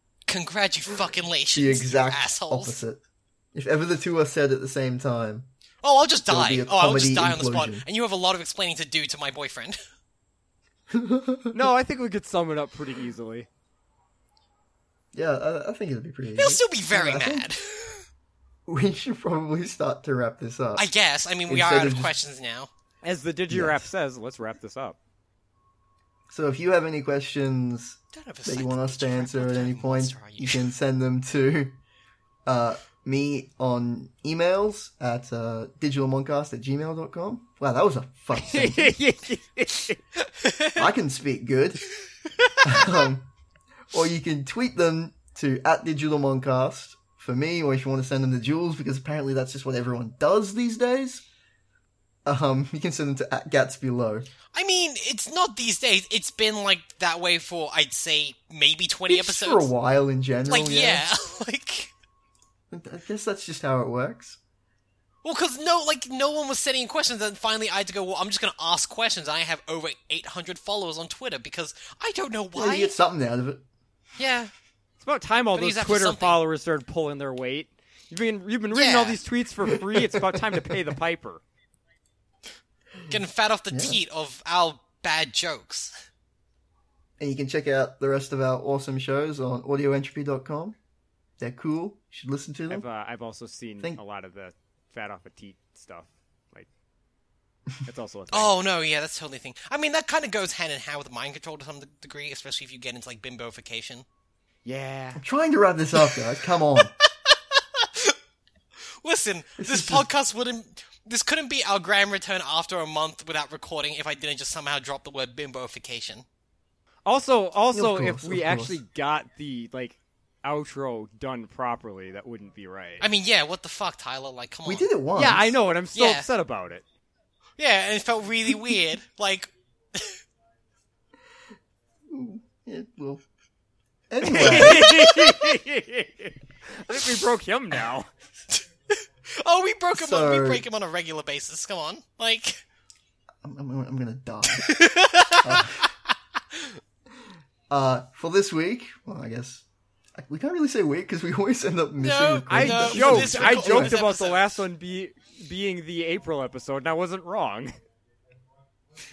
S2: Congratulations,
S1: the exact
S2: you assholes!
S1: opposite. If ever the two are said at the same time,
S2: Oh, I'll just
S1: There'll
S2: die.
S1: be a
S2: Oh, I'll just
S1: comedy
S2: die on the spot,
S1: implosion.
S2: and you have a lot of explaining to do to my boyfriend.
S3: No, I think we could sum it up pretty easily.
S1: yeah, I, I think it'd be pretty.
S2: He'll
S1: easy.
S2: still be very
S1: I think-
S2: mad.
S1: We should probably start to wrap this up.
S2: I guess. I mean, we
S1: Instead
S2: are out
S1: of
S2: of
S1: just-
S2: questions now.
S3: As the Digirap
S1: Yes.
S3: says, let's wrap this up.
S1: So if you have any questions
S2: Don't ever
S1: that
S2: cite
S1: you want
S2: the
S1: us to
S2: Digirap
S1: answer at
S2: Monster,
S1: any
S2: you
S1: point,
S2: monster, are you?
S1: you can send them to uh, me on emails at uh, digitalmoncast at gmail.com. Wow, that was a fuck sentence. I can speak good. um, or you can tweet them to at digitalmoncast for me, or if you want to send them to Jules, because apparently that's just what everyone does these days. Um, you can send them to at Gatsby Low.
S2: I mean, it's not these days. It's been like that way for I'd say maybe twenty
S1: Just
S2: episodes.
S1: for a while in general.
S2: like yeah, like
S1: I guess that's just how it works.
S2: well because no like no one was sending in questions and finally i had to go well i'm just going to ask questions i have over 800 followers on twitter because i don't know
S1: Yeah,
S2: why
S1: you get something out of it.
S2: yeah
S3: It's about time all
S2: But he's
S3: those
S2: up to
S3: Twitter
S2: something.
S3: followers started pulling their weight. You've been, you've been reading all
S2: Yeah.
S3: these tweets for free. It's about time to pay the piper.
S2: getting fat off the teat of our bad jokes
S1: And you can check out the rest of our awesome shows on audioentropy.com. They're cool. You should listen to them.
S3: I've, uh, I've also seen
S1: Think-
S3: a lot of the fat off a teat stuff. Like, that's also a thing.
S2: oh no yeah that's totally a thing i mean that kind of goes hand in hand with mind control to some degree especially if you get into like bimbofication
S3: Yeah.
S1: I'm trying to wrap this up, guys. Come on.
S2: listen this,
S1: is just-
S2: podcast wouldn't this couldn't be our grand return after a month without recording if i didn't just somehow drop the word bimbofication
S3: Also, also,
S1: Of course,
S3: if we
S1: of course.
S3: actually got the like outro done properly, that wouldn't be right.
S2: i mean yeah what the fuck tyler like come
S1: we
S2: on
S1: did it once.
S3: yeah, I know, and I'm still
S2: Yeah.
S3: upset about it.
S2: Yeah, and it felt really weird. Like,
S1: Yeah, well. Anyway,
S3: I think we broke him now.
S2: oh, we broke him. on, we
S1: So-
S2: break him on a regular basis. Come on, like,
S1: I'm, I'm, I'm gonna die. uh, uh, for this week, well, I guess I- we can't really say week because we always end up missing.
S2: No,
S1: recording.
S3: I
S2: No, for this
S3: joked. I
S2: record- for
S3: joked
S2: this
S3: about the
S2: episode.
S3: last one be, being the April episode, and I wasn't wrong.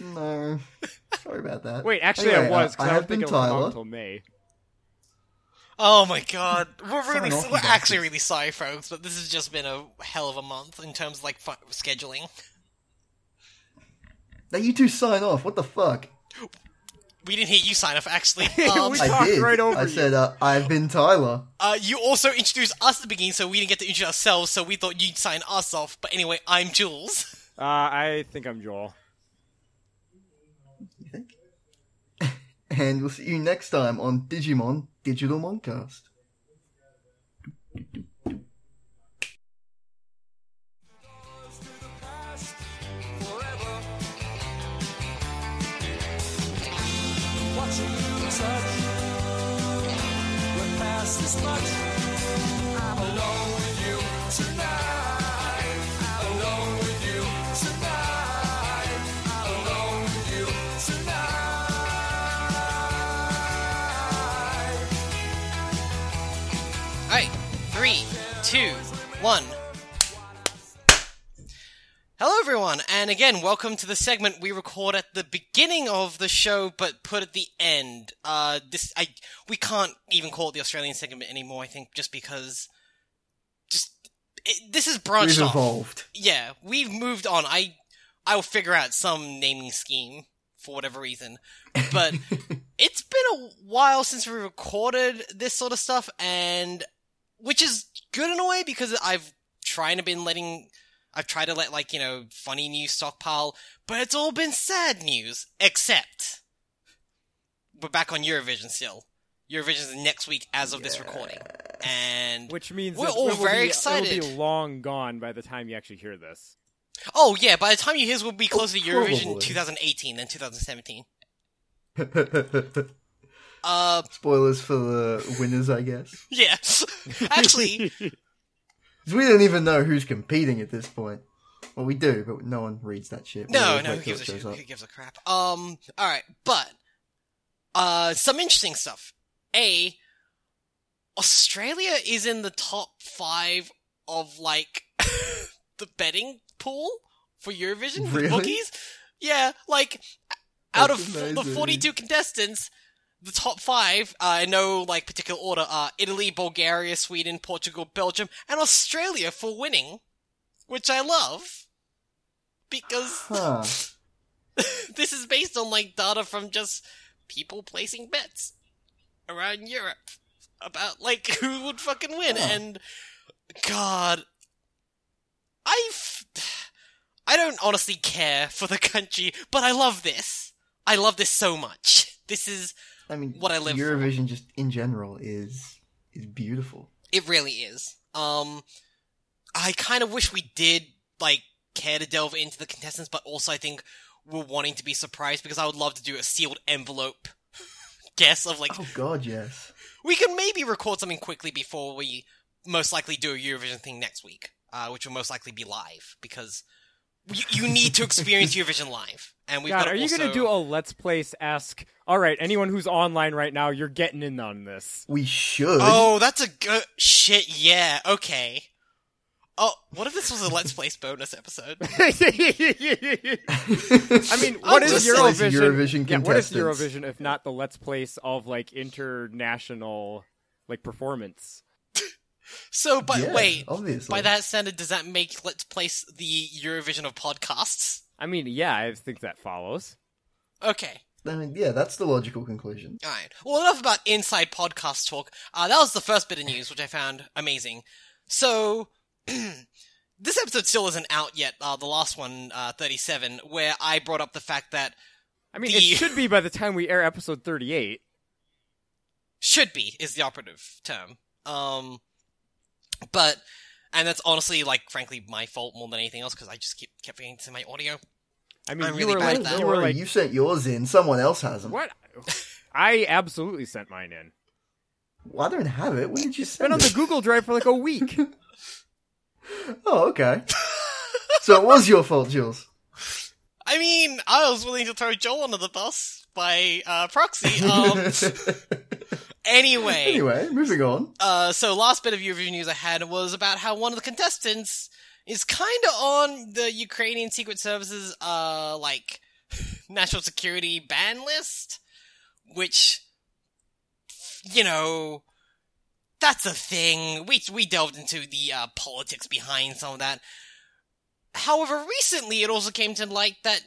S1: no. Sorry about that.
S3: Wait, actually, I
S1: Anyway,
S3: was. Cause
S1: I,
S3: I,
S1: have
S3: don't think
S1: been
S3: it will come out
S1: Tyler.
S3: until May.
S2: oh my god, we're really,
S1: Sign off
S2: we're
S1: about
S2: actually
S1: this.
S2: really sorry, folks, but this has just been a hell of a month in terms of like fu- scheduling.
S1: Now you two sign off. What the fuck?
S2: We didn't hear you sign off, actually. Um,
S3: We
S1: I
S3: talked
S1: did.
S3: right over
S1: I
S3: you.
S1: said uh, I've been Tyler.
S2: uh, you also introduced us at the beginning, so we didn't get to introduce ourselves. So we thought you'd sign us off. But anyway, I'm Jules.
S3: Uh, I think I'm Joel.
S1: and we'll see you next time on Digimon Digital Moncast.
S4: to the past forever. Watching you touch the past is much. I'm alone with you tonight. I'm alone with you tonight. I'm alone with you tonight.
S2: Alright, three, two, one. Hello, everyone, and again, welcome to the segment we record at the beginning of the show but put at the end. Uh, this, I, we can't even call it the Australian segment anymore, I think, just because. Just. It, this is branched
S1: We've
S2: off.
S1: evolved.
S2: Yeah, we've moved on. I I will figure out some naming scheme for whatever reason. But it's been a while since we recorded this sort of stuff and which is good in a way because I've trying to been letting I've tried to let like, you know, funny news stockpile, but it's all been sad news except we're back on Eurovision still. Eurovision's next week as of this recording. And
S3: Which means
S2: We're
S3: that
S2: all
S3: it will
S2: very
S3: be- It will
S2: excited.
S3: be long gone by the time you actually hear this.
S2: Oh yeah, by the time you hear this, we'll be closer to Eurovision
S1: probably.
S2: 2018 than 2017. Uh,
S1: Spoilers for the winners, I guess.
S2: yeah. Actually,
S1: 'Cause We don't even know who's competing at this point. Well, we do, but no one reads that shit. We
S2: no,
S1: always
S2: no,
S1: wait
S2: who
S1: till
S2: gives a
S1: it
S2: shit?
S1: shows up.
S2: Who gives a crap? Um, all right, but uh, some interesting stuff. A, Australia is in the top five of like the betting pool for Eurovision
S1: Really?
S2: with bookies. Yeah, like out
S1: That's
S2: of f- the
S1: amazing.
S2: 42 contestants, the top five, uh, in no like particular order, are Italy, Bulgaria, Sweden, Portugal, Belgium, and Australia for winning, which I love because
S1: Huh.
S2: this is based on like data from just people placing bets around Europe about like who would fucking win
S1: Huh.
S2: and god I f- I don't honestly care for the country but I love this. I love this so much. This is
S1: I mean,
S2: What I live for.
S1: Eurovision just in general is is beautiful.
S2: It really is. Um, I kind of wish we did like care to delve into the contestants, but also I think we're wanting to be surprised because I would love to do a sealed envelope guess of like
S1: Oh God, yes.
S2: we can maybe record something quickly before we most likely do a Eurovision thing next week, uh, which will most likely be live because you, you need to experience Eurovision live, and we've
S3: God,
S2: got
S3: are you
S2: also...
S3: gonna do a Let's Place esque? All right, anyone who's online right now, you're getting in on this.
S1: We should.
S2: Oh, that's a good shit. Yeah, okay. Oh, what if this was a Let's Place bonus episode?
S3: I mean, what is
S2: just
S1: like
S3: Eurovision?
S1: Eurovision
S3: yeah, what is
S1: contestants.
S3: Eurovision if not the Let's Place of like international like performance?
S2: So, but
S1: Yeah,
S2: wait,
S1: obviously.
S2: by that standard, does that make Let's Place the Eurovision of podcasts?
S3: I mean, yeah, I think that follows.
S2: Okay.
S1: I mean, yeah, that's the logical conclusion.
S2: Alright. Well, enough about inside podcast talk. Uh, that was the first bit of news, which I found amazing. So, this episode still isn't out yet, uh, the last one, uh, 37, where I brought up the fact that
S3: I mean,
S2: The-
S3: it should be by the time we air episode 38.
S2: should be is the operative term. Um, but and that's honestly like frankly my fault more than anything else because I just keep kept getting to my audio.
S3: I mean,
S2: I'm
S3: you
S2: really
S3: were
S2: bad
S3: like,
S2: at that.
S3: you
S1: You,
S3: were like,
S1: you sent yours in. Someone else hasn't.
S3: what? I absolutely sent mine in.
S1: Well, I don't have it. When did you
S3: Been
S1: send
S3: on the
S1: it?
S3: Google Drive for like a week.
S1: Oh, okay. so it was your fault, Jules.
S2: I mean, I was willing to throw Joel under the bus by uh, proxy. Um, anyway,
S1: anyway, moving on.
S2: uh, so last bit of Eurovision news I had was about how one of the contestants is kind of on the Ukrainian Secret Services, uh, like national security ban list, which, you know, that's a thing. We we delved into the uh, politics behind some of that. However, recently it also came to light that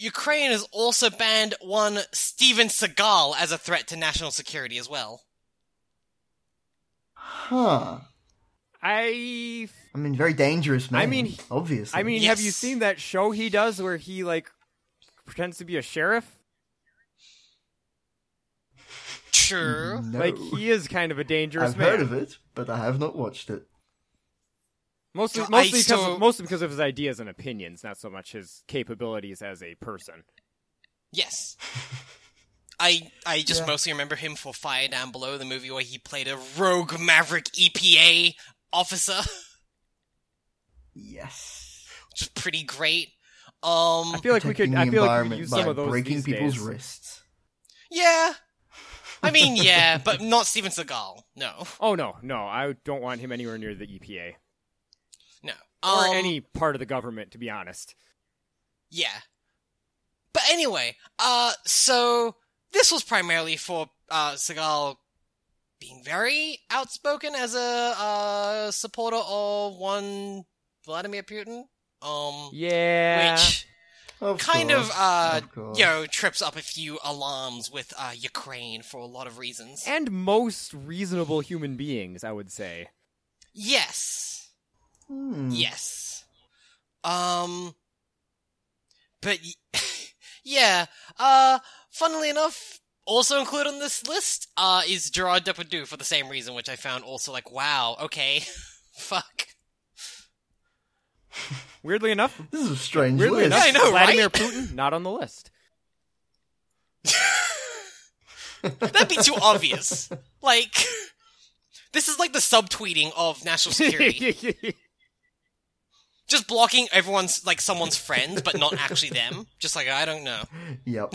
S2: Ukraine has also banned one Steven Seagal as a threat to national security as well.
S1: Huh.
S3: I
S1: I mean, very dangerous man.
S3: I mean, he-
S1: obviously.
S3: I mean, have you
S2: Yes.
S3: seen that show he does where he like pretends to be a sheriff?
S2: True.
S1: No.
S3: Like he is kind of a dangerous
S1: I've
S3: man.
S1: heard of it, but I have not watched it.
S3: Mostly,
S2: I
S3: mostly because
S2: still-
S3: of, mostly because of his ideas and opinions, not so much his capabilities as a person.
S2: Yes. I I just
S1: Yeah.
S2: mostly remember him for Fire Down Below, the movie where he played a rogue maverick EPA officer,
S1: Yes.
S2: which is pretty great. Um,
S3: I feel like we could.
S1: Protecting the
S3: I feel like we could
S1: environment
S3: use
S1: by
S3: some of those
S1: breaking
S3: these
S1: people's
S3: days.
S1: wrists.
S2: yeah. I mean, yeah, but not Steven Seagal. No,
S3: Oh no, no, I don't want him anywhere near the EPA
S2: no,
S3: or
S2: Um,
S3: any part of the government, to be honest.
S2: Yeah. But anyway, uh, so this was primarily for uh, Seagal being very outspoken as a uh, supporter of one Vladimir Putin, um,
S3: Yeah,
S2: which
S1: Of
S2: kind
S1: course,
S2: of, uh,
S1: of course.
S2: you know, trips up a few alarms with uh, Ukraine for a lot of reasons.
S3: and most reasonable human beings, I would say.
S2: yes.
S1: Hmm.
S2: Yes. Um. But y- yeah. Uh. Funnily enough, also included on this list uh is Gerard Depardieu for the same reason, which I found also like wow. Okay. Fuck.
S3: Weirdly enough,
S1: This is a strange
S3: weirdly
S1: list.
S3: enough,
S2: I know,
S3: Vladimir
S2: right?
S3: Putin not on the list.
S2: That'd be too obvious. Like. This is like the subtweeting of national security. just blocking everyone's, like, someone's friends, but not actually them. Just like, I don't know.
S1: Yep.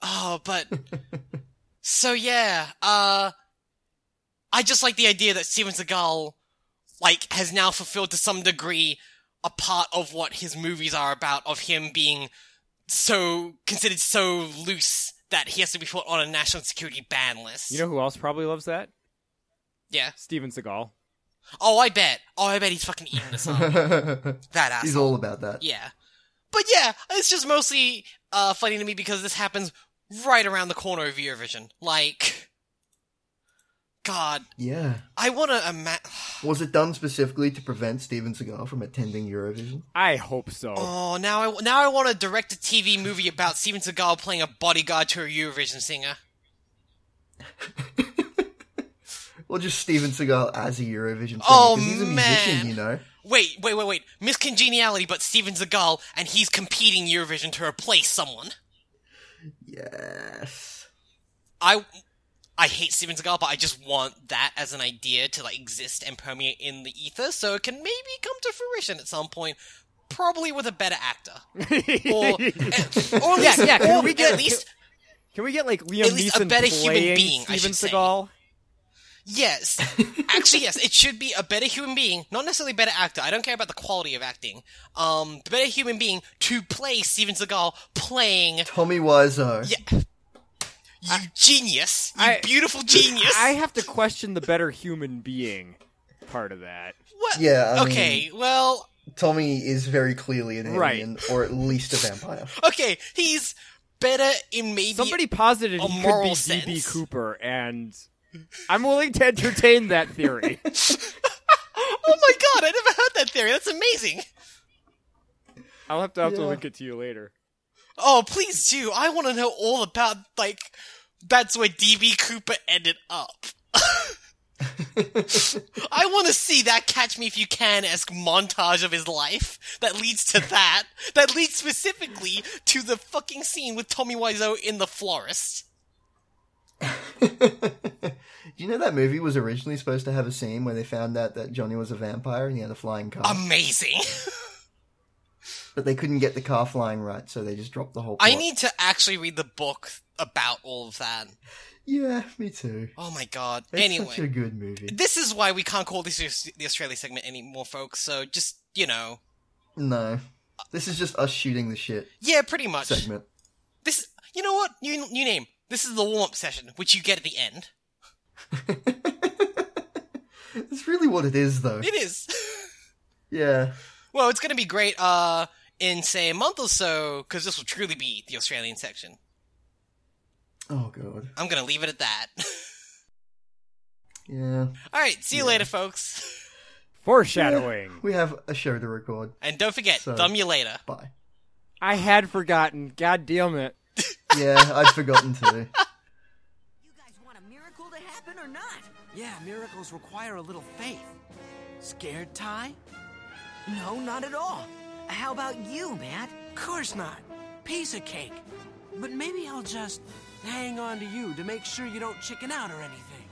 S2: Oh, but so yeah, uh, I just like the idea that Steven Seagal, like, has now fulfilled to some degree a part of what his movies are about, of him being so considered so loose that he has to be put on a national security ban list.
S3: you know who else probably loves that?
S2: yeah.
S3: Steven Seagal.
S2: Oh, I bet. Oh, I bet he's fucking eating this up. that asshole.
S1: He's all about that.
S2: Yeah. But yeah, it's just mostly uh, funny to me because this happens right around the corner of Eurovision. Like, God,
S1: Yeah.
S2: I want to imagine.
S1: Was it done specifically to prevent Steven Seagal from attending Eurovision?
S3: I hope so.
S2: Oh, now I now I want to direct a TV movie about Steven Seagal playing a bodyguard to a Eurovision singer.
S1: Or just Steven Seagal as a Eurovision singer?
S2: Oh,
S1: 'Cause he's a
S2: man.
S1: musician, you know.
S2: Wait, wait, wait, wait. Miss Congeniality, but Steven Seagal, and he's competing Eurovision to replace someone.
S1: Yes.
S2: I I hate Steven Seagal, but I just want that as an idea to like exist and permeate in the ether, so it can maybe come to fruition at some point. Probably with a better actor, or, or at least,
S3: yeah, can
S2: or
S3: we get-
S2: at least
S3: Can we get like Liam
S2: At least a
S3: Neeson
S2: better human
S3: playing
S2: being, I
S3: Steven
S2: should say.
S3: Seagal?
S2: yes. Actually, yes, it should be a better human being, not necessarily better actor. I don't care about the quality of acting. Um, the better human being to play Steven Seagal playing
S1: Tommy Wiseau.
S2: Yeah. you genius, you
S3: I-
S2: beautiful genius.
S3: I have to question the better human being part of that.
S2: what?
S1: Yeah, I
S2: okay. Well,
S1: Tommy is very clearly an alien,
S3: Right.
S1: or at least a vampire.
S2: Okay, he's better in maybe.
S3: Somebody posited
S2: a
S3: he could
S2: moral
S3: be DB
S2: sense.
S3: Cooper, and I'm willing to entertain that theory.
S2: Oh my god, I never heard that theory. That's amazing.
S3: I'll have to have to
S1: Yeah.
S3: link it to you later.
S2: Oh, please do. I want to know all about like. That's where DB Cooper ended up. I want to see that Catch Me If You Can esque montage of his life that leads to that, that leads specifically to the fucking scene with Tommy Wiseau in the florist.
S1: Do you know that movie was originally supposed to have a scene where they found out that Johnny was a vampire and he had a flying car,
S2: Um, Amazing.
S1: but they couldn't get the car flying right, so they just dropped the whole. Plot.
S2: I need to actually read the book about all of that.
S1: Yeah, me too.
S2: Oh my god.
S1: It's
S2: anyway.
S1: such a good movie.
S2: this is why we can't call this Aus- the Australia segment anymore, folks. So just you know,
S1: No, this is just us shooting the shit
S2: yeah, pretty much.
S1: segment.
S2: This, you know what? New new name. This is the warm up session, which you get at the end.
S1: It's really what it is, though.
S2: It is.
S1: Yeah,
S2: well, it's gonna be great. Uh, in say a month or so, because this will truly be the Australian section.
S1: Oh god.
S2: I'm gonna leave it at that.
S1: Yeah.
S2: All right, see you
S1: Yeah.
S2: later, folks,
S3: Foreshadowing.
S1: We have a show to record.
S2: and don't forget,
S1: So-
S2: thumb you later.
S1: Bye.
S3: I had forgotten. God damn it.
S1: Yeah, I'd forgotten too.
S5: You guys want a miracle to happen or not?
S4: Yeah, miracles require a little faith. Scared, Ty?
S5: No, not at all. How about you, Matt?
S4: Course not. Piece of cake. But maybe I'll just hang on to you to make sure you don't chicken out or anything.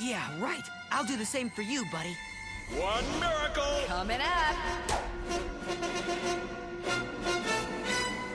S5: Yeah, right. I'll do the same for you, buddy.
S6: One miracle
S5: Coming up.